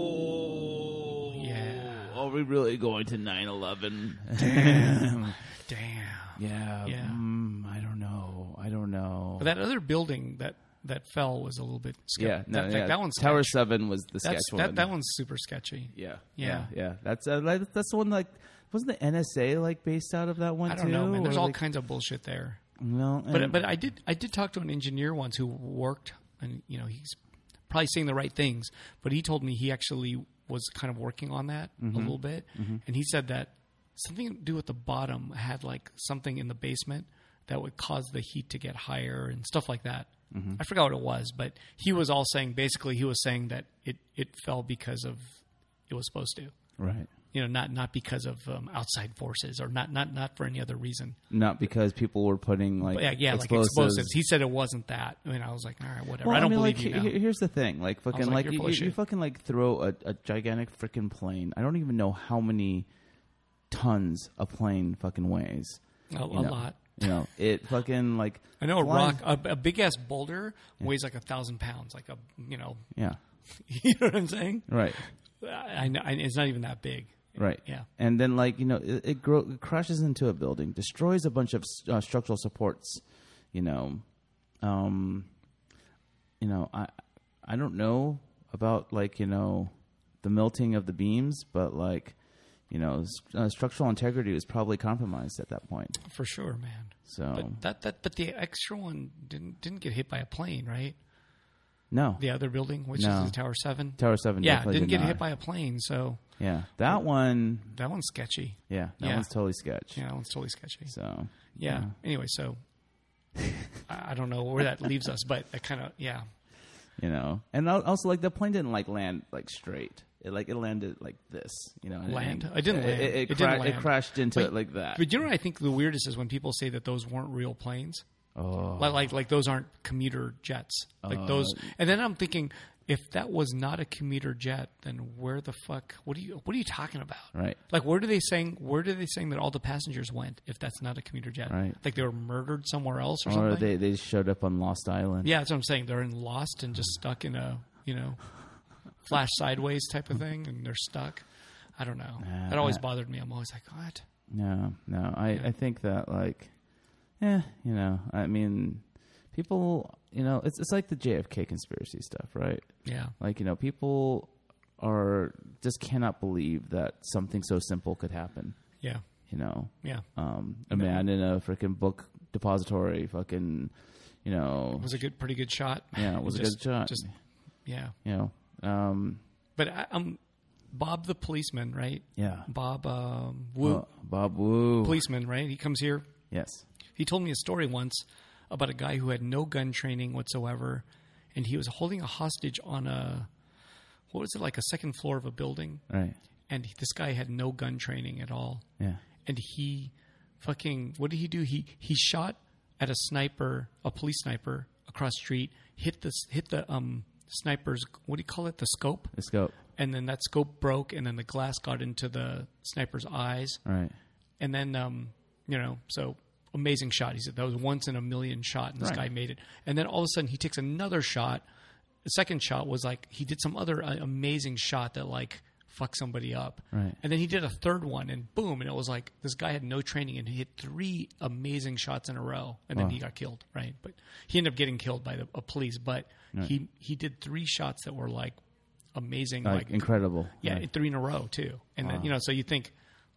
Speaker 1: Oh.
Speaker 2: Yeah.
Speaker 1: Are we really going to 9 11?
Speaker 2: Damn.
Speaker 1: Yeah.
Speaker 2: Yeah.
Speaker 1: Mm, I don't know. I don't know.
Speaker 2: But that other building that that fell was a little bit sketchy.
Speaker 1: yeah, no,
Speaker 2: that,
Speaker 1: yeah.
Speaker 2: Like, that one's
Speaker 1: Tower
Speaker 2: sketchy.
Speaker 1: 7 was the
Speaker 2: That's,
Speaker 1: sketch one.
Speaker 2: that, that one's super sketchy.
Speaker 1: Yeah.
Speaker 2: Yeah.
Speaker 1: Yeah. yeah. That's uh, like, that's the one like wasn't the NSA like based out of that one
Speaker 2: I
Speaker 1: too?
Speaker 2: don't know, man. There's
Speaker 1: Or,
Speaker 2: all
Speaker 1: like,
Speaker 2: kinds of bullshit there.
Speaker 1: no, eh,
Speaker 2: But
Speaker 1: and-
Speaker 2: but I did I did talk to an engineer once who worked and you know he's probably saying the right things, but he told me he actually was kind of working on that a little bit, and he said that something to do with the bottom had like something in the basement that would cause the heat to get higher and stuff like that. I forgot what it was, but he was all saying basically he was saying that it it fell because of it was supposed to.
Speaker 1: right.
Speaker 2: You know, not not because of um, outside forces, or not not not for any other reason.
Speaker 1: Not because people were putting like
Speaker 2: Yeah, yeah, like
Speaker 1: explosives.
Speaker 2: explosives. He said it wasn't that. I mean, I was like, all right, whatever. I don't
Speaker 1: mean,
Speaker 2: believe
Speaker 1: like,
Speaker 2: you now.
Speaker 1: he- he- Here's the thing, like fucking,
Speaker 2: like,
Speaker 1: like,
Speaker 2: you're
Speaker 1: you,
Speaker 2: full
Speaker 1: you,
Speaker 2: of
Speaker 1: you
Speaker 2: shit.
Speaker 1: fucking like throw a, a gigantic freaking plane. I don't even know how many tons a plane fucking weighs.
Speaker 2: a a
Speaker 1: You know,
Speaker 2: lot.
Speaker 1: You know, it fucking like
Speaker 2: I know a
Speaker 1: flies-
Speaker 2: rock, a, a big ass boulder weighs like a thousand pounds. Like a, you know,
Speaker 1: Yeah,
Speaker 2: you know what I'm saying?
Speaker 1: right,
Speaker 2: I, I, know- I- it's not even that big.
Speaker 1: right.
Speaker 2: Yeah.
Speaker 1: and then like you know, it, it, grow, it crashes into a building, destroys a bunch of uh, structural supports. You know, um, you know, I I don't know about like you know the melting of the beams, but like you know, s- uh, structural integrity was probably compromised at that point.
Speaker 2: For sure, man.
Speaker 1: So
Speaker 2: But that, that, but the extra one didn't didn't get hit by a plane, right?
Speaker 1: no,
Speaker 2: The other building, which
Speaker 1: No.
Speaker 2: is the Tower Seven.
Speaker 1: Tower Seven.
Speaker 2: yeah,
Speaker 1: definitely
Speaker 2: didn't
Speaker 1: did
Speaker 2: get
Speaker 1: not.
Speaker 2: hit by a plane, so
Speaker 1: Yeah, that one.
Speaker 2: that one's sketchy.
Speaker 1: Yeah, that
Speaker 2: Yeah.
Speaker 1: one's totally sketch.
Speaker 2: Yeah, that one's totally sketchy.
Speaker 1: So
Speaker 2: yeah. Anyway, so I, I don't know where that leaves us, but I kind of yeah.
Speaker 1: you know, and al- also like the plane didn't like land like straight. It like it landed like this. You know, and-
Speaker 2: Land?
Speaker 1: and-
Speaker 2: It didn't land.
Speaker 1: It,
Speaker 2: It
Speaker 1: cra-
Speaker 2: didn't land.
Speaker 1: it crashed into
Speaker 2: But-
Speaker 1: it like that.
Speaker 2: But you know what I think the weirdest is when people say that those weren't real planes. Oh, like like, like those aren't commuter jets. Like those, and then I'm thinking, if that was not a commuter jet, then where the fuck? What are you? What are you talking about?
Speaker 1: Right.
Speaker 2: Like where do they saying? Where do they saying that all the passengers went? If that's not a commuter jet,
Speaker 1: Right.
Speaker 2: Like they were murdered somewhere else or,
Speaker 1: Or
Speaker 2: something.
Speaker 1: they they showed up on Lost Island.
Speaker 2: yeah, that's what I'm saying. They're in lost and just stuck in a you know, flash sideways type of thing, and they're stuck. I don't know.
Speaker 1: Yeah,
Speaker 2: that always
Speaker 1: I-
Speaker 2: bothered me. I'm always like, what?
Speaker 1: No, no. I, I think that like, yeah, you know, I mean, people, you know, it's it's like the JFK conspiracy stuff, right?
Speaker 2: Yeah.
Speaker 1: Like you know, people are just cannot believe that something so simple could happen.
Speaker 2: Yeah.
Speaker 1: You know,
Speaker 2: Yeah.
Speaker 1: um, a man in a freaking book depository, fucking, you know,
Speaker 2: It was a good, pretty good shot.
Speaker 1: yeah, it was a
Speaker 2: Just-
Speaker 1: good shot.
Speaker 2: Just, yeah.
Speaker 1: you know, um,
Speaker 2: But I, um, Bob the policeman, right?
Speaker 1: yeah.
Speaker 2: Bob um, Woo,
Speaker 1: Well, Bob Woo.
Speaker 2: policeman, right? He comes here.
Speaker 1: Yes.
Speaker 2: He told me a story once about a guy who had no gun training whatsoever, and he was holding a hostage on a what was it like a second floor of a building,
Speaker 1: Right.
Speaker 2: and he- this guy had no gun training at all,
Speaker 1: Yeah.
Speaker 2: and he fucking what did he do? He he shot at a sniper, a police sniper across the street, hit the s- hit the um sniper's what do you call it? The scope,
Speaker 1: The scope.
Speaker 2: and then that scope broke, and then the glass got into the sniper's eyes,
Speaker 1: All right.
Speaker 2: and then um, you know, so amazing shot. He said that was once in a million shot, and this
Speaker 1: Right.
Speaker 2: guy made it. And then all of a sudden, he takes another shot. The second shot was like he did some other uh, amazing shot that like fucked somebody up.
Speaker 1: Right.
Speaker 2: And then he did a third one, and boom! And it was like this guy had no training, and he hit three amazing shots in a row, and then he got killed. Right, but he ended up getting killed by the uh, police. But he he did three shots that were like amazing,
Speaker 1: Like,
Speaker 2: like
Speaker 1: incredible.
Speaker 2: yeah,
Speaker 1: Right.
Speaker 2: three in a row too. And then, you know, so you think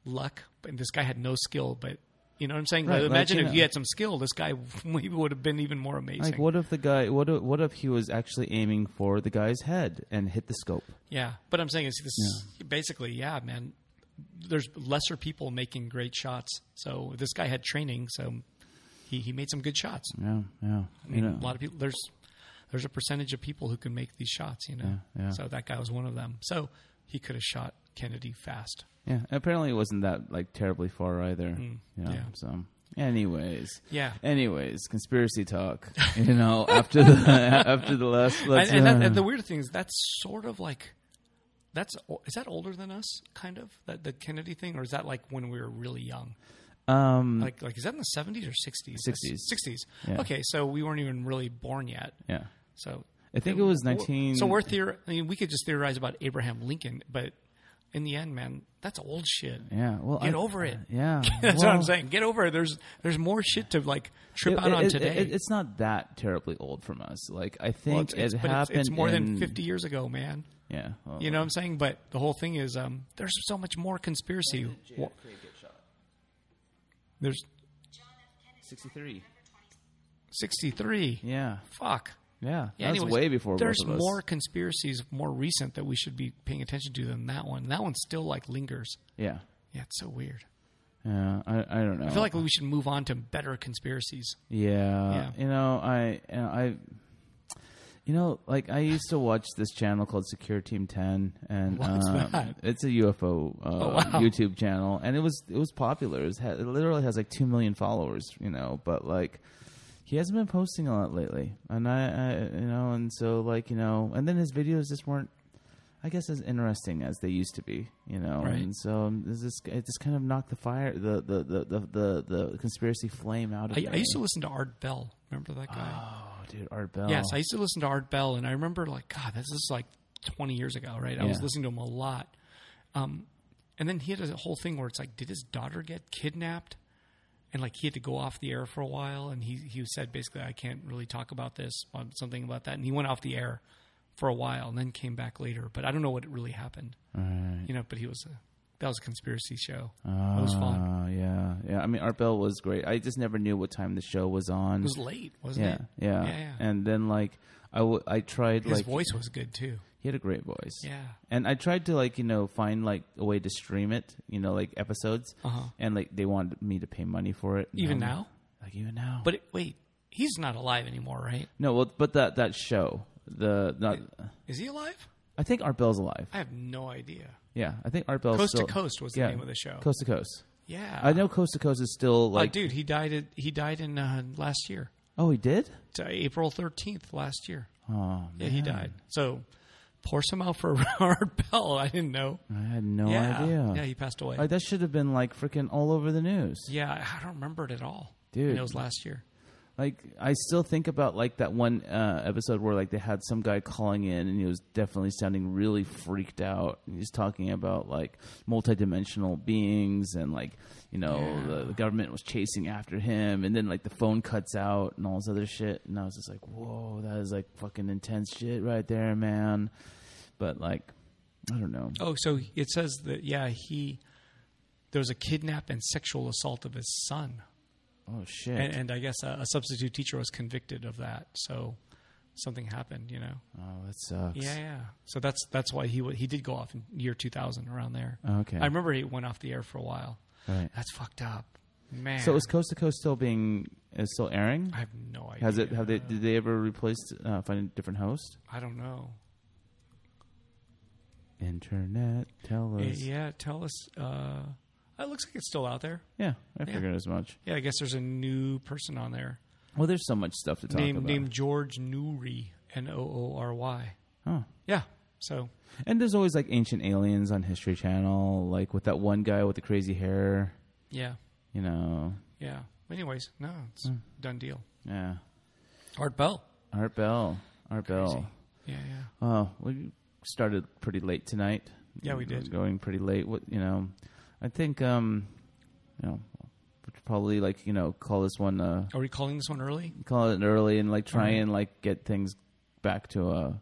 Speaker 2: luck, and this guy had no skill, but you know what I'm saying?
Speaker 1: Right,
Speaker 2: Like,
Speaker 1: like,
Speaker 2: imagine
Speaker 1: you
Speaker 2: if
Speaker 1: know-
Speaker 2: he had some skill, this guy maybe would have been even more amazing.
Speaker 1: Like, what if the guy? What if, what if he was actually aiming for the guy's head and hit the scope?
Speaker 2: Yeah, but I'm saying is this basically, yeah, man. There's lesser people making great shots, so this guy had training, so he, he made some good shots.
Speaker 1: Yeah, yeah.
Speaker 2: I mean, a lot of people there's there's a percentage of people who can make these shots, you know.
Speaker 1: Yeah, yeah.
Speaker 2: So that guy was one of them. So he could have shot Kennedy fast.
Speaker 1: yeah. Apparently, it wasn't that like terribly far either. you know,
Speaker 2: yeah.
Speaker 1: So, anyways,
Speaker 2: Yeah.
Speaker 1: Anyways, conspiracy talk. You know, after the after the last,
Speaker 2: and,
Speaker 1: let's,
Speaker 2: and, that, and the weird thing is that's sort of like that's o- is that older than us kind of that the kennedy thing or is that like when we were really young
Speaker 1: um,
Speaker 2: like like is that in the 70s or 60s
Speaker 1: 60s.
Speaker 2: 60s
Speaker 1: Yeah.
Speaker 2: okay so we weren't even really born yet
Speaker 1: yeah.
Speaker 2: so
Speaker 1: I think it was nineteen.
Speaker 2: so we're theor- I mean, we could just theorize about abraham lincoln but in the end man that's old shit
Speaker 1: Yeah. Well,
Speaker 2: Get
Speaker 1: I-
Speaker 2: over it.
Speaker 1: Yeah.
Speaker 2: that's
Speaker 1: well,
Speaker 2: what i'm saying get over it there's there's more shit to like trip
Speaker 1: it-
Speaker 2: out
Speaker 1: it-
Speaker 2: on
Speaker 1: it-
Speaker 2: today
Speaker 1: it- it's not that terribly old from us. Like I think
Speaker 2: Well, it's, it's-
Speaker 1: it
Speaker 2: but it's,
Speaker 1: happened.
Speaker 2: it's more than
Speaker 1: in-
Speaker 2: 50 years ago man
Speaker 1: Yeah. well,
Speaker 2: You know what I'm saying? But the whole thing is, um, there's so much more conspiracy. Wha- There's
Speaker 1: Sixty-three.
Speaker 2: 63.
Speaker 1: Yeah.
Speaker 2: Fuck.
Speaker 1: Yeah.
Speaker 2: Yeah,
Speaker 1: That's
Speaker 2: anyways,
Speaker 1: way before
Speaker 2: There's
Speaker 1: both of us.
Speaker 2: more conspiracies more recent that we should be paying attention to than that one. That one still like lingers.
Speaker 1: Yeah.
Speaker 2: Yeah, it's so weird.
Speaker 1: Yeah. I, I don't know.
Speaker 2: I feel like we should move on to better conspiracies.
Speaker 1: Yeah.
Speaker 2: Yeah.
Speaker 1: You know, I you know, I you know, like I used to watch this channel called Secure Team Ten, and
Speaker 2: What's
Speaker 1: um,
Speaker 2: that? Oh,
Speaker 1: it's a UFO uh,
Speaker 2: wow.
Speaker 1: YouTube channel, and it was it was popular. It, was, it literally has like two million followers, you know. But like, he hasn't been posting a lot lately, and I, I you know, and so like you know, and then his videos just weren't. I guess as interesting as they used to be, you know,
Speaker 2: Right.
Speaker 1: and so um, this is- it just kind of knocked the fire, the the the the, the, the conspiracy flame out of.
Speaker 2: I, I
Speaker 1: there.
Speaker 2: used to listen to Art Bell. Remember that guy?
Speaker 1: Oh, dude, Art Bell.
Speaker 2: Yes, I used to listen to Art Bell, and I remember like God, this is like 20 years ago, right? I was
Speaker 1: Yeah.
Speaker 2: listening to him a lot. Um, and then he had a whole thing where it's like, did his daughter get kidnapped? And like he had to go off the air for a while, and he he said basically, I can't really talk about this, um, something about that, and he went off the air for a while, and then came back later, but I don't know what really happened, you know. But he was a, that was a conspiracy show. it was fun.
Speaker 1: Oh, yeah, yeah. I mean, Art Bell was great. I just never knew what time the show was on.
Speaker 2: It was late, wasn't
Speaker 1: yeah,
Speaker 2: it?
Speaker 1: yeah,
Speaker 2: yeah.
Speaker 1: And then like I, w- I tried
Speaker 2: His
Speaker 1: like
Speaker 2: voice was good too.
Speaker 1: he had a great voice.
Speaker 2: Yeah.
Speaker 1: And I tried to like you know find like a way to stream it, you know, like episodes,
Speaker 2: Uh-huh.
Speaker 1: and like they wanted me to pay money for it.
Speaker 2: Even
Speaker 1: No.
Speaker 2: now,
Speaker 1: like even now.
Speaker 2: but it, wait, he's not alive anymore, right?
Speaker 1: no, well, but that that show, the not,
Speaker 2: Is he alive?
Speaker 1: I think Art Bell's alive.
Speaker 2: I have no idea.
Speaker 1: Yeah, I think Art Bell's
Speaker 2: Coast to
Speaker 1: still-
Speaker 2: Coast was the name of the show.
Speaker 1: Coast to Coast.
Speaker 2: Yeah,
Speaker 1: I know Coast to Coast is still
Speaker 2: Uh,
Speaker 1: like.
Speaker 2: dude, he died. At, he died in uh, last year,
Speaker 1: oh, he did.
Speaker 2: to April thirteenth last year.
Speaker 1: Oh,
Speaker 2: Yeah, he died. So, pour some out for Art Bell. I didn't know.
Speaker 1: I had no
Speaker 2: yeah,
Speaker 1: idea.
Speaker 2: yeah, he passed away.
Speaker 1: Like, that should have been like freaking all over the news.
Speaker 2: yeah, I don't remember it at all.
Speaker 1: Dude.
Speaker 2: And it was last year.
Speaker 1: Like I still think about like that one uh, episode where like they had some guy calling in and he was definitely sounding really freaked out. And he's talking about like multidimensional beings and like you know the, the government was chasing after him and then like the phone cuts out and all this other shit. And I was just like, whoa, that is like fucking intense shit right there, man. But like, I don't know.
Speaker 2: Oh, so it says that yeah, he there was a kidnap and sexual assault of his son,
Speaker 1: Oh shit.
Speaker 2: and, and I guess a, a substitute teacher was convicted of that. So something happened, you know.
Speaker 1: oh, that sucks.
Speaker 2: Yeah, yeah. So that's that's why he wa- he did go off in year 2000 around there.
Speaker 1: Okay.
Speaker 2: I remember he went off the air for a while.
Speaker 1: Right.
Speaker 2: That's fucked up, man.
Speaker 1: So is Coast to Coast still being is still airing?
Speaker 2: I have no idea.
Speaker 1: Has it? Have they? Did they ever replace? Uh, find a different host?
Speaker 2: I don't know.
Speaker 1: Internet, tell us.
Speaker 2: Eh, yeah, tell us. Uh, it looks like it's still out there.
Speaker 1: Yeah, I
Speaker 2: Yeah.
Speaker 1: figured as much.
Speaker 2: Yeah, I guess there's a new person on there
Speaker 1: Well, there's so much stuff to talk
Speaker 2: named
Speaker 1: about.
Speaker 2: named George Newry, N O O R Y.
Speaker 1: Oh.
Speaker 2: Yeah. So
Speaker 1: And there's always like ancient aliens on History Channel, like with that one guy with the crazy hair.
Speaker 2: yeah,
Speaker 1: You know,
Speaker 2: yeah. Anyways, no, it's
Speaker 1: Hmm.
Speaker 2: done deal.
Speaker 1: yeah.
Speaker 2: Art Bell.
Speaker 1: Art Bell, Art Bell.
Speaker 2: Yeah, yeah.
Speaker 1: Oh, we started pretty late tonight.
Speaker 2: Yeah, we
Speaker 1: We're
Speaker 2: did.
Speaker 1: Going pretty late. What you know, I think um, you know, we should probably like you know call this one uh
Speaker 2: Are we calling this one early?
Speaker 1: call it early and like try
Speaker 2: Alright.
Speaker 1: and like get things back to a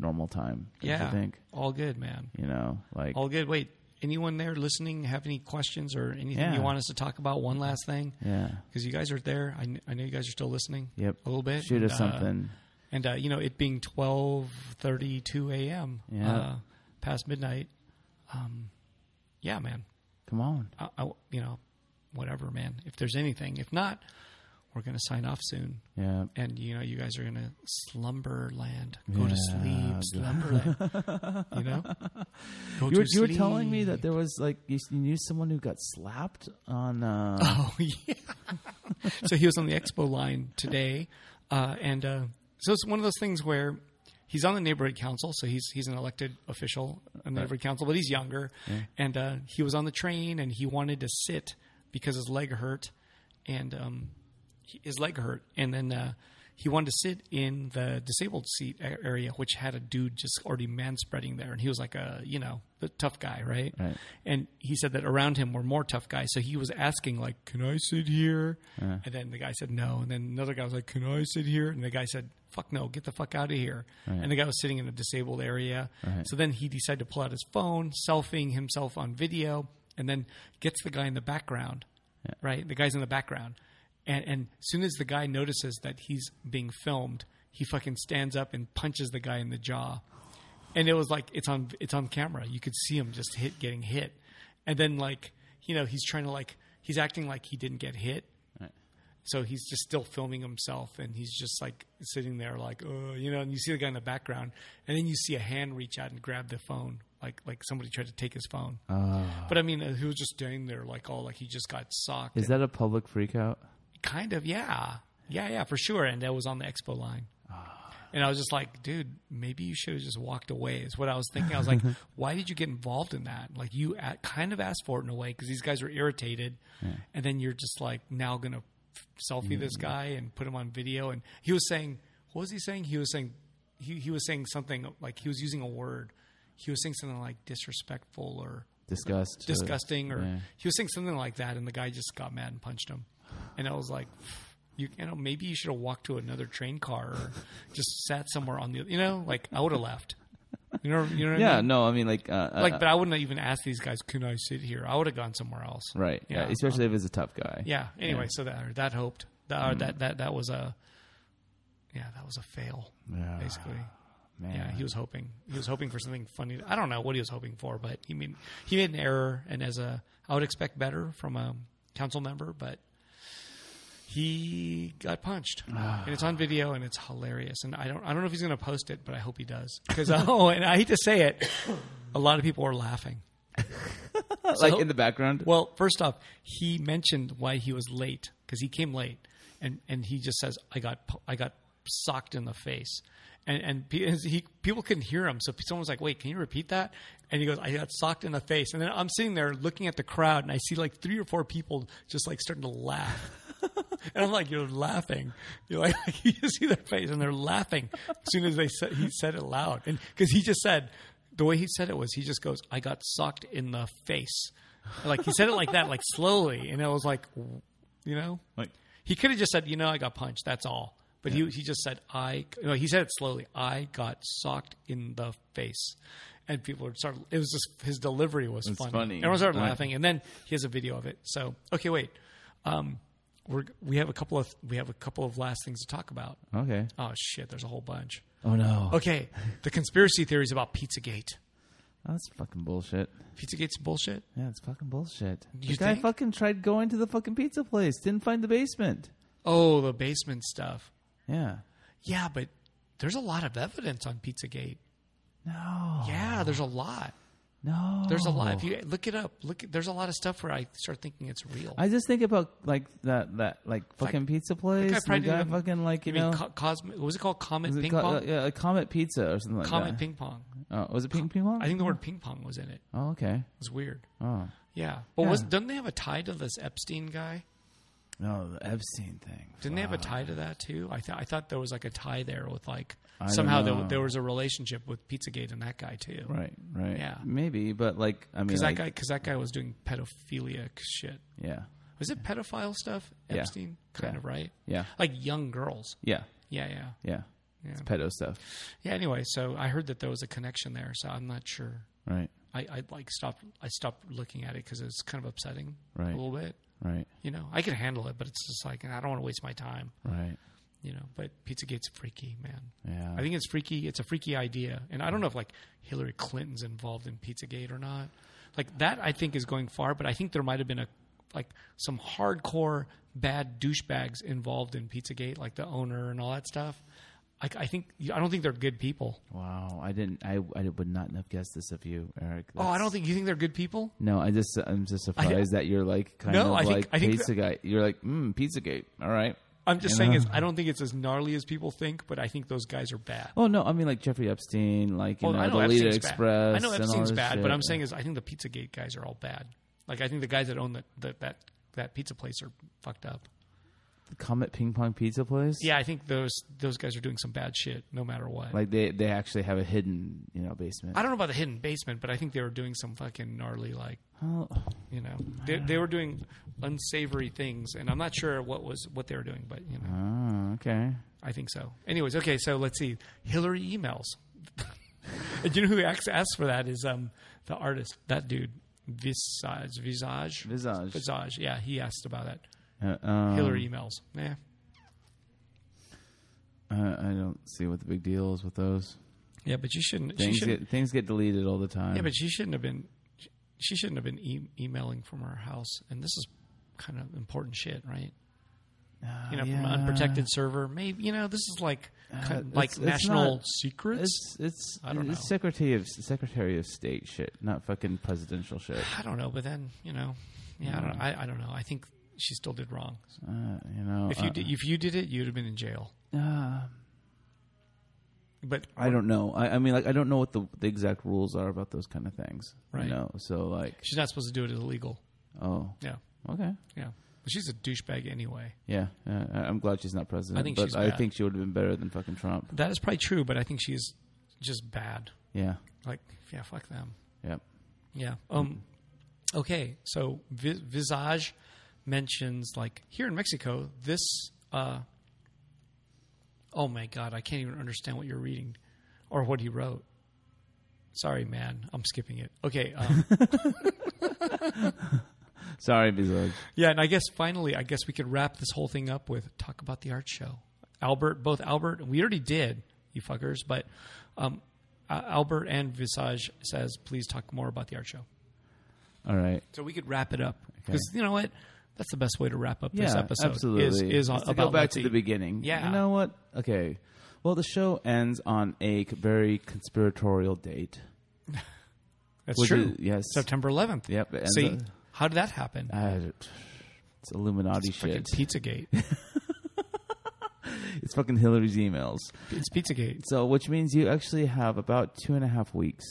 Speaker 1: normal time. don't you
Speaker 2: Yeah.
Speaker 1: think
Speaker 2: All good, man.
Speaker 1: you know like
Speaker 2: All good. Wait, anyone there listening have any questions or anything
Speaker 1: Yeah.
Speaker 2: you want us to talk about? One last thing,
Speaker 1: yeah.
Speaker 2: because you guys are there. I, kn- I know you guys are still listening.
Speaker 1: Yep.
Speaker 2: A little bit.
Speaker 1: Shoot us
Speaker 2: Uh,
Speaker 1: something.
Speaker 2: And uh, you know, it being twelve thirty-two a.m.
Speaker 1: Yeah.
Speaker 2: Uh, past midnight. Um, yeah, man.
Speaker 1: Come on.
Speaker 2: I, I- you know, whatever, man. If there's anything, if not, we're gonna sign off soon.
Speaker 1: Yeah.
Speaker 2: And you know, you guys are gonna slumber land. Go to sleep,
Speaker 1: Yeah.
Speaker 2: slumber land. you know, Go
Speaker 1: You were,
Speaker 2: to
Speaker 1: you were telling me
Speaker 2: sleep.
Speaker 1: that there was like you, s- you knew someone who got slapped on. Uh,
Speaker 2: Oh yeah. so he was on the expo line today, uh, and uh, so it's one of those things where he's on the neighborhood council, so he's he's an elected official on the neighborhood council, but he's younger, and uh, he was on the train and he wanted to sit because his leg hurt, and um, he- his leg hurt, and then. Uh, he wanted to sit in the disabled seat a- area, which had a dude just already man spreading there, and he was like a you know the tough guy, right?
Speaker 1: Right.
Speaker 2: And he said that around him were more tough guys. So he was asking, like, can I sit here? And then the guy said no. And then another guy was like, can I sit here? And the guy said, fuck no, get the fuck out of here. And the guy was sitting in a disabled area. So then he decided to pull out his phone, selfieing himself on video, and then gets the guy in the background, right? The guy's in the background. And, and as soon as the guy notices that he's being filmed, he fucking stands up and punches the guy in the jaw and it was like it's on it's on camera. You could see him just hit getting hit, and then like you know he's trying to like he's acting like he didn't get hit, so he's just still filming himself, and he's just like sitting there like uh, you know, and you see the guy in the background, and then you see a hand reach out and grab the phone. Like like somebody tried to take his phone, but I mean uh, he was just standing there like all like he just got socked.
Speaker 1: is that a public freakout?
Speaker 2: kind of yeah yeah yeah for sure? And that was on the expo line. And I was just like, dude, maybe you should have just walked away. Is what I was thinking. I was like, why did you get involved in that? Like you a kind of asked for it in a way because these guys were irritated, and then you're just like now gonna f- selfie this guy and put him on video. And he was saying, what was he saying? He was saying, he he was saying something like he was using a word. He was saying something like disrespectful or
Speaker 1: Disgust.
Speaker 2: disgusting, or
Speaker 1: yeah.
Speaker 2: he was saying something like that, and the guy just got mad and punched him. And I was like, you, you know, maybe you should have walked to another train car or just sat somewhere on the, you know, like I would have left. You know, you know what I
Speaker 1: Yeah.
Speaker 2: mean?
Speaker 1: No. I mean, like. Uh,
Speaker 2: Like,
Speaker 1: uh,
Speaker 2: but I wouldn't have even asked these guys, can I sit here? I would have gone somewhere else.
Speaker 1: right. Yeah.
Speaker 2: Yeah.
Speaker 1: especially if it's a tough guy.
Speaker 2: Yeah. Anyway, so that, or that hoped that,
Speaker 1: Mm-hmm.
Speaker 2: or that, that, that was a, yeah, that was a fail
Speaker 1: Yeah.
Speaker 2: basically.
Speaker 1: Man.
Speaker 2: Yeah, he was hoping. He was hoping for something funny. I don't know what he was hoping for, but he made he made an error, and as a I would expect better from a council member, but he got punched,
Speaker 1: Ah.
Speaker 2: and it's on video, and it's hilarious. And I don't I don't know if he's going to post it, but I hope he does because oh, and I hate to say it, a lot of people are laughing.
Speaker 1: like
Speaker 2: Uh, So-
Speaker 1: in the background.
Speaker 2: Well, first off, he mentioned why he was late because he came late, and and he just says, "I got pu- I got socked in the face," and and pe- and he people couldn't hear him, so someone was like, "Wait, can you repeat that?" And he goes, "I got socked in the face," and then I'm sitting there looking at the crowd, and I see like three or four people just like starting to laugh. And I'm like, you're laughing. You're like, you just see their face, and they're laughing as soon as they said, he said it loud, and because he just said the way he said it was, he just goes, "I got socked in the face," like he said it like that, like slowly, and I was like, w- you know,
Speaker 1: Like-
Speaker 2: he could have just said, you know, I got punched. That's all. But he he just said I. No, he said it slowly. I got socked in the face, and people would start. It was just his delivery was
Speaker 1: It's
Speaker 2: funny.
Speaker 1: funny.
Speaker 2: Everyone started
Speaker 1: Right.
Speaker 2: laughing, and then he has a video of it. So okay, wait. Um, we're, we have a couple of we have a couple of last things to talk about.
Speaker 1: Okay.
Speaker 2: Oh shit, there's a whole bunch.
Speaker 1: Oh no.
Speaker 2: Okay, the conspiracy theories about PizzaGate.
Speaker 1: that's fucking bullshit.
Speaker 2: PizzaGate's bullshit.
Speaker 1: Yeah, it's fucking bullshit.
Speaker 2: You
Speaker 1: the guy
Speaker 2: think?
Speaker 1: fucking tried going to the fucking pizza place, didn't find the basement.
Speaker 2: Oh, the basement stuff.
Speaker 1: Yeah.
Speaker 2: Yeah, but there's a lot of evidence on PizzaGate.
Speaker 1: No.
Speaker 2: Yeah, there's a lot.
Speaker 1: No.
Speaker 2: There's a lot. If
Speaker 1: Oh.
Speaker 2: you look it up, look. At, there's a lot of stuff where I start thinking it's real.
Speaker 1: I just think about like that that like fucking pizza place. and
Speaker 2: I
Speaker 1: The
Speaker 2: probably
Speaker 1: guy
Speaker 2: didn't-
Speaker 1: fucking like you
Speaker 2: mean,
Speaker 1: know
Speaker 2: co- Cosmo, what was it called? Comet
Speaker 1: was it
Speaker 2: ping
Speaker 1: called-
Speaker 2: pong.
Speaker 1: uh, yeah, a Comet Pizza or something like
Speaker 2: Comet
Speaker 1: that.
Speaker 2: ping pong.
Speaker 1: oh, was it ping ping pong?
Speaker 2: I think the word ping pong was in it. It
Speaker 1: Oh, okay.
Speaker 2: was weird.
Speaker 1: Oh
Speaker 2: Yeah, but was
Speaker 1: Yeah.
Speaker 2: didn't they have a tie to this Epstein guy?
Speaker 1: no, the Epstein thing.
Speaker 2: Didn't they have a tie to that too? I thought I thought there was like a tie there with like
Speaker 1: I don't
Speaker 2: somehow there,
Speaker 1: know.
Speaker 2: there was a relationship with PizzaGate and that guy too.
Speaker 1: Right, right.
Speaker 2: Yeah.
Speaker 1: maybe, but like I mean,
Speaker 2: Because
Speaker 1: like,
Speaker 2: that guy, because that guy was doing pedophilia shit.
Speaker 1: yeah,
Speaker 2: Was it pedophile stuff?
Speaker 1: Yeah.
Speaker 2: Epstein, kind
Speaker 1: Yeah.
Speaker 2: of right,
Speaker 1: yeah,
Speaker 2: like young girls.
Speaker 1: yeah,
Speaker 2: Yeah, yeah,
Speaker 1: yeah.
Speaker 2: yeah.
Speaker 1: It's pedo stuff,
Speaker 2: Yeah. Anyway, so I heard that there was a connection there, so I'm not sure.
Speaker 1: right?
Speaker 2: I, I like stopped. I stopped looking at it because it's kind of upsetting
Speaker 1: Right.
Speaker 2: a little bit.
Speaker 1: Right,
Speaker 2: You know, I can handle it, but it's just like I don't want to waste my time.
Speaker 1: right.
Speaker 2: You know, but PizzaGate's freaky, man.
Speaker 1: Yeah,
Speaker 2: I think it's freaky. It's a freaky idea, and I don't know if like Hillary Clinton's involved in PizzaGate or not. Like that, I think is going far, but I think there might have been a like some hardcore bad douchebags involved in PizzaGate, like the owner and all that stuff. Like I think I don't think they're good people.
Speaker 1: Wow, I didn't. I I would not have guessed this of you, Eric.
Speaker 2: Oh, I
Speaker 1: That's-
Speaker 2: don't think you think they're good people.
Speaker 1: No, I just I'm just surprised that you're like kind
Speaker 2: No,
Speaker 1: of
Speaker 2: I think-
Speaker 1: like
Speaker 2: I think
Speaker 1: pizza guy. You're like mm, pizza gate. All right.
Speaker 2: I'm
Speaker 1: You
Speaker 2: just saying
Speaker 1: know?
Speaker 2: is I don't think it's as gnarly as people think, but I think those guys are bad.
Speaker 1: Oh no, I mean like Jeffrey Epstein, like you
Speaker 2: Well,
Speaker 1: know,
Speaker 2: I know
Speaker 1: the Leader
Speaker 2: Epstein's bad.
Speaker 1: Express.
Speaker 2: I know
Speaker 1: and all
Speaker 2: Epstein's
Speaker 1: this
Speaker 2: bad,
Speaker 1: shit.
Speaker 2: but I'm saying is I think the PizzaGate guys are all bad. Like I think the guys that own the, the that that pizza place are fucked up.
Speaker 1: the Comet Ping Pong Pizza Place.
Speaker 2: Yeah, I think those those guys are doing some bad shit no matter what.
Speaker 1: like they they actually have a hidden you know basement.
Speaker 2: I don't know about the hidden basement, but I think they were doing some fucking gnarly like
Speaker 1: Oh,
Speaker 2: you know they, they were doing unsavory things, and I'm not sure what was what they were doing, but you know
Speaker 1: oh, okay.
Speaker 2: I think so. Anyways, okay, so let's see Hillary emails. and you know who asked, asked for that is um the artist that dude Visage Visage
Speaker 1: Visage.
Speaker 2: Visage yeah he asked about that
Speaker 1: Uh, um,
Speaker 2: Hillary emails yeah
Speaker 1: I, I don't see what the big deal is with those
Speaker 2: yeah but you shouldn't she
Speaker 1: things.
Speaker 2: shouldn't
Speaker 1: Get, things get deleted all the time.
Speaker 2: Yeah, but she shouldn't have been. She shouldn't have been e- emailing from her house, and this is kind of important shit, right? You know, from
Speaker 1: Uh, yeah. Uh,
Speaker 2: an unprotected server. Maybe you know this is like kind
Speaker 1: it's-
Speaker 2: like
Speaker 1: it's
Speaker 2: national
Speaker 1: not-
Speaker 2: secrets.
Speaker 1: it's it's
Speaker 2: I don't
Speaker 1: it's
Speaker 2: know.
Speaker 1: Secretary of Secretary of State shit, not fucking presidential shit.
Speaker 2: I don't know, but then you know, yeah, I don't. I, I don't know. I think she still did wrong.
Speaker 1: Uh, you know,
Speaker 2: If you
Speaker 1: uh,
Speaker 2: did, if you did it, you'd have been in jail.
Speaker 1: uh,
Speaker 2: But
Speaker 1: I don't know. I, I mean, like, I don't know what the, the exact rules are about those kind of things.
Speaker 2: Right.
Speaker 1: You know, so like,
Speaker 2: she's not supposed to do it as illegal.
Speaker 1: oh,
Speaker 2: Yeah,
Speaker 1: okay,
Speaker 2: yeah. But she's a douchebag anyway.
Speaker 1: yeah. Uh, I- I'm glad she's not president.
Speaker 2: I think
Speaker 1: but
Speaker 2: she's
Speaker 1: I
Speaker 2: bad.
Speaker 1: think she would have been better than fucking Trump.
Speaker 2: That is probably true, but I think she's just bad.
Speaker 1: Yeah.
Speaker 2: Like, yeah, fuck them.
Speaker 1: Yep.
Speaker 2: Yeah. Um. Okay. So Vi- Visage mentions like here in Mexico, this. Uh, oh my God! I can't even understand what you're reading, or what he wrote. Sorry, man. I'm skipping it. Okay. Um,
Speaker 1: Sorry, Bizarre.
Speaker 2: yeah, and I guess finally, I guess we could wrap this whole thing up with talk about the art show. Albert, both Albert, we already did, you fuckers, but um, uh, Albert and Visage says, please talk more about the art show.
Speaker 1: All right.
Speaker 2: So we could wrap it up because you know what? That's the best way to wrap up this episode.
Speaker 1: Absolutely.
Speaker 2: Is, is on,
Speaker 1: Just to
Speaker 2: about
Speaker 1: go back to
Speaker 2: Lexi.
Speaker 1: the beginning.
Speaker 2: Yeah.
Speaker 1: You know what? Okay. Well, the show ends on a c- very conspiratorial date.
Speaker 2: That's
Speaker 1: Would
Speaker 2: true.
Speaker 1: you- yes.
Speaker 2: September 11th.
Speaker 1: Yep, and
Speaker 2: See,
Speaker 1: the-
Speaker 2: how did that happen?
Speaker 1: Uh, it's Illuminati
Speaker 2: Fucking
Speaker 1: shit.
Speaker 2: Pizzagate.
Speaker 1: it's fucking Hillary's emails.
Speaker 2: it's Pizzagate.
Speaker 1: So, which means you actually have about two and a half weeks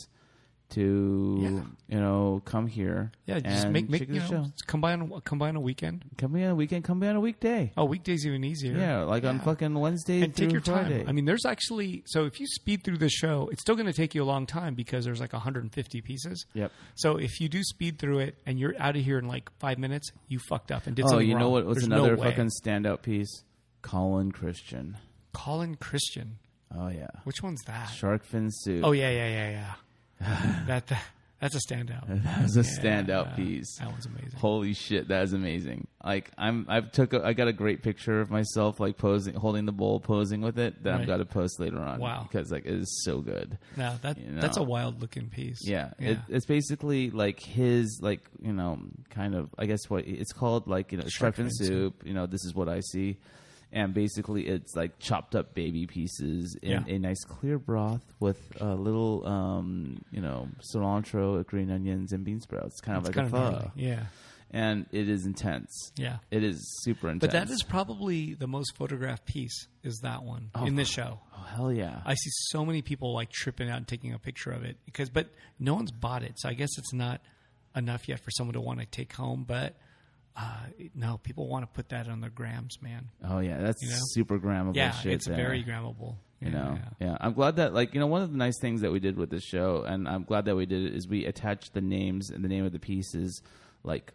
Speaker 1: to, you know, come here.
Speaker 2: Yeah, just
Speaker 1: and
Speaker 2: make make
Speaker 1: check
Speaker 2: you
Speaker 1: the
Speaker 2: know,
Speaker 1: show.
Speaker 2: come by on come by on a weekend.
Speaker 1: Come be on a weekend. Come be on a weekday.
Speaker 2: Oh, weekdays even easier.
Speaker 1: Yeah, like on fucking Wednesday
Speaker 2: And take
Speaker 1: through
Speaker 2: your
Speaker 1: Friday.
Speaker 2: time. I mean, there's actually so if you speed through the show, it's still going to take you a long time because there's like 150 pieces.
Speaker 1: Yep.
Speaker 2: So if you do speed through it and you're out of here in like five minutes, you fucked up and did
Speaker 1: oh,
Speaker 2: something
Speaker 1: you know
Speaker 2: wrong.
Speaker 1: what was
Speaker 2: There's no
Speaker 1: another
Speaker 2: way.
Speaker 1: fucking standout piece? Colin Christian.
Speaker 2: Colin Christian.
Speaker 1: Oh yeah,
Speaker 2: Which one's that?
Speaker 1: shark fin soup.
Speaker 2: Oh yeah, yeah, yeah, yeah. that, that that's a standout.
Speaker 1: that was a standout piece.
Speaker 2: That one's amazing.
Speaker 1: Holy shit, that is amazing! Like I'm, I've took, a, I got a great picture of myself like posing, holding the bowl, posing with it that I've
Speaker 2: Right.
Speaker 1: got to post later on.
Speaker 2: Wow.
Speaker 1: because like it is so good.
Speaker 2: No, that
Speaker 1: You know.
Speaker 2: that's a wild looking piece.
Speaker 1: Yeah,
Speaker 2: yeah.
Speaker 1: It, it's basically like his like you know kind of I guess what it's called like you know
Speaker 2: Shark
Speaker 1: shrimp and
Speaker 2: fin
Speaker 1: soup. You know this is what I see, and basically it's like chopped up baby pieces in
Speaker 2: Yeah.
Speaker 1: a nice clear broth with a little um you know cilantro, green onions, and bean sprouts, kind
Speaker 2: It's
Speaker 1: of like
Speaker 2: kind of
Speaker 1: a pho.
Speaker 2: gnarly. yeah,
Speaker 1: And it is intense.
Speaker 2: yeah.
Speaker 1: It is super intense.
Speaker 2: But that is probably the most photographed piece. Is that one in this show?
Speaker 1: oh hell yeah.
Speaker 2: I see so many people like tripping out and taking a picture of it because, but no one's bought it, so I guess it's not enough yet for someone to want to take home. But uh, no, people want to put that on their grams, man.
Speaker 1: oh yeah, that's
Speaker 2: You know?
Speaker 1: super grammable
Speaker 2: Yeah,
Speaker 1: shit.
Speaker 2: it's
Speaker 1: there.
Speaker 2: very grammable.
Speaker 1: you
Speaker 2: Yeah,
Speaker 1: know
Speaker 2: yeah.
Speaker 1: yeah. i'm glad that like you know one of the nice things that we did with this show and i'm glad that we did it is we attached the names and the name of the pieces like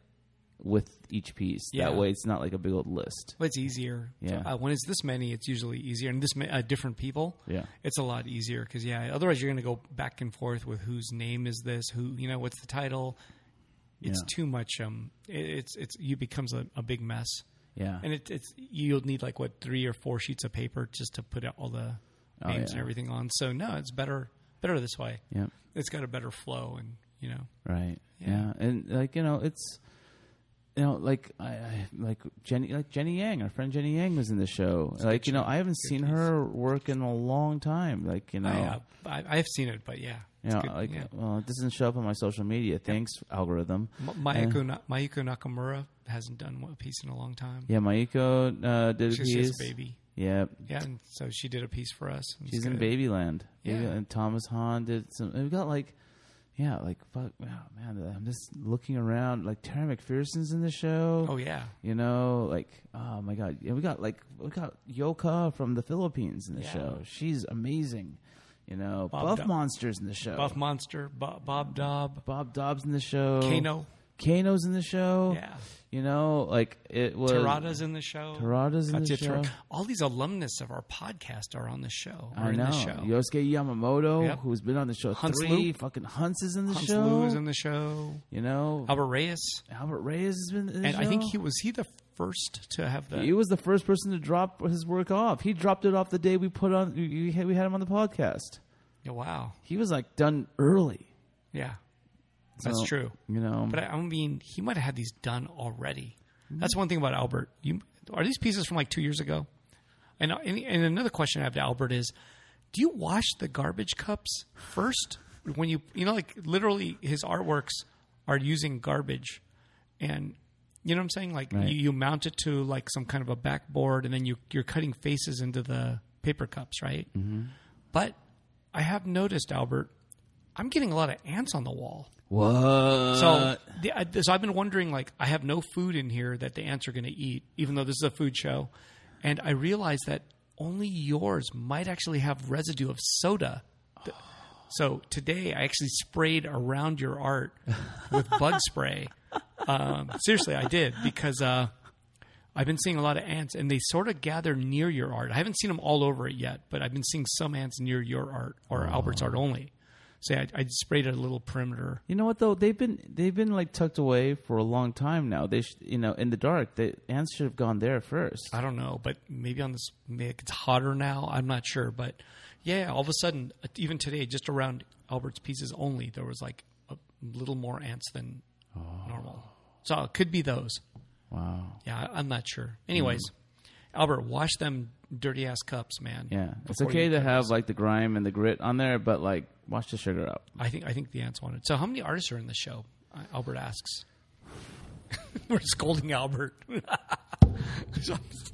Speaker 1: with each piece
Speaker 2: Yeah.
Speaker 1: that way it's not like a big old list
Speaker 2: Well, it's easier.
Speaker 1: Yeah.
Speaker 2: Uh, when it's this many, it's usually easier, and this ma- uh, different people.
Speaker 1: Yeah.
Speaker 2: It's a lot easier because yeah. Otherwise, you're going to go back and forth with whose name is this? Who you know? What's the title? It's
Speaker 1: Yeah.
Speaker 2: too much. Um, it, it's it's you becomes a, a big mess,
Speaker 1: yeah
Speaker 2: and it, it's you'll need like what three or four sheets of paper just to put out all the names
Speaker 1: Oh,
Speaker 2: and
Speaker 1: yeah.
Speaker 2: everything on. So no, it's better better this way.
Speaker 1: yeah
Speaker 2: It's got a better flow, and you know,
Speaker 1: right
Speaker 2: Yeah.
Speaker 1: yeah. and like you know it's you know like I, I like jenny like jenny yang our friend jenny yang was in the show like you know i haven't seen her work in a long time like you know
Speaker 2: I, uh, I I've seen it, but yeah, it's
Speaker 1: you know,
Speaker 2: good,
Speaker 1: Oh. like,
Speaker 2: yeah.
Speaker 1: well, it doesn't show up on my social media. Thanks, algorithm.
Speaker 2: Ma- Mayuko, Na- Mayuko Nakamura hasn't done one piece in a long time.
Speaker 1: Yeah, Maiko uh, did
Speaker 2: She's
Speaker 1: a piece.
Speaker 2: just a baby.
Speaker 1: Yeah,
Speaker 2: Yeah, and so she did a piece for us. and it's
Speaker 1: she's in
Speaker 2: good.
Speaker 1: Babyland.
Speaker 2: Yeah.
Speaker 1: Baby- and Thomas Hahn did some. We got like, yeah, like fuck, wow, man. I'm just looking around. Like Tara McPherson's in the show.
Speaker 2: Oh yeah,
Speaker 1: You know, like oh my god, yeah, we got like we got Yoka from the Philippines in the
Speaker 2: Yeah.
Speaker 1: show. She's amazing. You know,
Speaker 2: Bob
Speaker 1: Buff
Speaker 2: Dob-
Speaker 1: Monsters in the show.
Speaker 2: Buff Monster, Bo- Bob Dob,
Speaker 1: Bob Dobbs in the show.
Speaker 2: Kano.
Speaker 1: Kano's in the show.
Speaker 2: Yeah,
Speaker 1: You know, like it was.
Speaker 2: Tarada's in the show.
Speaker 1: Oh. Tarada's in the
Speaker 2: Katsuya Tora-
Speaker 1: show.
Speaker 2: All these alumnus of our podcast are on the show. Are
Speaker 1: I
Speaker 2: in
Speaker 1: know.
Speaker 2: the show.
Speaker 1: Yosuke Yamamoto,
Speaker 2: Yep.
Speaker 1: who's been on the show
Speaker 2: Hunts
Speaker 1: three.
Speaker 2: Lou.
Speaker 1: Fucking Hunts is in the
Speaker 2: Hans
Speaker 1: show.
Speaker 2: Lu is in the show.
Speaker 1: you know, Albert,
Speaker 2: Albert Reyes,
Speaker 1: Reyes has been in the
Speaker 2: and
Speaker 1: show.
Speaker 2: I think he was he the first to have the.
Speaker 1: He was the first person to drop his work off. He dropped it off the day we put on. We we had we had him on the podcast.
Speaker 2: Yeah, wow.
Speaker 1: He was like done early.
Speaker 2: Yeah, that's
Speaker 1: So,
Speaker 2: true.
Speaker 1: You know,
Speaker 2: But I, I mean, he might have had these done already. That's one thing about Albert. You are these pieces from like two years ago. And uh, and, and another question I have to Albert is, do you wash the garbage cups first when you you know like literally his artworks are using garbage, and you know what I'm saying like you, you mount it to like some kind of a backboard and then you you're cutting faces into the paper cups right. But I have noticed Albert, I'm getting a lot of ants on the wall.
Speaker 1: what?
Speaker 2: So, the, I, so I've been wondering, like, I have no food in here that the ants are going to eat, even though this is a food show. And I realized that only yours might actually have residue of soda. Th- So today I actually sprayed around your art with bug spray. Um, seriously, I did because uh, I've been seeing a lot of ants, and they sort of gather near your art. I haven't seen them all over it yet, but I've been seeing some ants near your art or Albert's art only. So I, I sprayed a little perimeter
Speaker 1: You know what though? They've been they've been like tucked away for a long time now. They sh- you know in the dark. The ants should have gone there first.
Speaker 2: I don't know, but maybe on this, maybe it's hotter now. I'm not sure, but yeah, all of a sudden, even today, just around Albert's pieces only, there was like a little more ants than normal. So it could be those.
Speaker 1: Oh. Wow. Mm.
Speaker 2: Yeah, I- I'm not sure. Anyways, Albert, wash them dirty ass cups, man.
Speaker 1: Yeah, it's
Speaker 2: before
Speaker 1: okay
Speaker 2: you
Speaker 1: to
Speaker 2: cut
Speaker 1: have like the grime and the grit on there, but like wash the sugar up.
Speaker 2: I think I think the ants wanted. So how many artists are in the show? Uh, Albert asks. We're scolding Albert.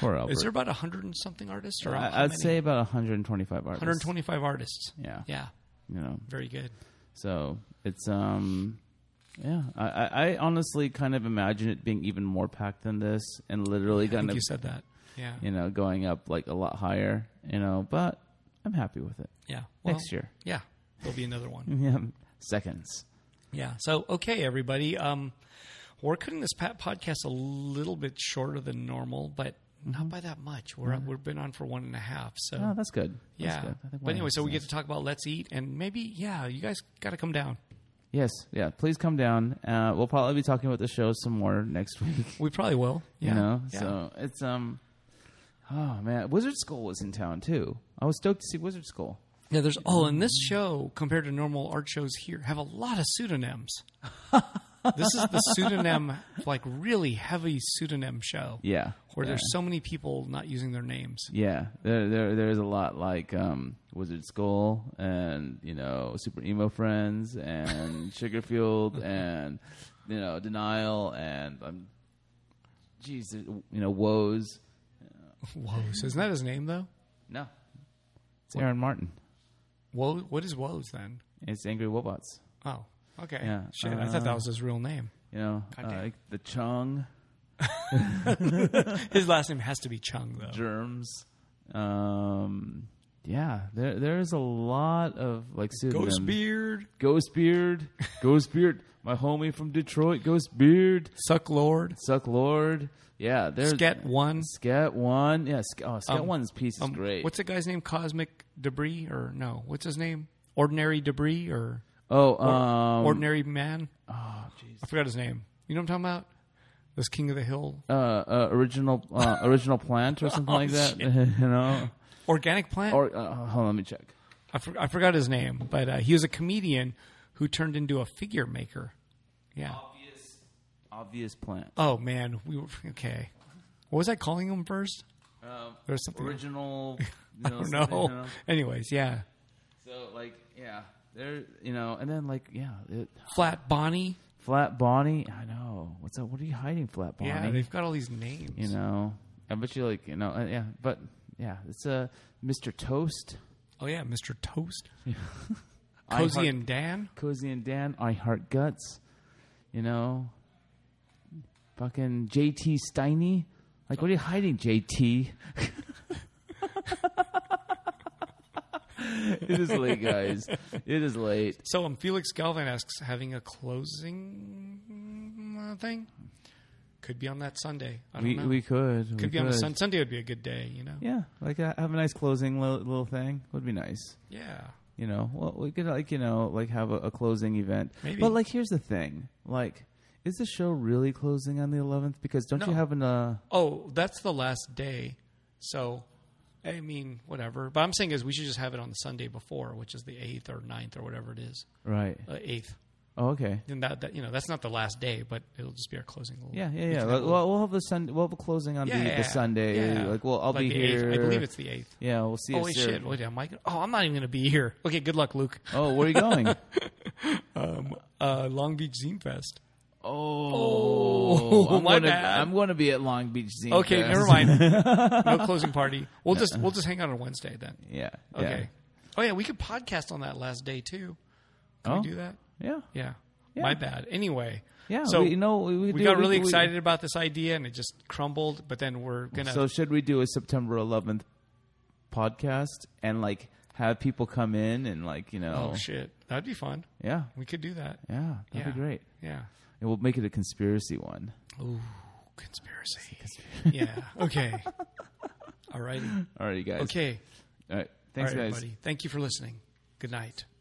Speaker 1: Poor Albert.
Speaker 2: Is there about hundred and something artists? Or
Speaker 1: I-
Speaker 2: how
Speaker 1: Uh, I'd
Speaker 2: many?
Speaker 1: say about 125 artists.
Speaker 2: 125 artists.
Speaker 1: Yeah.
Speaker 2: Yeah.
Speaker 1: You know,
Speaker 2: Very good.
Speaker 1: so it's um, yeah. I, I, I honestly kind of imagine it being even more packed than this, and literally
Speaker 2: I
Speaker 1: kind
Speaker 2: think
Speaker 1: of
Speaker 2: you said that. Yeah.
Speaker 1: you know going up like a lot higher. You know, but I'm happy with it.
Speaker 2: Yeah.
Speaker 1: Next year. Mm.
Speaker 2: Yeah. There'll be another one.
Speaker 1: Yeah, seconds.
Speaker 2: yeah. So, okay, everybody. Um, we're cutting this pat- podcast a little bit shorter than normal, but Not by that much. We're we've been on for one and a half. So
Speaker 1: Mm-hmm. Oh, that's good. That's
Speaker 2: yeah.
Speaker 1: good. I think
Speaker 2: But
Speaker 1: one
Speaker 2: anyway, so we
Speaker 1: episode.
Speaker 2: get to talk about let's eat and maybe yeah, you guys got to come down.
Speaker 1: Yes, yeah. Please come down. Uh, we'll probably be talking about the show some more next week.
Speaker 2: We probably will. Yeah.
Speaker 1: You know,
Speaker 2: Yeah.
Speaker 1: so it's um. Oh man, Wizard School was in town too. I was stoked to see Wizard School.
Speaker 2: Yeah, there's oh, and this show compared to normal art shows here have a lot of pseudonyms. this is the pseudonym, like really heavy pseudonym show
Speaker 1: Yeah,
Speaker 2: where
Speaker 1: yeah.
Speaker 2: there's so many people not using their names.
Speaker 1: yeah. There, there, there is a lot like um, Wizard School and you know Super Emo Friends and Sugarfield and you know Denial and um, geez, there- you know Woes.
Speaker 2: Woes, isn't that his name though?
Speaker 1: No, it's Aaron Martin.
Speaker 2: Wo, what is Woes then?
Speaker 1: It's Angry Wobots.
Speaker 2: Oh, okay.
Speaker 1: Yeah,
Speaker 2: Shit, I thought that was his real name.
Speaker 1: You know, uh,
Speaker 2: damn.
Speaker 1: like the Chung.
Speaker 2: His last name has to be Chung though.
Speaker 1: germs. Um, yeah, there there is a lot of like pseudonyms.
Speaker 2: Ghostbeard,
Speaker 1: Ghostbeard, Ghostbeard, my homie from Detroit, Ghostbeard,
Speaker 2: Suck Lord,
Speaker 1: Suck Lord. Yeah, there's
Speaker 2: Sket One.
Speaker 1: Scat One. Yeah, Sk- oh, Scat One's piece is
Speaker 2: Um,
Speaker 1: great.
Speaker 2: What's that guy's name? Cosmic Debris or no? What's his name? Ordinary Debris or
Speaker 1: oh, um,
Speaker 2: Ordinary Man?
Speaker 1: oh, jeez.
Speaker 2: I forgot his name. You know what I'm talking about? This King of the Hill.
Speaker 1: Uh, uh, original, uh, original plant or
Speaker 2: Oh,
Speaker 1: something like that. you know,
Speaker 2: Organic Plant?
Speaker 1: or uh, hold on, let me check.
Speaker 2: I, for, I forgot his name, but uh, he was a comedian who turned into a figure maker. Yeah.
Speaker 1: Obvious, obvious plant.
Speaker 2: Oh, man. We were, okay. What was I calling him first?
Speaker 1: Um,
Speaker 2: There was something.
Speaker 1: original.
Speaker 2: I don't
Speaker 1: something, you
Speaker 2: know. Anyways, yeah.
Speaker 1: So like yeah, there you know, and then like yeah, it,
Speaker 2: Flat Bonnie.
Speaker 1: Flat Bonnie. I know what's up. What are you hiding, Flat Bonnie?
Speaker 2: Yeah, they've got all these names.
Speaker 1: you know, I bet you like you know uh, yeah, but yeah, it's a uh, Mr. Toast,
Speaker 2: Oh, yeah. Mr. Toast.
Speaker 1: I
Speaker 2: Cozy
Speaker 1: Heart-
Speaker 2: and Dan.
Speaker 1: Cozy and Dan. I heart guts. You know, fucking JT Steiny. Like what are you hiding, JT? it is late, guys. It is late.
Speaker 2: So um, Felix Galvin asks, having a closing uh, thing? Could be on that Sunday. I don't
Speaker 1: We
Speaker 2: know.
Speaker 1: we could we
Speaker 2: could be on a sun. Sunday would be a good day, you know.
Speaker 1: Yeah, like uh, have a nice closing little, little thing would be nice.
Speaker 2: Yeah.
Speaker 1: You know, well, we could like you know like have a, a closing event.
Speaker 2: Maybe.
Speaker 1: But like, here's the thing: like, is the show really closing on the 11th? Because don't
Speaker 2: No.
Speaker 1: you have an uh,
Speaker 2: Oh, that's the last day. So, I mean, whatever. But I'm saying is we should just have it on the Sunday before, which is the eighth or 9th or whatever it is, Uh,
Speaker 1: right?
Speaker 2: eighth.
Speaker 1: Oh, okay.
Speaker 2: Then that, that you know that's not the last day, but it'll just be our closing. Little,
Speaker 1: Yeah, yeah, yeah.
Speaker 2: we can have a
Speaker 1: Well,
Speaker 2: little-
Speaker 1: we'll, we'll have the sun. We'll have a closing on the, the Sunday.
Speaker 2: yeah.
Speaker 1: Like, well, I'll
Speaker 2: Like
Speaker 1: be
Speaker 2: the 8th.
Speaker 1: here.
Speaker 2: I believe it's the eighth.
Speaker 1: Yeah, we'll see.
Speaker 2: Holy
Speaker 1: us there.
Speaker 2: shit! Wait, am I? Gonna, oh, I'm not even going to be here. Okay, good luck, Luke.
Speaker 1: Oh, where are you going? oh, Um,
Speaker 2: Uh, Long Beach Zine Fest.
Speaker 1: Oh, I'm
Speaker 2: Oh, my
Speaker 1: gonna,
Speaker 2: bad.
Speaker 1: I'm going to be at Long Beach Zine.
Speaker 2: Okay,
Speaker 1: Fest.
Speaker 2: never mind. No closing party. We'll just we'll just hang out on Wednesday then.
Speaker 1: Yeah. yeah.
Speaker 2: Okay. Oh yeah, we could podcast on that last day too. Can
Speaker 1: Oh.
Speaker 2: we do that?
Speaker 1: Yeah.
Speaker 2: Yeah. My bad. Anyway.
Speaker 1: Yeah,
Speaker 2: So
Speaker 1: we- you know, we- we
Speaker 2: we
Speaker 1: do-
Speaker 2: got
Speaker 1: we-
Speaker 2: really
Speaker 1: we-
Speaker 2: excited uh, about this idea and it just crumbled. But then we're gonna.
Speaker 1: So should we do a September 11th podcast and like have people come in and like you know
Speaker 2: oh shit, that'd be fun.
Speaker 1: yeah
Speaker 2: We could do that.
Speaker 1: yeah that'd
Speaker 2: Yeah.
Speaker 1: be great
Speaker 2: Yeah.
Speaker 1: and we'll make it a conspiracy one.
Speaker 2: Ooh, conspiracy. yeah. Okay. All righty.
Speaker 1: All right, you guys.
Speaker 2: Okay.
Speaker 1: All right.
Speaker 2: All
Speaker 1: Thanks,
Speaker 2: right,
Speaker 1: guys.
Speaker 2: everybody. Thank you for listening. Good night.